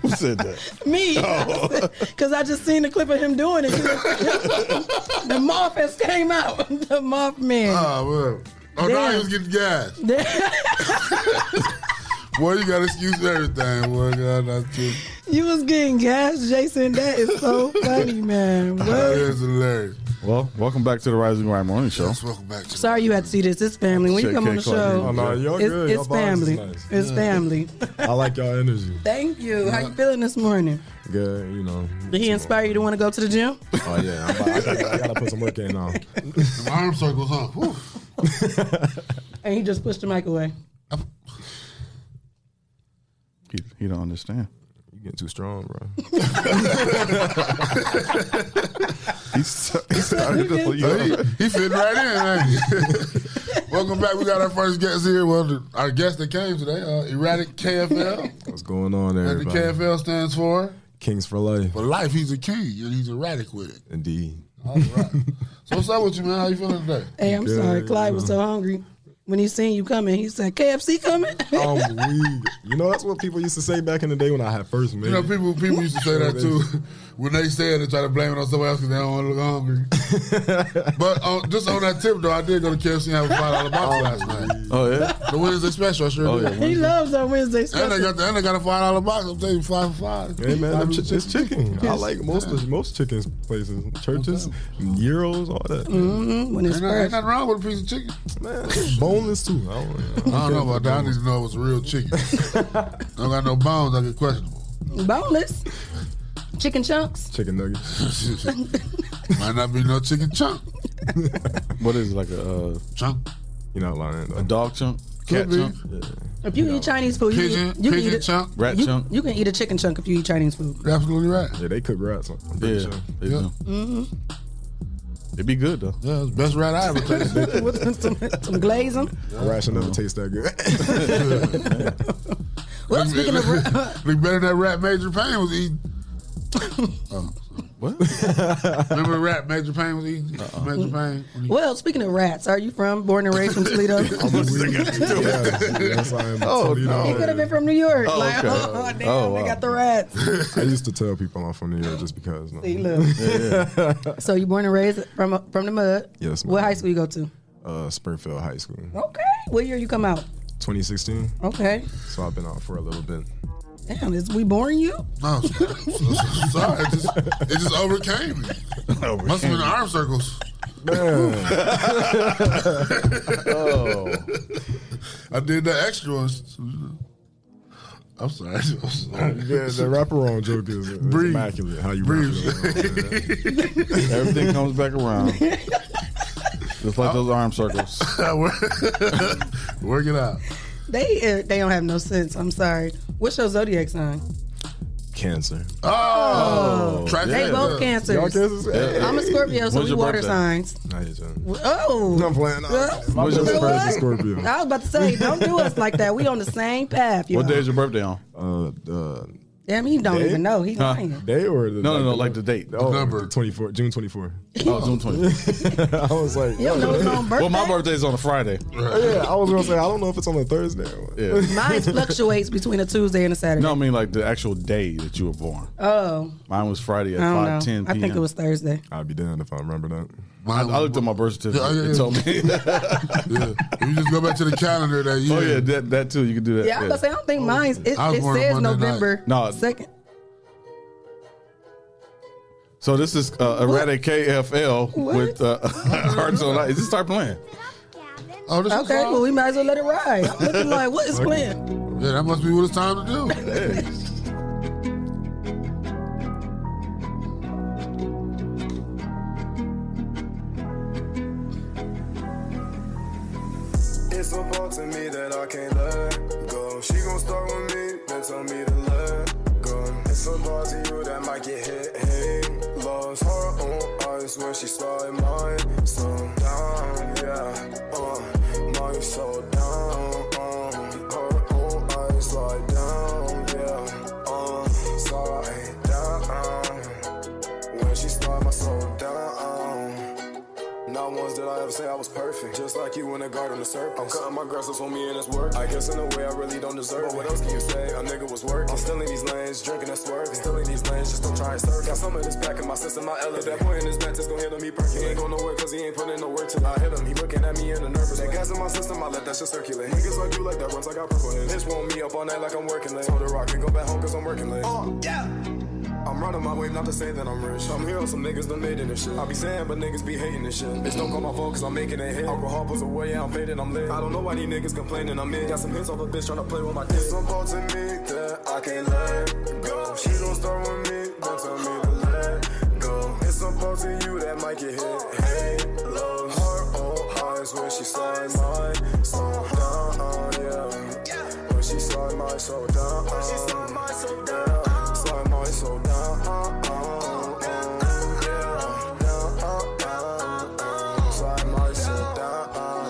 Speaker 8: Who said that?
Speaker 9: Me,
Speaker 8: Oh.
Speaker 9: because I just seen the clip of him doing it. the moth has came out. The moth man.
Speaker 10: Oh, well. Oh, now
Speaker 9: Damn.
Speaker 10: he was getting gas. Boy, you got excuse for everything. Boy, God, that's true.
Speaker 9: you was getting gas, Jason. That is so funny, man.
Speaker 10: That
Speaker 9: What?
Speaker 10: is hilarious.
Speaker 8: Well, welcome back to the Rising Grind Morning Show.
Speaker 10: welcome back to
Speaker 9: Sorry you had to see this. It's family. When you
Speaker 8: Shit,
Speaker 9: come on the
Speaker 8: can't call
Speaker 9: show,
Speaker 8: you. Oh, no,
Speaker 16: you're
Speaker 9: it's,
Speaker 16: good.
Speaker 9: it's
Speaker 16: Your vibes is
Speaker 9: family.
Speaker 16: nice.
Speaker 9: It's
Speaker 16: Yeah.
Speaker 9: family.
Speaker 16: I like y'all energy.
Speaker 9: Thank you. How you feeling this morning?
Speaker 16: Good, you know.
Speaker 9: Did he inspire you to want to go to the gym?
Speaker 16: Oh yeah, I'm about- I, gotta, I gotta put some work in now.
Speaker 10: My arm circles up. Whew.
Speaker 9: And he just pushed the mic away.
Speaker 8: He, he don't understand.
Speaker 16: You getting too strong, bro.
Speaker 8: He's, he's
Speaker 10: he, he fit right in. ain't he? Welcome back. We got our first guest here. Well, the- our guest that came today, uh, Erratic KFL.
Speaker 16: What's going on,
Speaker 10: That the
Speaker 16: everybody?
Speaker 10: KFL stands for.
Speaker 16: Kings for life,
Speaker 10: For life, he's a king, and he's erratic with it.
Speaker 16: indeed.
Speaker 10: So what's up with you, man? How you feeling today?
Speaker 9: Hey, I'm sorry. Clyde was so hungry. When he seen you coming, he said, KFC coming?
Speaker 16: I'm
Speaker 10: Um,
Speaker 16: weak. Um, You know that's what people used to say back in the day when I had first made.
Speaker 10: You know, people people used to say that too. When they say it, they try to blame it on someone else because they don't want to look hungry. but on, just on that tip, though, I did go to KFC and have a five dollar box last night.
Speaker 8: Oh yeah,
Speaker 10: the Wednesday special. I sure
Speaker 8: Oh,
Speaker 10: did.
Speaker 8: yeah,
Speaker 9: he loves our Wednesday
Speaker 10: And they
Speaker 9: special.
Speaker 10: got the, and they got a five dollar box. I'm telling you, five for five.
Speaker 16: Hey man,
Speaker 10: Five
Speaker 16: them chi-
Speaker 10: for
Speaker 16: it's chicken. I
Speaker 10: Yes.
Speaker 16: like most of most chicken places, churches, gyros, all that.
Speaker 9: Mm-hmm. When it's
Speaker 10: Ain't, nothing- ain't
Speaker 9: fresh.
Speaker 10: nothing wrong with a piece of chicken.
Speaker 16: Boneless too. I don't,
Speaker 10: I don't know about that. I need to know if it's real chicken. I don't got no bones. I get questionable.
Speaker 9: Boneless. Chicken chunks.
Speaker 16: Chicken nuggets.
Speaker 10: Might not be no chicken chunk.
Speaker 16: What is it, like a uh,
Speaker 10: chunk?
Speaker 16: You're not learning. A
Speaker 8: dog chunk,
Speaker 16: cat chunk.
Speaker 9: If you eat Chinese food, you,
Speaker 16: Pigeon-
Speaker 9: eat, you
Speaker 16: pigeon
Speaker 9: can eat
Speaker 16: chunk?
Speaker 9: A,
Speaker 16: Rat
Speaker 9: you,
Speaker 16: chunk?
Speaker 9: You can eat a chicken chunk if you eat Chinese food.
Speaker 10: You're absolutely right.
Speaker 16: Yeah, they cook rats. I'm
Speaker 8: Yeah,
Speaker 16: pretty sure.
Speaker 8: they do.
Speaker 9: hmm
Speaker 8: It'd be good though.
Speaker 10: Yeah, it's best rat I ever tasted.
Speaker 9: With some, some glazing.
Speaker 16: Rats should never taste that good.
Speaker 9: Well, speaking of
Speaker 10: look, look better than that rat Major Payne was eating. oh, what? Remember the rat Major Payne was eating?
Speaker 16: Uh-uh.
Speaker 10: Major Payne.
Speaker 9: Well, speaking of rats, are you from born and raised from Toledo?
Speaker 16: oh,
Speaker 9: He could have been from New York.
Speaker 16: Oh,
Speaker 9: like,
Speaker 16: okay.
Speaker 9: oh, damn,
Speaker 16: Oh,
Speaker 9: they
Speaker 16: wow.
Speaker 9: got the rats.
Speaker 16: I used to tell people I'm from New York just because. no.
Speaker 9: oh, See, look. So you born and raised from from the mud?
Speaker 16: Yes,
Speaker 9: What
Speaker 16: ma'am.
Speaker 9: high school you go to?
Speaker 16: Uh, Springfield High School,
Speaker 9: Okay. What year you come out?
Speaker 16: 2016.
Speaker 9: Okay.
Speaker 16: So I've been out for a little bit.
Speaker 9: Damn, is we boring you?
Speaker 10: No, sorry. It just, it just overcame me.
Speaker 8: Oh,
Speaker 10: Must have been the arm circles.
Speaker 16: Oh.
Speaker 10: I did the extra ones. I'm sorry. I'm sorry.
Speaker 16: Yeah, the rapper on joke is, is
Speaker 10: Breathe.
Speaker 16: immaculate. How you
Speaker 10: Breathe.
Speaker 8: Everything comes back around. Just like those arm circles.
Speaker 10: Work it out.
Speaker 9: They uh, they don't have no sense. I'm sorry. What's your zodiac sign?
Speaker 16: Cancer.
Speaker 10: Oh,
Speaker 9: they both cancers. I'm a Scorpio, so we water signs. Oh,
Speaker 16: I'm playing.
Speaker 9: My
Speaker 8: What's your
Speaker 9: birthday
Speaker 8: birthday?
Speaker 9: was-
Speaker 16: Scorpio.
Speaker 9: I was about to say, don't do us like that. We on the same path. y'all.
Speaker 8: What day is your birthday on?
Speaker 16: Uh, the
Speaker 9: Damn, Oh, he don't
Speaker 16: Day?
Speaker 9: even know. He's
Speaker 8: Huh?
Speaker 9: lying.
Speaker 16: day or the
Speaker 8: No, no, no, like the date.
Speaker 16: oh, number 24, June 24.
Speaker 8: Oh, June 20th.
Speaker 16: I was like,
Speaker 8: Well, my birthday is on a Friday.
Speaker 16: yeah, I was gonna say I don't know if it's on a Thursday. Or
Speaker 8: Yeah.
Speaker 9: Mine fluctuates between a Tuesday and a Saturday.
Speaker 8: No, I mean like the actual day that you were born.
Speaker 9: Oh,
Speaker 8: Mine was Friday at
Speaker 9: I don't
Speaker 8: five ten
Speaker 9: know. I
Speaker 8: p.m.
Speaker 9: think it was Thursday.
Speaker 16: I'd be damned if I remember that.
Speaker 8: I, I looked at my birth certificate.
Speaker 10: Yeah, yeah,
Speaker 8: It told me.
Speaker 10: You just go back to the calendar that year.
Speaker 8: Oh yeah, that, that too. You can do that.
Speaker 9: Yeah, I was gonna say I don't think mine's. It,
Speaker 8: I was
Speaker 9: it
Speaker 8: born on
Speaker 9: says
Speaker 8: Monday night.
Speaker 9: November
Speaker 8: No.
Speaker 9: second.
Speaker 8: So this is uh, Erratic KFL with uh, Hearts on Light. Just start playing.
Speaker 10: Oh, this
Speaker 9: okay, well we might as well let it ride. I'm looking like what is playing?
Speaker 10: Yeah, that must be what it's time to do.
Speaker 17: It's so far to me that I can't let go. She gon' start with me, then tell me to let go. It's so far to you that might get hit, hang. Lost her own eyes when she started mine. So down, yeah. Uh, mine so down. Uh, her own eyes like down, yeah. Uh, sorry, down. When she started my soul down. Not once did I ever say I was perfect. Just like you in the garden of serpents. I'm cutting my grass, that's on me and it's work. I guess in a way I really don't deserve it. But what else can you say? A nigga was working. I'm still in these lanes, drinking and swerving. Still in these lanes, just don't try and surf. Got some of this back in my system, I elevate. That point in his back, that's gonna hit him, he perking. He ain't going nowhere cause he ain't putting in no work till I hit him. He looking at me in a nervous That gas in my system, I let that shit circulate. Niggas like you like that runs, I got purple hits. Bitch want me up all night like I'm working late. Told her I can go back home cause I'm working late. Oh, yeah. I'm riding my wave, not to say that I'm rich. I'm here on some niggas done made it and shit. I be saying, but niggas be hating this shit. Bitch, don't call my phone cause I'm making it hit. Alcohol pulls away, yeah, I'm faded, I'm lit. I don't know why these niggas complaining, I'm in. Got some hits off a bitch trying to play with my dick. Some parts in me that I can't let go. She don't start with me, don't tell me to let go. It's some parts in you that might get hit. Hey, love her own eyes when she slide mine. So down, yeah. When she slide my soul down. When she slide my soul down. Slide my soul down. Yeah. Down. Slide my soul down.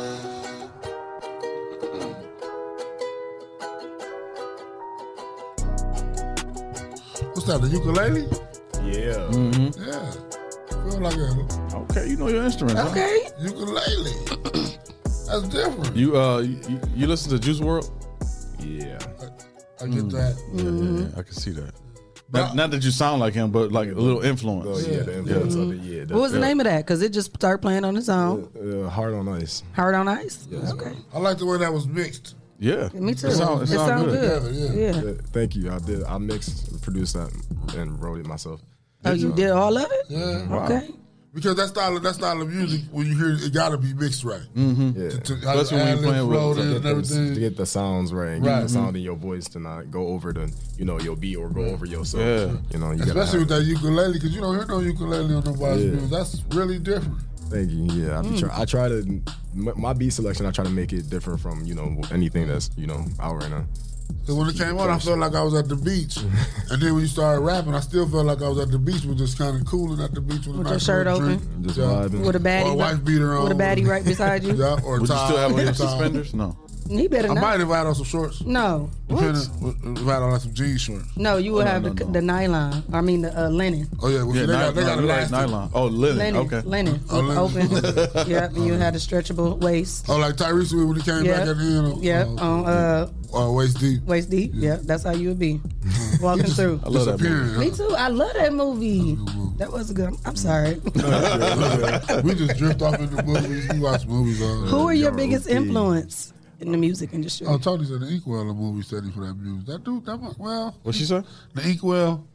Speaker 10: What's that? The ukulele?
Speaker 8: Yeah.
Speaker 9: Mm-hmm.
Speaker 10: Yeah. Feel like a
Speaker 8: Okay, you know your instruments. huh?
Speaker 10: Okay. Ukulele. That's different.
Speaker 8: You uh, you, you listen to Juice World? Yeah.
Speaker 10: I get that.
Speaker 8: Yeah,
Speaker 9: Mm-hmm.
Speaker 8: yeah, yeah, I can see that. Not, not that you sound like him, but like a little influence.
Speaker 16: Oh, yeah, the influence of it, yeah.
Speaker 9: What was the name of that? Because it just started playing on its own.
Speaker 16: Uh, hard on ice.
Speaker 9: Hard on ice. okay.
Speaker 10: I like the way that was mixed.
Speaker 8: Yeah.
Speaker 9: Me too. It sound- it It sound sound good. good. Yeah, yeah.
Speaker 16: Thank you. I did. I mixed, produced that, and wrote it myself.
Speaker 9: Oh, you did all of it?
Speaker 10: Yeah.
Speaker 16: Wow.
Speaker 9: Okay.
Speaker 10: Because that style of that style of music, when you hear it, it gotta be mixed right.
Speaker 8: Mm-hmm.
Speaker 16: Yeah.
Speaker 10: To- to- how
Speaker 16: Especially
Speaker 10: the
Speaker 16: when
Speaker 10: ad-lib
Speaker 16: you're playing
Speaker 10: flowed
Speaker 16: with to
Speaker 10: in and
Speaker 16: get, the,
Speaker 10: everything.
Speaker 16: to get the sounds right, get
Speaker 10: Right. Mm-hmm.
Speaker 16: the sound in your voice to not go over the, you know, your beat or go over yourself.
Speaker 10: Yeah.
Speaker 16: You know, you gotta
Speaker 10: Especially with
Speaker 16: have-
Speaker 10: that ukulele, because you don't hear no ukulele on nobody's
Speaker 16: Yeah.
Speaker 10: music. That's really different.
Speaker 16: Thank you. Yeah, I, be
Speaker 10: Mm.
Speaker 16: try, I try to my, my beat selection. I try to make it different from you know anything that's you know out right now.
Speaker 10: Because when it came out, I felt like I was at the beach. and then when you started rapping, I still felt like I was at the beach, was just kind of cooling at the beach with, a
Speaker 9: With your
Speaker 10: nice
Speaker 9: shirt
Speaker 10: little
Speaker 9: open?
Speaker 10: drink.
Speaker 16: Just
Speaker 10: Yeah.
Speaker 16: vibing. With a baddie
Speaker 10: Or a
Speaker 16: right-
Speaker 10: wife beater on.
Speaker 9: with a baddie right beside you?
Speaker 10: yeah, or a
Speaker 8: Would you
Speaker 10: tie.
Speaker 8: still have on your
Speaker 10: Tie.
Speaker 8: suspenders? No.
Speaker 9: He better
Speaker 10: I
Speaker 9: not.
Speaker 10: might have had on some shorts.
Speaker 9: No. What?
Speaker 10: Depending, if I had on like some jean shorts.
Speaker 9: No, you would
Speaker 10: Oh, no,
Speaker 9: have
Speaker 10: no,
Speaker 9: the, the nylon. I mean the uh, linen.
Speaker 10: Oh yeah, well,
Speaker 8: Yeah,
Speaker 10: see, they, got, they
Speaker 8: nylon.
Speaker 10: got
Speaker 8: We like
Speaker 10: elastic.
Speaker 8: nylon. Oh, linen.
Speaker 9: Linen.
Speaker 8: Okay.
Speaker 9: Linen.
Speaker 10: Oh, linen.
Speaker 9: Open. yep. And you had a stretchable waist.
Speaker 10: Oh, like Tyrese when he came
Speaker 9: Yep.
Speaker 10: back at the end. on-
Speaker 9: Yep.
Speaker 10: on-
Speaker 9: On uh,
Speaker 10: Uh, waist deep.
Speaker 9: waist deep. Yep. That's how you would be walking through.
Speaker 10: I love that movie.
Speaker 9: Me too. I love that movie. That was good. I'm sorry.
Speaker 10: we just drift off into movies. We watch movies. All
Speaker 9: Who are your biggest influence in the music industry?
Speaker 10: Oh, Tony said the Inkwell movie study for that music. That dude, that mu- well.
Speaker 8: What she said? Mm.
Speaker 10: The Inkwell,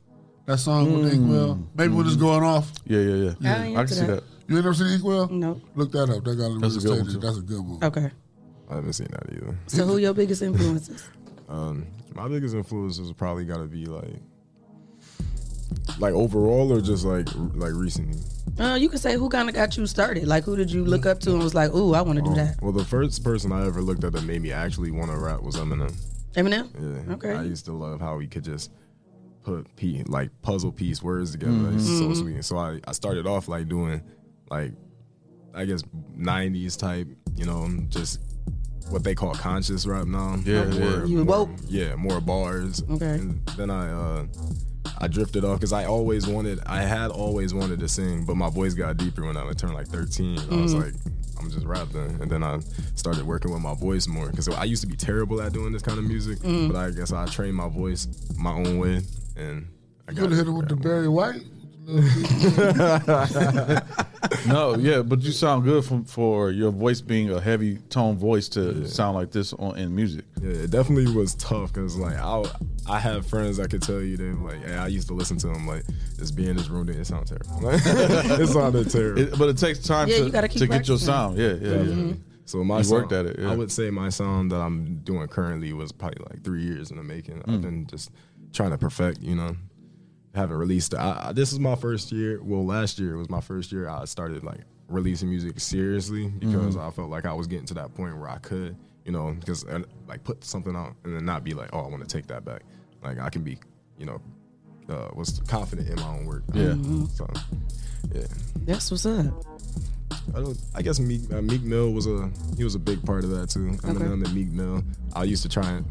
Speaker 10: that song with the Inkwell. Maybe when it's going off.
Speaker 8: Mm-hmm. Yeah, yeah, yeah.
Speaker 10: Yeah. I
Speaker 8: I,
Speaker 10: ain't
Speaker 8: can
Speaker 10: into
Speaker 8: see
Speaker 10: that.
Speaker 8: that.
Speaker 10: You ain't never seen Inkwell?
Speaker 9: No.
Speaker 10: Look that up. That got a
Speaker 8: That's a good one, too.
Speaker 10: That's a good movie.
Speaker 9: Okay.
Speaker 16: I haven't seen that either.
Speaker 9: So who your biggest influences?
Speaker 16: Um, my biggest influences are probably gotta be like, like overall or just like like recently.
Speaker 9: Uh, you could say who kind of got you started. Like who did you look up to and was like, "Ooh, I want to do that."
Speaker 16: Well, the first person I ever looked at that made me actually want to rap was Eminem.
Speaker 9: Eminem.
Speaker 16: Yeah.
Speaker 9: Okay.
Speaker 16: I used to love how he could just put p like puzzle piece words together.
Speaker 9: Mhm.
Speaker 16: It's so
Speaker 9: Mhm.
Speaker 16: sweet. So I, I started off like doing like I guess '90s type, you know, just what they call conscious rap now.
Speaker 8: Yeah, yeah. You
Speaker 16: more, Yeah, more bars. Okay. And then I uh I drifted off because I always wanted, I had always wanted to sing, but my voice got deeper when I turned like 13. I was
Speaker 8: Mhm.
Speaker 16: like, I'm just rapping. And then I started working with my voice more because I used to be terrible at doing this kind of music,
Speaker 10: Mm.
Speaker 16: but I guess I trained my voice my own way. And I got
Speaker 10: You could have hit him with the Barry White.
Speaker 8: no, yeah, but you sound good from, for your voice being a heavy tone voice to sound like this on, in music.
Speaker 16: Yeah, it definitely was tough because like I I have friends I could tell you they were like, hey, I used to listen to them like just being in this room, it sounds terrible. it sounded terrible.
Speaker 8: It- but it takes time Yeah, to- you gotta keep Mm-hmm. to get your practicing. sound. Yeah, yeah, yeah.
Speaker 16: Definitely. So my
Speaker 8: You
Speaker 16: sound,
Speaker 8: worked at it, yeah.
Speaker 16: I would say my sound that I'm doing currently was probably like three years in the making.
Speaker 8: Mm.
Speaker 16: I've been just trying to perfect, you know. Haven't released. I, I, this is my first year. Well, last year was my first year. I started like releasing music seriously because
Speaker 8: Mhm.
Speaker 16: I felt like I was getting to that point where I could, you know, because like put something out and then not be like, oh, I want to take that back. Like I can be, you know, uh, was confident in my own work.
Speaker 8: Yeah. Mhm.
Speaker 16: So, yeah.
Speaker 9: That's what's up.
Speaker 16: I, don't, I guess Meek, uh, Meek Mill was a he was a big part of that too. Eminem and Meek Mill. I used to try and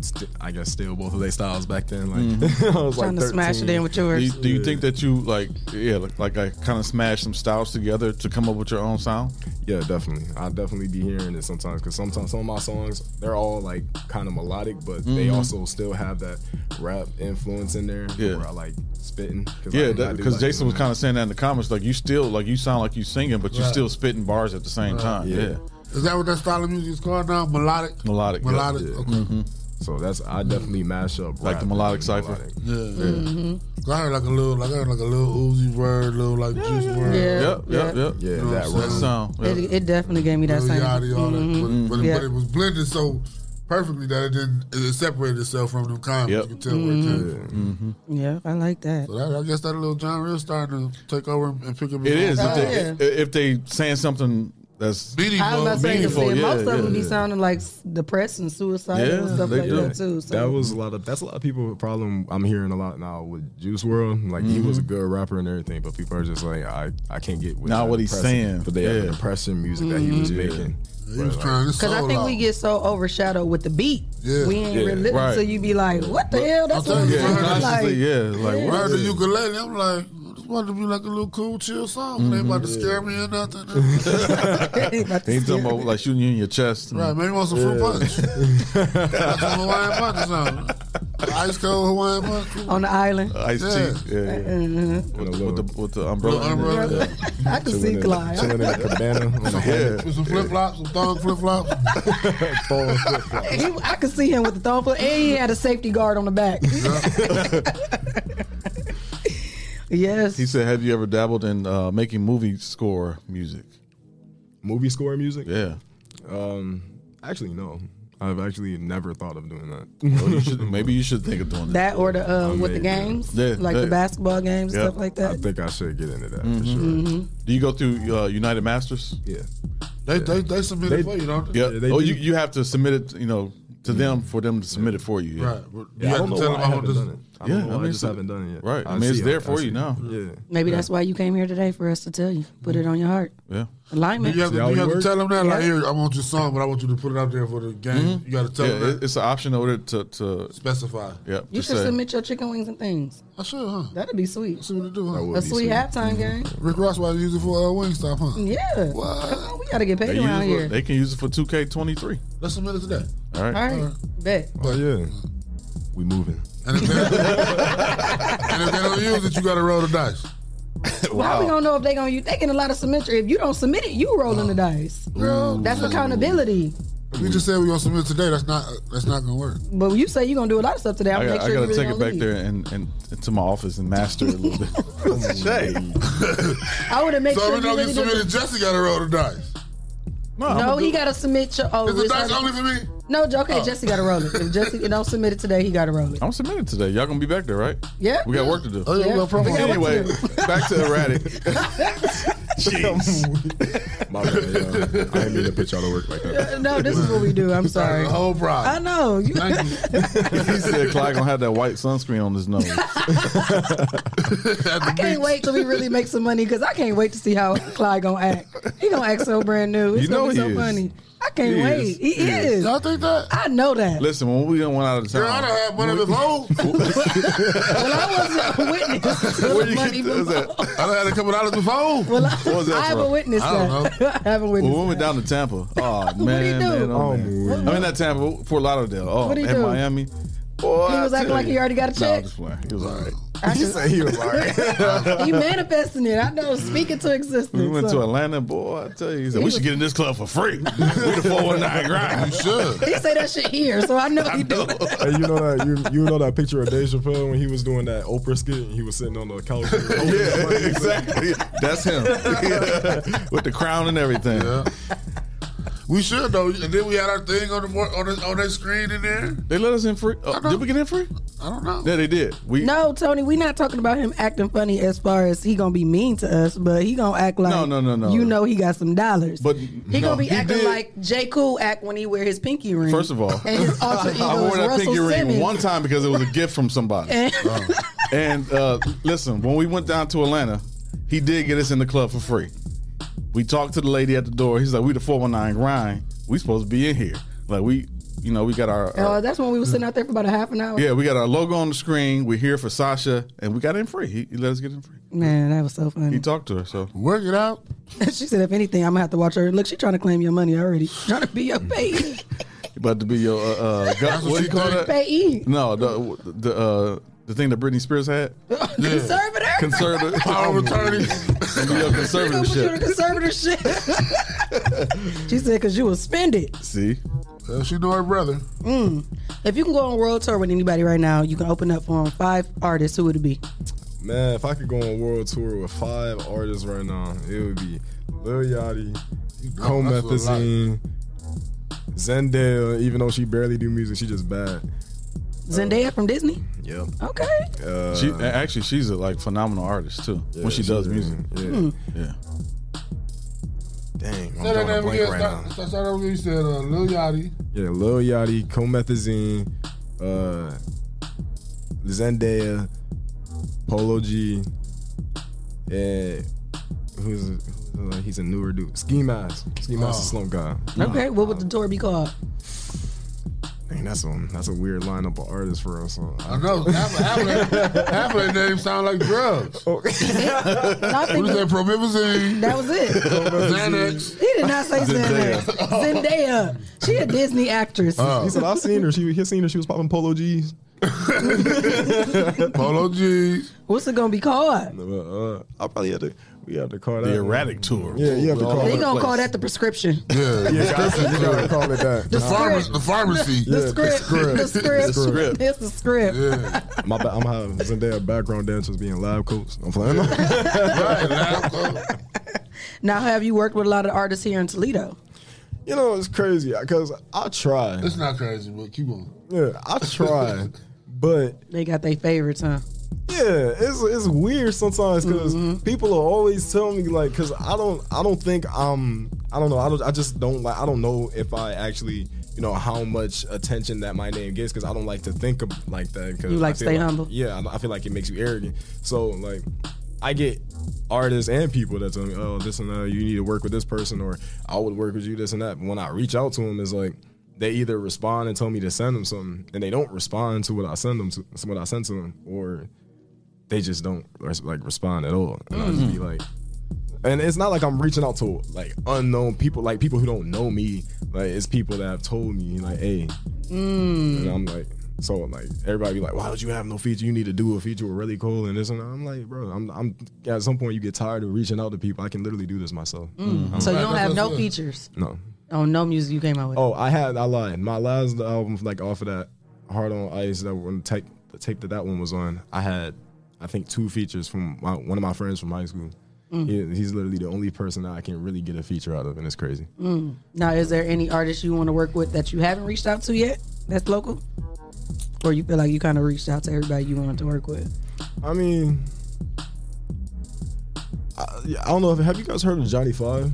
Speaker 16: st- I guess steal both of their styles back then. Like
Speaker 8: Mm-hmm.
Speaker 16: I was like 13.
Speaker 8: Do you, do you think that you like, yeah, like, like I kind of smash some styles together to come up with your own sound?
Speaker 16: Yeah, definitely. I definitely be hearing it sometimes because sometimes some of my songs they're all like kind of melodic, but they
Speaker 8: Mhm.
Speaker 16: also still have that rap influence in there.
Speaker 8: Yeah.
Speaker 16: where I like spitting.
Speaker 8: Yeah, because Jason was kind of saying that in the comments. Like you still, like you sound like you singing, but you
Speaker 10: Right.
Speaker 8: still spitting bars at the same
Speaker 10: Right.
Speaker 8: time.
Speaker 16: Yeah.
Speaker 8: Yeah,
Speaker 10: Is that what that style of music is called now? Melodic.
Speaker 8: melodic, yeah.
Speaker 10: Melodic.
Speaker 8: Yeah.
Speaker 10: Okay.
Speaker 8: Mhm.
Speaker 16: So that's I definitely mash up
Speaker 8: Like the melodic cipher.
Speaker 10: Yeah.
Speaker 8: Mhm.
Speaker 10: So I heard like a little, like I heard like a little Uzi word, little like juice word.
Speaker 9: Yeah.
Speaker 8: Yep, yep, yep.
Speaker 16: Yeah,
Speaker 10: You know
Speaker 16: that
Speaker 10: what I'm
Speaker 16: round.
Speaker 10: saying?
Speaker 8: sound.
Speaker 9: It, it definitely gave me that
Speaker 10: Lil
Speaker 9: same.
Speaker 10: Yachty, all that.
Speaker 9: Mhm.
Speaker 10: But, but, it-
Speaker 9: Yeah.
Speaker 10: but it was blended so perfectly that it didn't. It separated itself from the comments.
Speaker 8: Yep.
Speaker 10: You can tell where it came from.
Speaker 8: Mhm.
Speaker 9: Mm-hmm. Yeah, I like that.
Speaker 10: So that, I guess that little John Real starting to take over and pick up.
Speaker 8: It is
Speaker 10: If
Speaker 8: if they, if they saying something that's
Speaker 9: Oh, I was about to say, 'cause
Speaker 8: meaningful,
Speaker 9: then
Speaker 8: yeah,
Speaker 9: most of them
Speaker 8: yeah,
Speaker 9: be sounding like s- depressed and suicidal and stuff
Speaker 16: they
Speaker 9: like
Speaker 16: do.
Speaker 9: that too. So.
Speaker 16: That was a lot of that's a lot of people problem I'm hearing a lot now with Juice World. Like he was a
Speaker 9: Mm-hmm.
Speaker 16: good rapper and everything, but people are just like I, I can't get with
Speaker 8: Not
Speaker 16: that
Speaker 8: what he's
Speaker 16: depressing-
Speaker 8: saying.
Speaker 16: But they have
Speaker 8: Yeah.
Speaker 16: the depression music that he was
Speaker 8: Mhm.
Speaker 9: Mm-hmm.
Speaker 16: making.
Speaker 10: He was trying to
Speaker 9: Because I think we get so overshadowed with the beat.
Speaker 10: Yeah.
Speaker 9: We ain't
Speaker 16: Yeah.
Speaker 9: really
Speaker 16: Right.
Speaker 9: so you be like, what the hell? That's what
Speaker 8: yeah,
Speaker 9: it sound like.
Speaker 8: consciously, yeah, like
Speaker 10: I
Speaker 8: what
Speaker 10: heard the
Speaker 8: is-
Speaker 10: ukulele. I'm like, this about to be like a little cool, chill song. They about
Speaker 8: Mm-hmm.
Speaker 10: to scare me or nothing.
Speaker 8: Ain't talking about like shooting you in your chest.
Speaker 10: Right, maybe want some fruit punch. That's some Hawaiian punch or something. Ice cold Hawaiian punch.
Speaker 9: On the island.
Speaker 8: Ice tea. Yeah, yeah.
Speaker 9: Mhm.
Speaker 8: With, the- with the with the umbrella.
Speaker 10: umbrella.
Speaker 9: I can see Clyde.
Speaker 16: Chilling in a cabana on the
Speaker 8: Yeah.
Speaker 10: With some flip flops, some thong flip flops.
Speaker 9: He, I could see him with the thong foot, and he had a safety guard on the back. Yes.
Speaker 8: He said, "Have you ever dabbled in uh, making movie score music?
Speaker 16: Movie score music?
Speaker 8: Yeah.
Speaker 16: Um, actually, no. I've actually never thought of doing that.
Speaker 8: Well, Oh, you should- maybe you should think of doing
Speaker 9: That or the uh, with the games, like the basketball games,
Speaker 8: Yeah.
Speaker 9: stuff like that.
Speaker 16: think I should get into that
Speaker 8: for
Speaker 9: sure. Mhm.
Speaker 8: Do you go through uh, United Masters?
Speaker 16: Yeah.
Speaker 10: They they they submit it for you, don't they? Mm-hmm.
Speaker 8: Yeah. oh, you, you have to submit it, you know, to them for them to submit it for you. yeah.
Speaker 10: Right, but Yeah, you I have don't to know tell why them I I haven't want this- done it. I don't
Speaker 8: yeah,
Speaker 10: know why I
Speaker 8: mean,
Speaker 10: just
Speaker 8: it's-
Speaker 16: haven't done it yet.
Speaker 8: Right. I,
Speaker 16: I
Speaker 8: mean, it's
Speaker 16: see,
Speaker 8: there
Speaker 16: I
Speaker 8: for
Speaker 16: see.
Speaker 8: you now.
Speaker 16: Yeah.
Speaker 9: Maybe that's why you came here today for us to tell you. Put it on your heart.
Speaker 8: Yeah.
Speaker 9: Alignment.
Speaker 10: You have, to, you have to tell them that, like,
Speaker 9: Yeah.
Speaker 10: here, I want your song, but I want you to put it out there for the game.
Speaker 8: Mhm.
Speaker 10: You got to tell
Speaker 8: yeah,
Speaker 10: them
Speaker 8: it- It's an option over there to, to
Speaker 10: specify.
Speaker 8: Yeah.
Speaker 9: You
Speaker 8: to
Speaker 9: should
Speaker 8: say-
Speaker 9: submit your chicken wings and things.
Speaker 10: I should, huh?
Speaker 9: That'd be sweet.
Speaker 10: See what it do,
Speaker 8: That would
Speaker 9: A
Speaker 8: be
Speaker 9: sweet,
Speaker 8: sweet. Mm-hmm.
Speaker 9: halftime game.
Speaker 10: that. Rick Ross was using for uh, Wingstop, huh?
Speaker 9: Yeah. Come on, we gotta get paid
Speaker 8: They, use
Speaker 9: around
Speaker 8: it for-
Speaker 9: here.
Speaker 8: they can use it for 2K23.
Speaker 10: Let's submit it today.
Speaker 8: All right.
Speaker 9: All right. Bet.
Speaker 8: Oh,
Speaker 10: But
Speaker 16: yeah, we moving.
Speaker 10: And if, they, and if they don't use it, you got to roll the dice.
Speaker 9: Well, How we gonna know if they gonna you? They getting a lot of submission. If you don't submit it, you rolling the dice.
Speaker 10: Girl,
Speaker 9: That's accountability.
Speaker 10: We just said we gonna submit today. That's not that's not gonna work.
Speaker 9: But you say you gonna do a lot of stuff today. I'm
Speaker 8: I,
Speaker 9: make
Speaker 8: got,
Speaker 9: sure
Speaker 8: I
Speaker 9: you
Speaker 8: gotta
Speaker 9: really
Speaker 8: take
Speaker 9: don't
Speaker 8: it back
Speaker 9: leave.
Speaker 8: there and, and, and to my office and master it a little bit. Shay.
Speaker 9: I would have made
Speaker 10: so
Speaker 9: sure
Speaker 10: we
Speaker 9: you
Speaker 10: know
Speaker 9: really
Speaker 10: you
Speaker 9: do
Speaker 10: submitted.
Speaker 9: the-
Speaker 10: Jesse got to roll the dice.
Speaker 9: No, he gotta submit your. Oh,
Speaker 10: Is the
Speaker 9: it's
Speaker 10: dice
Speaker 9: not-
Speaker 10: only for me?
Speaker 9: No, Jo- okay, Jesse got to roll it. If Jesse don't submit it today, he got to roll it.
Speaker 8: I'm submitting today. Y'all gonna be back there, right?
Speaker 9: Yeah.
Speaker 8: We got work to do.
Speaker 9: Oh, yeah, we got promo. We got work
Speaker 8: Anyway,
Speaker 9: to
Speaker 8: back to erratic.
Speaker 16: My bad, yeah. I didn't mean to put y'all to work like that.
Speaker 9: No, this is what we do. I'm sorry.
Speaker 16: The whole
Speaker 10: problem.
Speaker 9: I know. You,
Speaker 8: he said Clyde gonna have that white sunscreen on his nose.
Speaker 9: I can't wait till we really make some money because I can't wait to see how Clyde gonna act. He gonna act so brand new. It's
Speaker 8: You know
Speaker 9: gonna be
Speaker 8: he
Speaker 9: so
Speaker 8: is.
Speaker 9: funny. I can't
Speaker 8: He
Speaker 9: wait.
Speaker 8: is.
Speaker 9: He,
Speaker 8: He is.
Speaker 9: is.
Speaker 10: Y'all think that?
Speaker 9: I know that.
Speaker 8: Listen, when we done went out of town,
Speaker 10: Girl, I done had one of his hoes.
Speaker 9: well, I wasn't a witness. to
Speaker 10: Where
Speaker 9: the
Speaker 10: you
Speaker 9: money
Speaker 10: get-
Speaker 9: from-
Speaker 10: is that? I done had a couple dollars before.
Speaker 9: Well, I,
Speaker 8: What was that
Speaker 9: I haven't
Speaker 8: from?
Speaker 9: witnessed
Speaker 8: I don't
Speaker 9: that. I haven't witnessed.
Speaker 8: Well, we went down to Tampa. Oh man,
Speaker 9: do you do?
Speaker 8: man, oh, man. I mean not Tampa, Fort Lauderdale. Oh,
Speaker 9: What do you
Speaker 8: and
Speaker 9: do?
Speaker 8: Miami. Boy,
Speaker 9: He was
Speaker 8: I
Speaker 9: acting
Speaker 8: tell
Speaker 9: like
Speaker 8: you.
Speaker 9: he already got a
Speaker 8: Nah, I'm
Speaker 9: check?
Speaker 8: just playing. He was all right.
Speaker 9: He
Speaker 8: said he was all
Speaker 9: that. he manifesting it. I know. Speaking to existence.
Speaker 8: We went
Speaker 9: so.
Speaker 8: to Atlanta, boy. I tell you, he said
Speaker 9: He
Speaker 8: we
Speaker 9: was-
Speaker 8: should get in this club for free. we the four one nine grind. You should.
Speaker 9: He say that shit here, so I know he do.
Speaker 16: Hey, you know that you, you know that picture of Dave Chappelle when he was doing that Oprah skit and he was sitting on the couch.
Speaker 8: Yeah, exactly. That's him with the crown and everything.
Speaker 10: We should though. And then we had our thing on the mo- on the, on that screen in there.
Speaker 8: They let us in free. Oh, did we get in free?
Speaker 10: I don't know.
Speaker 8: Yeah, they did. We
Speaker 9: No, Tony, we not talking about him acting funny as far as he gonna be mean to us, but he gonna act like
Speaker 8: No, no, no, no.
Speaker 9: You know he got some dollars.
Speaker 8: But
Speaker 9: he
Speaker 8: no,
Speaker 9: gonna be
Speaker 8: he
Speaker 9: acting
Speaker 8: did.
Speaker 9: like J. Cool act when he wear his pinky ring.
Speaker 8: First of all,
Speaker 9: and his alter ego
Speaker 8: I wore
Speaker 9: is
Speaker 8: that
Speaker 9: Uh, Russell
Speaker 8: pinky
Speaker 9: Simmons.
Speaker 8: ring one time because it was a gift from somebody.
Speaker 9: And-
Speaker 8: and uh, listen, when we went down to Atlanta, he did get us in the club for free. We talked to the lady at the door. He's like, "We the four one nine grind. We supposed to be in here. Like we, you know, we got our, our-
Speaker 9: Uh, that's when we were sitting out there for about a half an hour.
Speaker 8: yeah, we got our logo on the screen. We're here for Sasha, and we got in free. He, he let us get in free.
Speaker 9: Man, that was so funny.
Speaker 8: He talked to her, so
Speaker 10: work it out.
Speaker 9: she said, if anything, I'm gonna have to watch her. Look, she trying to claim your money already. trying to be your payee.
Speaker 8: About to be your uh, uh gu- what do you call that?
Speaker 9: Payee.
Speaker 8: No, the the uh, the thing that Britney Spears had.
Speaker 9: Conservator.
Speaker 8: Conservative
Speaker 10: power of attorney.
Speaker 8: Be your
Speaker 9: Put you in a
Speaker 8: conservatorship.
Speaker 9: conservator shit. she said, because you will spend it.
Speaker 8: See,
Speaker 10: Well, she know her brother.
Speaker 9: Mm. If you can go on world tour with anybody right now, you can open up for 'em. five artists. Who would it be?
Speaker 16: Man, if I could go on world tour with five artists right now, it would be Lil Yachty, Comethazine, Zendaya. Even though she barely do music, she just bad.
Speaker 9: Zendaya from Disney.
Speaker 16: Yeah.
Speaker 9: Okay.
Speaker 16: Uh,
Speaker 8: she a- actually she's a like phenomenal artist too.
Speaker 16: Yeah,
Speaker 8: when she
Speaker 16: she
Speaker 8: does
Speaker 16: is.
Speaker 8: music,
Speaker 16: Yeah.
Speaker 9: Hmm.
Speaker 8: yeah.
Speaker 16: Dang, I'm
Speaker 10: Say that
Speaker 16: drawing a
Speaker 10: name
Speaker 16: blank
Speaker 10: again.
Speaker 16: right now.
Speaker 10: Start, start, start over. You said uh, Lil Yachty.
Speaker 16: Yeah, Lil Yachty, Comethazine, uh, Zendaya, Polo G, and who's, who's uh, he's a newer dude. Ski Mask. Ski Mask
Speaker 9: Oh.
Speaker 16: is Slump God.
Speaker 9: Okay. What would the tour be called?
Speaker 16: Dang, that's a that's a weird lineup of artists for us. So uh.
Speaker 10: I know. Half, half, of- half of their names sound like drugs.
Speaker 16: Oh,
Speaker 9: I think-
Speaker 10: What is that? Promethazine.
Speaker 9: That was it.
Speaker 10: Xanax.
Speaker 9: He did not say Zendaya. Zendaya. She a Disney actress.
Speaker 10: Uh.
Speaker 16: He said I seen her. She he seen her. She was popping Polo G's.
Speaker 10: Polo G's.
Speaker 9: What's it gonna be called?
Speaker 16: Uh, I probably had to We have to call
Speaker 8: The
Speaker 16: that
Speaker 8: erratic tour.
Speaker 16: Yeah, you have to call
Speaker 9: They
Speaker 16: it.
Speaker 9: gonna call that the prescription.
Speaker 16: Yeah, yeah, you gotta call it that.
Speaker 9: The
Speaker 16: Nah.
Speaker 9: script. The script. The script. It's the script.
Speaker 16: My ba- I'm having Zendaya background dancers being lab coats. I'm playing.
Speaker 9: Now, have you worked with a lot of artists here in Toledo?
Speaker 16: You know, it's crazy because I try.
Speaker 10: It's not crazy, but keep on.
Speaker 16: Yeah, I try, but
Speaker 9: they got their favorites, huh?
Speaker 16: Yeah, it's it's weird sometimes because
Speaker 9: Mm-hmm.
Speaker 16: people are always telling me like, because I don't I don't think um I don't know I don't I just don't like I don't know if I actually you know how much attention that my name gets because I don't like to think of like that. 'cause
Speaker 9: You like
Speaker 16: I feel
Speaker 9: stay humble?
Speaker 16: Yeah, I, I feel like it makes you arrogant. So like. I get artists and people that tell me, "Oh, this and that. You need to work with this person," or "I would work with you." This and that. But when I reach out to them, it's like they either respond and tell me to send them something, and they don't respond to what I send them to what I send to them, or they just don't res- like respond at all. And I just be like, and it's not like I'm reaching out to like unknown people, like people who don't know me. Like it's people that have told me, like, hey, and
Speaker 9: Mm.
Speaker 16: I'm like, so like everybody be like, why don't you have no feature? You need to do a feature with really cool and this and that. I'm like, bro, I'm, I'm at some point you get tired of reaching out to people. I can literally do this myself. I'm
Speaker 9: Mm. So you
Speaker 16: like-
Speaker 9: don't have no features
Speaker 16: Mm-hmm. No.
Speaker 9: on no music you came out with.
Speaker 16: Oh, I had I lied. My last album, like off of that Hard on Ice, that one tape, the tape that that one was on, I had I think two features from my, one of my friends from high school.
Speaker 9: Mm.
Speaker 16: He- he's literally the only person that I can really get a feature out of, and it's crazy.
Speaker 9: Mm. Now, is there any artist you want to work with that you haven't reached out to yet? That's local, or you feel like you kind of reached out to everybody you wanted to work with?
Speaker 16: I mean, I, Uh, yeah, I don't know. If, have you guys heard of Johnny Five?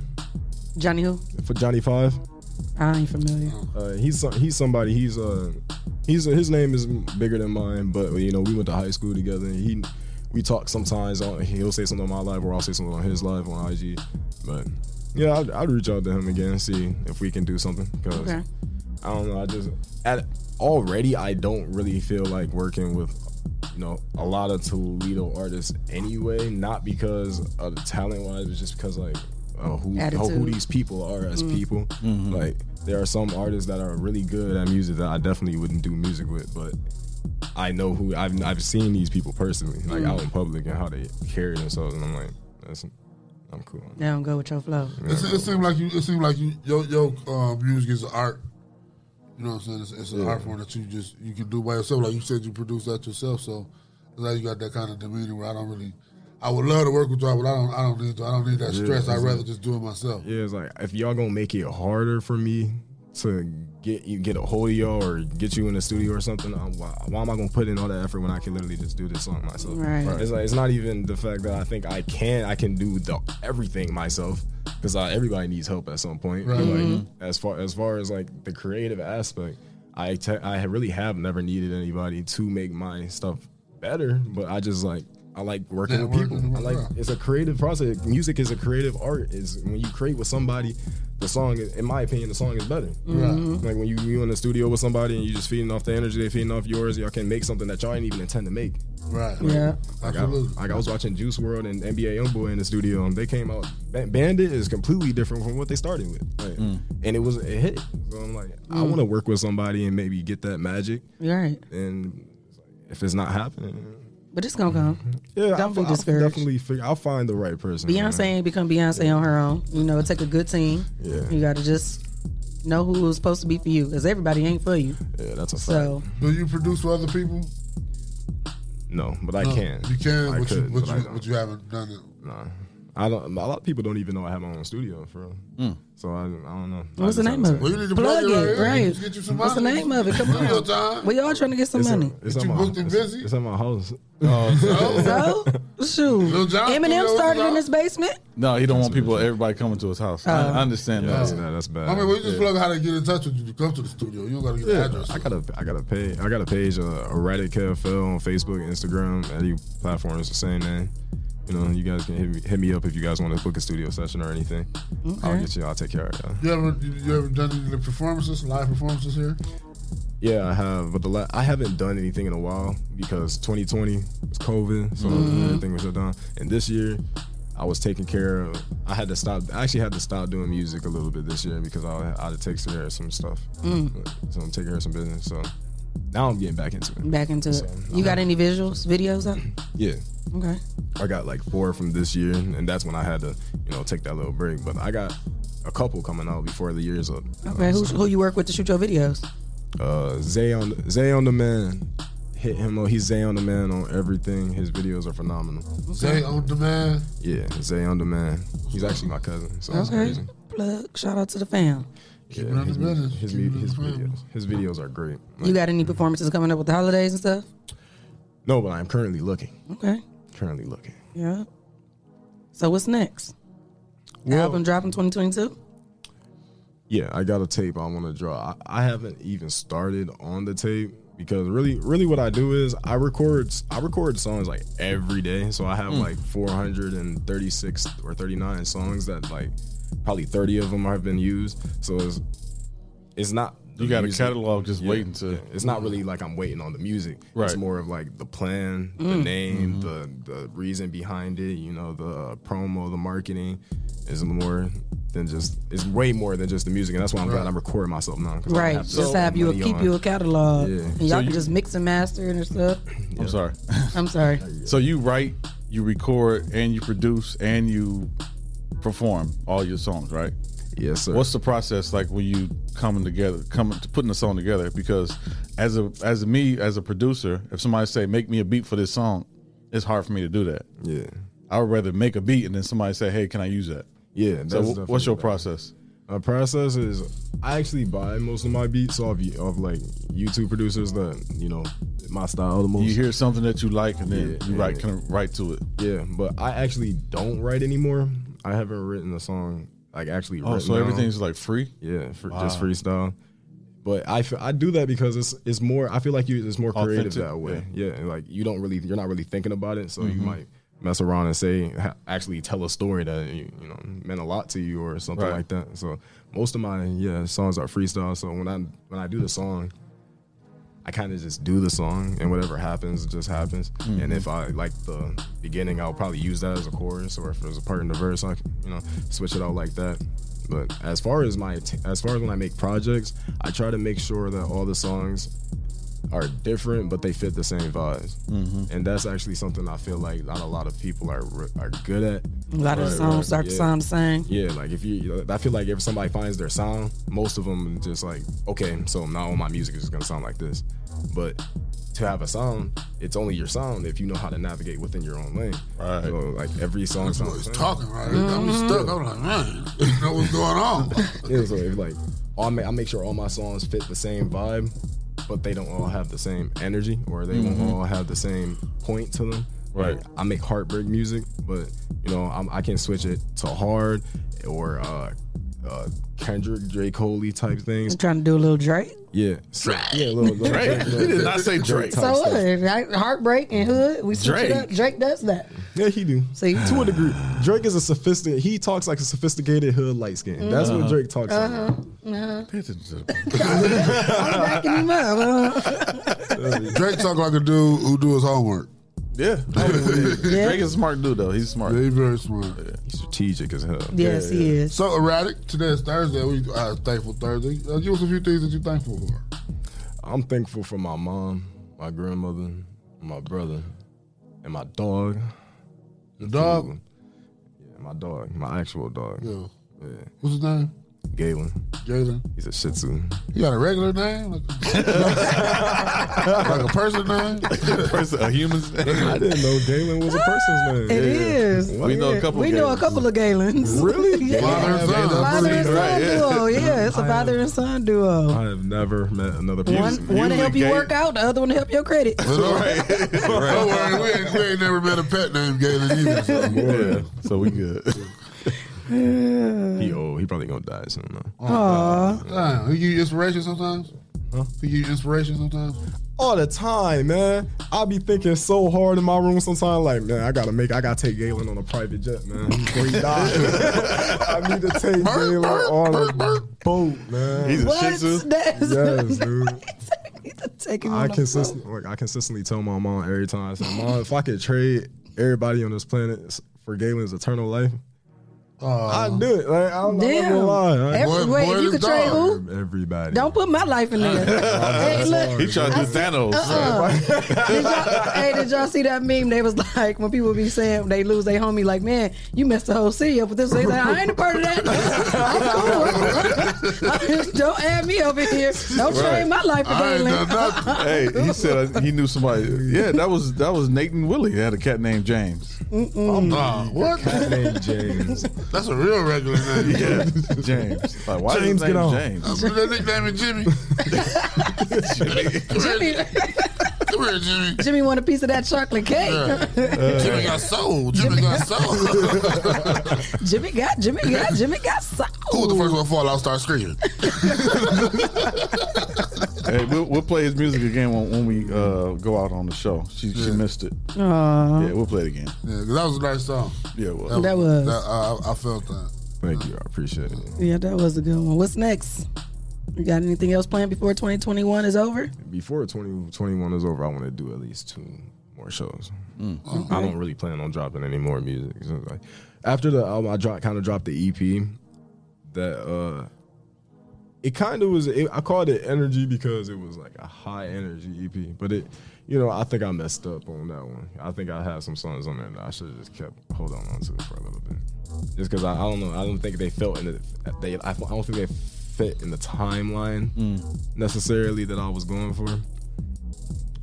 Speaker 9: Johnny who?
Speaker 16: For Johnny Five.
Speaker 9: I ain't familiar.
Speaker 16: Uh, he's some- he's somebody. He's uh he's his name is bigger than mine, but you know we went to high school together. And he we talk sometimes. On, he'll say something on my live, or I'll say something on his live on IG. But yeah, I'd, I'd reach out to him again and see if we can do something. 'cause
Speaker 9: Okay.
Speaker 16: I don't know. I just at already I don't really feel like working with you know a lot of Toledo artists anyway. Not because of the talent wise, but just because like uh, who how, who
Speaker 8: Attitude.
Speaker 16: these people are as
Speaker 8: Mm.
Speaker 16: people. Like there are some artists that are really good at music that I definitely wouldn't do music with, but I know who I've I've seen these people personally, like
Speaker 9: Mm.
Speaker 16: out in public and how they carry themselves, and I'm like, that's I'm cool.
Speaker 9: They don't go with your flow.
Speaker 10: It, se- it seemed like you. It seemed like you. Your your um, music is an art. You know what I'm saying? It's, it's an
Speaker 16: Yeah.
Speaker 10: art form that you just you can do by yourself. Like you said, you produce that yourself. So it's like you got that kind of demeanor where I don't really. I would love to work with y'all, but I don't. I don't need to. I don't need that
Speaker 16: Yeah,
Speaker 10: stress. I'd
Speaker 16: it's
Speaker 10: rather
Speaker 16: like-
Speaker 10: just do it myself.
Speaker 16: Yeah, it's like if y'all gonna make it harder for me to get you get a hold of y'all or get you in the studio or something, I'm, why, why am I gonna put in all that effort when I can literally just do this song myself?
Speaker 8: Right. Right.
Speaker 16: It's like it's not even the fact that I think I can I can do the everything myself because everybody needs help at some point.
Speaker 8: Right.
Speaker 16: Like,
Speaker 8: Mhm.
Speaker 16: As far as far as like the creative aspect, I te- I really have never needed anybody to make my stuff better, but I just like. I like working with
Speaker 8: Networking
Speaker 16: people.
Speaker 8: and
Speaker 16: I like
Speaker 8: whatnot.
Speaker 16: it's a creative process. Music is a creative art. Is when you create with somebody, the song, is- in my opinion, the song is better.
Speaker 8: Mhm.
Speaker 16: Like when you you in the studio with somebody and you just feeding off the energy, they feeding off yours. Y'all can make something that y'all didn't even intend to make.
Speaker 10: Right.
Speaker 16: Like,
Speaker 10: Yeah.
Speaker 16: Like I,
Speaker 10: Absolutely.
Speaker 16: like I was watching Juice World and NBA YoungBoy in the studio, and they came out. Ba- Bandit is completely different from what they started with, Like, and it was a hit. So I'm like, I
Speaker 9: Mm.
Speaker 16: want to work with somebody and maybe get that magic.
Speaker 9: You're right,
Speaker 16: And if it's not happening,
Speaker 9: but it's gonna come.
Speaker 16: yeah,
Speaker 9: don't
Speaker 16: I'll,
Speaker 9: be discouraged.
Speaker 16: I'll definitely figure. I'll find the right person. you know?
Speaker 9: Beyonce ain't become Beyonce on her own. You know, it take a good team.
Speaker 16: Yeah.
Speaker 9: You got to just know who was supposed to be for you, because everybody ain't for you.
Speaker 16: Yeah, that's a fact.
Speaker 9: So
Speaker 10: Do you produce for other people?
Speaker 16: No, but I
Speaker 10: No,
Speaker 16: can.
Speaker 10: You can,
Speaker 16: I
Speaker 10: but, you,
Speaker 16: could,
Speaker 10: but,
Speaker 16: but I
Speaker 10: you,
Speaker 16: don't.
Speaker 10: but you haven't done it.
Speaker 16: Nah. I don't. A lot of people don't even know I have my own studio, for real. So I, I don't know.
Speaker 9: Hmm. what's
Speaker 16: I
Speaker 9: the
Speaker 16: just
Speaker 9: name
Speaker 16: have
Speaker 9: of it?
Speaker 16: to-
Speaker 9: plug it, right?
Speaker 10: Just get you some
Speaker 9: What's the
Speaker 10: money.
Speaker 9: name of it? Come
Speaker 10: Studio
Speaker 9: on,
Speaker 10: time.
Speaker 9: we all trying to get some
Speaker 16: It's at-
Speaker 9: money.
Speaker 16: It's at my house. It's, it's at my house.
Speaker 9: so shoot, Eminem started in his basement.
Speaker 18: No, he don't want people. Everybody coming to his house. I,
Speaker 9: Uh,
Speaker 18: I understand that.
Speaker 16: that's bad. That's bad.
Speaker 10: I mean, we just
Speaker 16: Yeah.
Speaker 10: plug how to get in touch with you to come to the studio. You don't got to get the
Speaker 16: Yeah,
Speaker 10: address.
Speaker 16: I got a I got a page I got a page uh, erratic KFL on Facebook, Instagram, any platform is the same name. You know, you guys can hit me hit me up if you guys want to book a studio session or anything. I'll
Speaker 10: Okay.
Speaker 16: get you. I'll take care of y'all.
Speaker 10: You ever you, you ever done any performances, live performances here?
Speaker 16: Yeah, I have, but the la- I haven't done anything in a while because 2020 was COVID, so
Speaker 9: Mm-hmm.
Speaker 10: Mhm.
Speaker 16: everything was shut down. And this year, I was taking care of. I had to stop. I actually had to stop doing music a little bit this year because I I had to take care of some stuff.
Speaker 9: Mm.
Speaker 16: So I'm taking care of some business. So now I'm getting back into it.
Speaker 9: Back into it. You got any visuals, videos up?
Speaker 16: Yeah.
Speaker 9: Okay.
Speaker 16: I got like four from this year, and that's when I had to, you know, take that little break. But I got a couple coming out before the year's up.
Speaker 9: Okay. Who, who you work with to shoot your videos?
Speaker 16: Uh, Zay on Zay on the man, hit him up. He's Zay on the man on everything. His videos are phenomenal.
Speaker 10: Zay on demand.
Speaker 16: Yeah, Zay on the man. He's actually my cousin, so it's
Speaker 9: Okay.
Speaker 16: crazy.
Speaker 9: Plug. Shout out to the fam.
Speaker 16: Yeah,
Speaker 10: it on
Speaker 16: his,
Speaker 10: the
Speaker 16: mu-
Speaker 10: business.
Speaker 16: his,
Speaker 10: Keep
Speaker 16: mu-
Speaker 10: it on
Speaker 16: his
Speaker 10: the
Speaker 16: videos, his videos are great.
Speaker 9: You got any performances coming up with the holidays and stuff?
Speaker 16: No, but I'm currently looking.
Speaker 9: Okay.
Speaker 16: Currently looking.
Speaker 9: Yeah. So what's next? Album dropping 2022.
Speaker 16: Yeah, I got a tape I want to draw. I, I haven't even started on the tape because really, really, what I do is I record. I record songs like every day, so I have
Speaker 18: Mm.
Speaker 16: like 436 or 39 songs that like probably 30 of them have been used. So it's it's not.
Speaker 18: You got a catalog just waiting
Speaker 16: to. It's not really like I'm waiting on the music. It's
Speaker 18: Right.
Speaker 16: more of like the plan, the
Speaker 18: Mm.
Speaker 16: name, the the reason behind it. You know, the uh, promo, the marketing is more than just. It's way more than just the music, and that's why I'm glad I'm recording myself now. 'cause I don't
Speaker 9: Right.
Speaker 16: have to
Speaker 9: just
Speaker 16: spend
Speaker 9: have you a,
Speaker 16: money
Speaker 9: keep
Speaker 16: on-
Speaker 9: you a catalog,
Speaker 16: Yeah.
Speaker 9: and y'all
Speaker 16: So
Speaker 9: can
Speaker 16: you-
Speaker 9: just mix and master and stuff.
Speaker 18: I'm sorry.
Speaker 9: I'm sorry.
Speaker 18: So you write, you record, and you produce, and you perform all your songs, right?
Speaker 16: Yes, sir.
Speaker 18: What's the process like when you coming together, coming to putting the song together? Because as a as me as a producer, if somebody say make me a beat for this song, it's hard for me to do that.
Speaker 16: Yeah,
Speaker 18: I would rather make a beat and then somebody say, hey, can I use that? So
Speaker 16: Yeah. that's
Speaker 18: wh- what's
Speaker 16: definitely
Speaker 18: your
Speaker 16: better.
Speaker 18: process?
Speaker 16: My process is I actually buy most of my beats off of like YouTube producers that you know my style the most.
Speaker 18: You hear something that you like and then you write kind of write to it.
Speaker 16: Yeah, but I actually don't write anymore. I haven't written a song like actually.
Speaker 18: Oh,
Speaker 16: written
Speaker 18: so
Speaker 16: down.
Speaker 18: everything's like free?
Speaker 16: Yeah, for, just
Speaker 18: Wow.
Speaker 16: freestyle. But I feel, I do that because it's it's more. I feel like you it's more creative
Speaker 18: Authentic,
Speaker 16: that way. Yeah. and, like you don't really you're not really thinking about it, so you might mess around and say ha- actually tell a story that you, you know meant a lot to you or something
Speaker 18: Right.
Speaker 16: like that. So most of my yeah songs are freestyle. So when I when I do the song, I kind of just do the song and whatever happens just happens. And if I like the beginning, I'll probably use that as a chorus, or if there's a part in the verse, I can, you know switch it out like that. But as far as my t- as far as when I make projects, I try to make sure that all the songs are different, but they fit the same vibes.
Speaker 18: Mhm.
Speaker 16: And that's actually something I feel like not a lot of people are re- are good at.
Speaker 9: A lot of the songs
Speaker 16: right,
Speaker 9: start to sound the same.
Speaker 16: Yeah, like if you, I feel like if somebody finds their sound, most of them just like, okay, so now all my music is just gonna sound like this. But to have a sound, it's only your sound if you know how to navigate within your own lane. Right. So like every song
Speaker 10: This
Speaker 16: sounds.
Speaker 10: boy's
Speaker 16: the same.
Speaker 10: talking right here. Got me stuck. I'm like, man, I don't know what's going on.
Speaker 16: yeah, so if like I make, I make sure all my songs fit the same vibe, but they don't all have the same energy or they
Speaker 18: Mhm.
Speaker 16: won't all have the same point to them.
Speaker 18: Right.
Speaker 16: Like, I make heartbreak music, but you know I'm, I can switch it to hard or uh, uh, Kendrick, J. Coley type things.
Speaker 9: I'm trying to do a little Drake.
Speaker 16: Yeah, so- yeah, little, little
Speaker 18: Drake.
Speaker 16: Drake,
Speaker 18: He did not say Drake.
Speaker 9: So
Speaker 16: type stuff.
Speaker 9: what? Right? Heartbreak and hood. We switch it
Speaker 16: Drake.
Speaker 9: up. Drake does that.
Speaker 16: Yeah, he do.
Speaker 9: See,
Speaker 16: to a degree, Drake is a sophisticated. He talks like a sophisticated hood light skin. That's what
Speaker 18: Uh-huh.
Speaker 16: Drake talks like.
Speaker 9: Mm-hmm. Uh-huh. Uh-huh. I'm backing him up.
Speaker 10: Drake talk like a dude who do his homework.
Speaker 18: Yeah.
Speaker 16: Oh,
Speaker 10: Yeah.
Speaker 18: Drake is a smart dude though. He's smart.
Speaker 10: He's very smart.
Speaker 16: He's strategic as hell.
Speaker 9: Yes, he is.
Speaker 10: So erratic. Today is Thursday. We uh, thankful Thursday. Uh, give us a few things that you're thankful for.
Speaker 16: I'm thankful for my mom, my grandmother, my brother, and my dog. The
Speaker 10: dog?
Speaker 16: Yeah, my dog, my actual dog.
Speaker 10: Yeah.
Speaker 16: yeah.
Speaker 10: What's his name?
Speaker 16: Galen.
Speaker 10: Galen.
Speaker 16: He's a Shih Tzu.
Speaker 10: You got a regular name, like, like a person name.
Speaker 18: person, a human's name.
Speaker 16: I didn't know Galen was a person's name.
Speaker 9: It is.
Speaker 18: We know a couple.
Speaker 9: We know a couple of Galens. Really? yeah.
Speaker 16: Father and son.
Speaker 9: Father and son
Speaker 16: Right, yeah.
Speaker 9: duo. Yeah, it's a
Speaker 16: I
Speaker 9: father and son duo.
Speaker 16: I have never met another person.
Speaker 9: One, one to help you work out, the other one to help your credit.
Speaker 10: Don't worry, we ain't, we ain't never met a pet named Galen either. So.
Speaker 16: Yeah, so we good.
Speaker 9: Yeah.
Speaker 16: he old. He probably gonna die soon though.
Speaker 9: Aww.
Speaker 10: Oh, Damn, he give you inspiration sometimes.
Speaker 16: Huh?
Speaker 10: He give you inspiration sometimes.
Speaker 16: All the time, man. I be thinking so hard in my room sometimes. Like, man, I gotta make, I gotta take Galen on a private jet, man. Before he dies,
Speaker 9: Uh-huh.
Speaker 16: I need to take Galen on a boat, man.
Speaker 18: He's a Shih What? Tzu? That's-
Speaker 16: Yes, dude.
Speaker 9: Taking
Speaker 16: I
Speaker 9: on the phone.
Speaker 16: consistently, like, I consistently tell my mom every time. I say, Mom, if I could trade everybody on this planet for Galen's eternal life,
Speaker 10: I
Speaker 16: knew it. Like, I don't know. Uh, I'm
Speaker 9: Damn.
Speaker 16: gonna lie.
Speaker 9: Every- Boy- wait, boy if you is could trade dog.
Speaker 16: Everybody.
Speaker 9: Don't put my life in there. hey, look. uh-uh.
Speaker 18: he tried to do Thanos.
Speaker 9: Hey, did y'all see that meme? They was like, when people be saying they lose their homie, like, man, you messed the whole city up with this. They like, I ain't a part of that. I'm cool. Don't add me over here. Don't trade my life for Galen.
Speaker 18: hey, he said uh, he knew somebody. Yeah, that was that was Nathan Willie. He had a cat named James.
Speaker 10: Nah, what?
Speaker 18: James.
Speaker 10: That's a real regular name.
Speaker 18: Yeah, James. Like, why is his
Speaker 10: James, get
Speaker 18: name
Speaker 10: on.
Speaker 18: James?
Speaker 10: Uh, that nickname is Jimmy.
Speaker 9: Jimmy,
Speaker 10: Come here, Jimmy.
Speaker 9: Jimmy want a piece of that chocolate cake.
Speaker 10: Jimmy got soul. Jimmy got soul.
Speaker 9: Jimmy got, Jimmy got, Jimmy got soul.
Speaker 10: Who was the first one to fall? I'll start screaming.
Speaker 18: hey, we'll, we'll play his music again when, when we uh, go out on the show. She, she missed it.
Speaker 9: Aw.
Speaker 18: Yeah, we'll play it again.
Speaker 10: Yeah, 'cause that was a nice song.
Speaker 18: Yeah, it
Speaker 9: was. That was.
Speaker 10: that- I, I felt that.
Speaker 16: Thank you. I appreciate it.
Speaker 9: Yeah, that was a good one. What's next? You got anything else planned before 2021 is over?
Speaker 16: Before 2021 is over, I want to do at least two more shows. I don't really plan on dropping any more music. So, like, after the album, I dropped, kind of dropped the EP. That uh, it kind of was. It, I called it energy because it was like a high energy EP. But it, you know, I think I messed up on that one. I think I had some songs on there that I should have just kept holding on to for a little bit. Just because I, I don't know. I don't think they felt in it. They I, don't think they fit in the timeline necessarily that I was going for.
Speaker 17: Mm.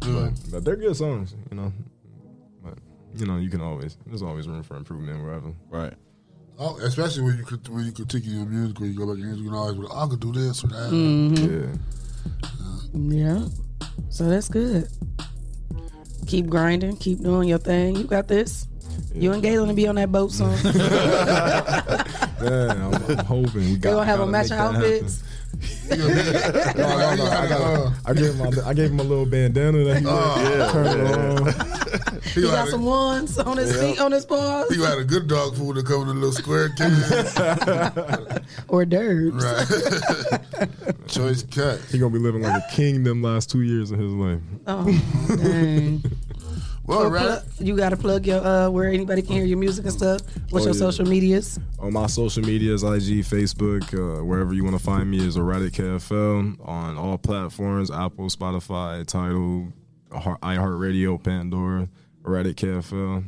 Speaker 16: But, but they're good songs, you know. But you know, you can always there's always room for improvement wherever. Right.
Speaker 10: Oh, especially when you could when you critique your music, when you go back and you can always be like, "Oh, I could do this or that.
Speaker 9: Mhm. Yeah. So that's good. Keep grinding. Keep doing your thing. You got this. You and Galen to be on that boat soon.
Speaker 16: Yeah, I'm, I'm hoping we
Speaker 9: they
Speaker 16: got.
Speaker 9: gonna have
Speaker 16: gotta make
Speaker 9: on matching
Speaker 16: that happen.
Speaker 9: outfits.
Speaker 16: No, no, no, I, gotta- I gave him my- I gave him a little bandana that he
Speaker 10: Oh,
Speaker 16: turned
Speaker 10: yeah.
Speaker 16: on.
Speaker 9: He got some ones on his
Speaker 10: Yeah.
Speaker 9: feet, on his paws,
Speaker 10: You had a good dog food that come in a little square can.
Speaker 9: or d'oeuvres.
Speaker 10: Choice cut.
Speaker 16: He gonna be living like a king them last two years of his life.
Speaker 9: Oh, dang.
Speaker 10: Well,
Speaker 9: Plug-
Speaker 10: right.
Speaker 9: you gotta plug your uh, where anybody can hear your music and stuff. What's
Speaker 16: Oh,
Speaker 9: your
Speaker 16: yeah.
Speaker 9: social medias?
Speaker 16: On my social medias, IG, Facebook, uh, wherever you want to find me is Erratic KFL on all platforms Apple, Spotify, Title, Har- iHeartRadio, Pandora, Erratic KFL.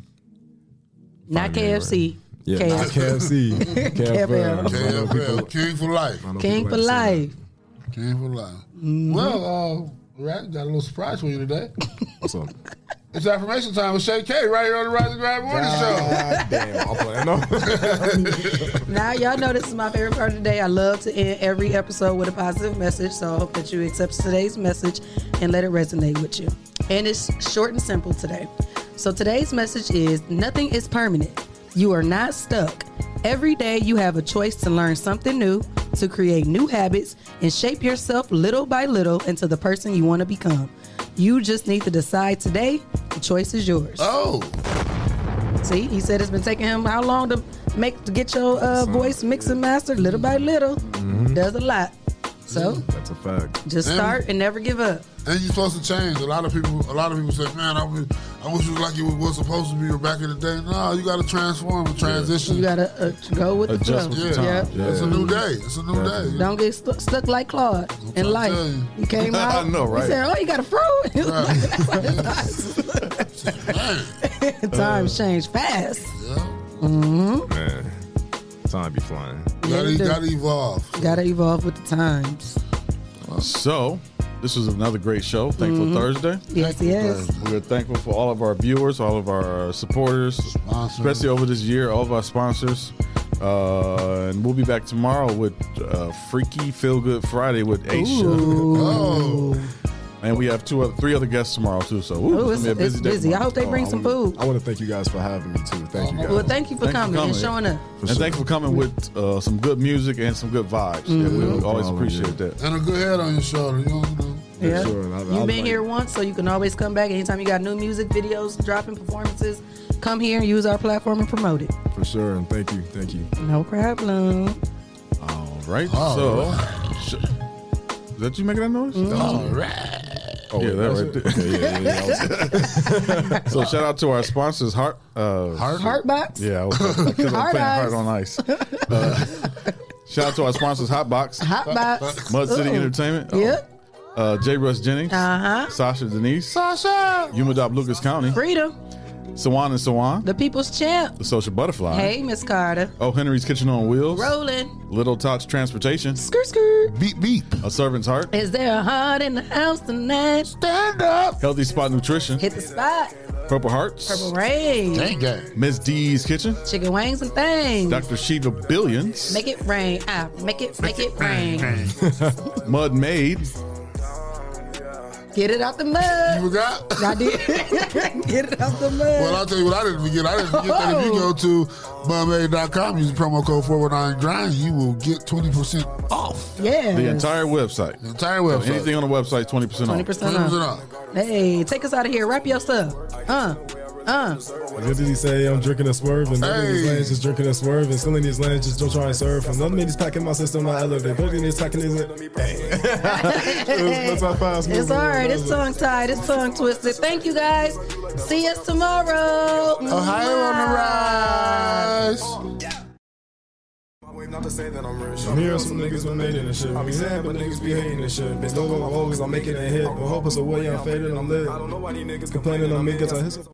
Speaker 9: Not KFC.
Speaker 16: Yeah,
Speaker 9: K-
Speaker 16: not KFC. KFL. I know
Speaker 10: KFL,
Speaker 16: people-
Speaker 10: King for life.
Speaker 16: I know
Speaker 9: King
Speaker 16: people
Speaker 9: for
Speaker 16: like to say that.
Speaker 9: life.
Speaker 10: King for life.
Speaker 9: Mm-hmm.
Speaker 10: Well, uh, Rat got a little surprise for you today.
Speaker 16: What's up?
Speaker 10: It's affirmation time with Shay K right here on the Rise and Grind Morning Show.
Speaker 16: Damn, I'm playing. No.
Speaker 9: Now y'all know this is my favorite part of the day. I love to end every episode with a positive message, so I hope that you accept today's message and let it resonate with you. And it's short and simple today. So today's message is nothing is permanent. You are not stuck. Every day you have a choice to learn something new, to create new habits, and shape yourself little by little into the person you want to become. You just need to decide today. The choice is yours.
Speaker 10: Oh.
Speaker 9: See, he said it's been taking him how long to make to get your uh, voice mixed and mastered little by little.
Speaker 10: Mm-hmm.
Speaker 9: Does a lot. So
Speaker 16: That's a fact.
Speaker 9: just start and never give up.
Speaker 10: And you're supposed to change. A lot of people, a lot of people say, "Man, I wish, I wish it was like it was supposed to be or back in the day." No, you got to transform and transition.
Speaker 9: You gotta uh, go with
Speaker 10: Adjust
Speaker 9: the
Speaker 10: with
Speaker 9: flow.
Speaker 10: the time. Yeah. It's a new day. It's a new day.
Speaker 9: Definitely. Don't get stu- stuck like Claude in life. You. came out.
Speaker 10: I know, right?
Speaker 9: He said, "Oh, you got a fro." Times
Speaker 10: Uh.
Speaker 9: change fast. hmm
Speaker 16: Man, time be flying.
Speaker 9: Yeah, it do.
Speaker 10: evolve.
Speaker 9: Gotta evolve with the times.
Speaker 18: So, this was another great show. Thankful
Speaker 9: Mhm.
Speaker 18: Thursday.
Speaker 9: Yes, yes.
Speaker 18: We're thankful for all of our viewers, all of our supporters, especially over this year, all of our sponsors. Uh, and we'll be back tomorrow with uh, Freaky Feel Good Friday with Aisha. Oh.
Speaker 10: Oh.
Speaker 9: Ooh.
Speaker 18: And we have two, other, three other guests tomorrow too. So ooh,
Speaker 9: Ooh,
Speaker 18: gonna
Speaker 9: Oh, it's-
Speaker 18: be a day
Speaker 9: it's busy. I
Speaker 18: tomorrow.
Speaker 9: hope they bring
Speaker 18: I
Speaker 9: some
Speaker 18: wanna-
Speaker 9: food.
Speaker 16: I want to thank you guys for having me too. Thank you guys.
Speaker 9: Well, thank you for
Speaker 18: Thanks
Speaker 9: coming and showing up.
Speaker 18: and thanks for coming with uh, some good music and some good vibes. Yeah,
Speaker 9: Mm-hmm.
Speaker 18: we
Speaker 10: Mhm.
Speaker 18: always
Speaker 10: No problem,
Speaker 18: appreciate that.
Speaker 10: And a good head on your shoulder. You don't know.
Speaker 9: Yeah. You've been here once, so you can always come back. Anytime you got new music, videos, dropping performances, come here and use our platform and promote it.
Speaker 16: for sure. And thank you, thank you.
Speaker 9: No problem.
Speaker 18: All right.
Speaker 16: All
Speaker 18: so, Sh- did you make that noise?
Speaker 9: All
Speaker 18: right.
Speaker 8: Oh, yeah,
Speaker 17: wait,
Speaker 8: that
Speaker 17: that's
Speaker 8: right
Speaker 17: it?
Speaker 8: there. Okay, yeah, yeah, yeah. so shout out to our sponsors, Heart uh,
Speaker 9: Heart? Heartbox?
Speaker 8: Yeah, I was, I was playing
Speaker 9: Heart
Speaker 8: Heart
Speaker 9: Ice.
Speaker 8: on Ice. Uh, shout out to our sponsors, Hotbox,
Speaker 9: Hotbox.
Speaker 8: Mud City
Speaker 9: Ooh.
Speaker 8: Entertainment,
Speaker 9: Oh. Yep.
Speaker 8: uh, J. Russ Jennings,
Speaker 9: Uh-huh.
Speaker 8: Sasha Denise,
Speaker 9: Sasha.
Speaker 8: Umadop Lucas County,
Speaker 9: Freedom,
Speaker 8: Sawan and Sawan,
Speaker 9: the people's champ.
Speaker 8: the Social Butterfly.
Speaker 9: Hey, Miss Carter.
Speaker 8: Oh, Henry's Kitchen on Wheels.
Speaker 9: Rolling.
Speaker 8: Little Tots Transportation.
Speaker 9: Skirt, skirt.
Speaker 8: Beep, beep. A Servant's Heart.
Speaker 9: Is there a heart in the house tonight? Stand up.
Speaker 8: Healthy Spot Nutrition.
Speaker 9: Hit the spot.
Speaker 8: Purple Hearts.
Speaker 9: Purple Rain.
Speaker 8: Ms. D's Kitchen.
Speaker 9: Chicken wings and things.
Speaker 8: Dr. Shiva Billions.
Speaker 9: Make it rain. Ah, make it, make, it, rain.
Speaker 8: Mud Maid.
Speaker 9: Get it out the mud. You
Speaker 10: forgot?
Speaker 9: I did. Get it out the mud.
Speaker 10: Well, I'll tell you what I didn't forget. I didn't forget that if you go to mudmaid.com, use the promo code 419 grind, you will get 20% off.
Speaker 9: Yeah.
Speaker 8: The entire website. The
Speaker 10: entire
Speaker 9: website.
Speaker 8: anything on the website, 20% off.
Speaker 9: 20% off. Hey, take us out of here. Wrap your stuff. Uh, uh.
Speaker 16: What did he say? I'm drinking a swerve, and another in these lanes just drinking a swerve, and still in these lanes just don't try and serve. Another man is packing my system, I elevate. Both of these packing is That's my five
Speaker 9: It's all right. It's tongue tied. It's tongue twisted. Thank you guys. See us tomorrow.
Speaker 10: Ohio on the rise.
Speaker 19: Not to say that I'm rich.
Speaker 16: I'm here, some niggas been made in this shit. I be sad, but niggas be hating this shit. Bitch, don't go my always, I'm making a hit. But hope is a way I'm faded, I'm lit. Complaining, I'm making a hit.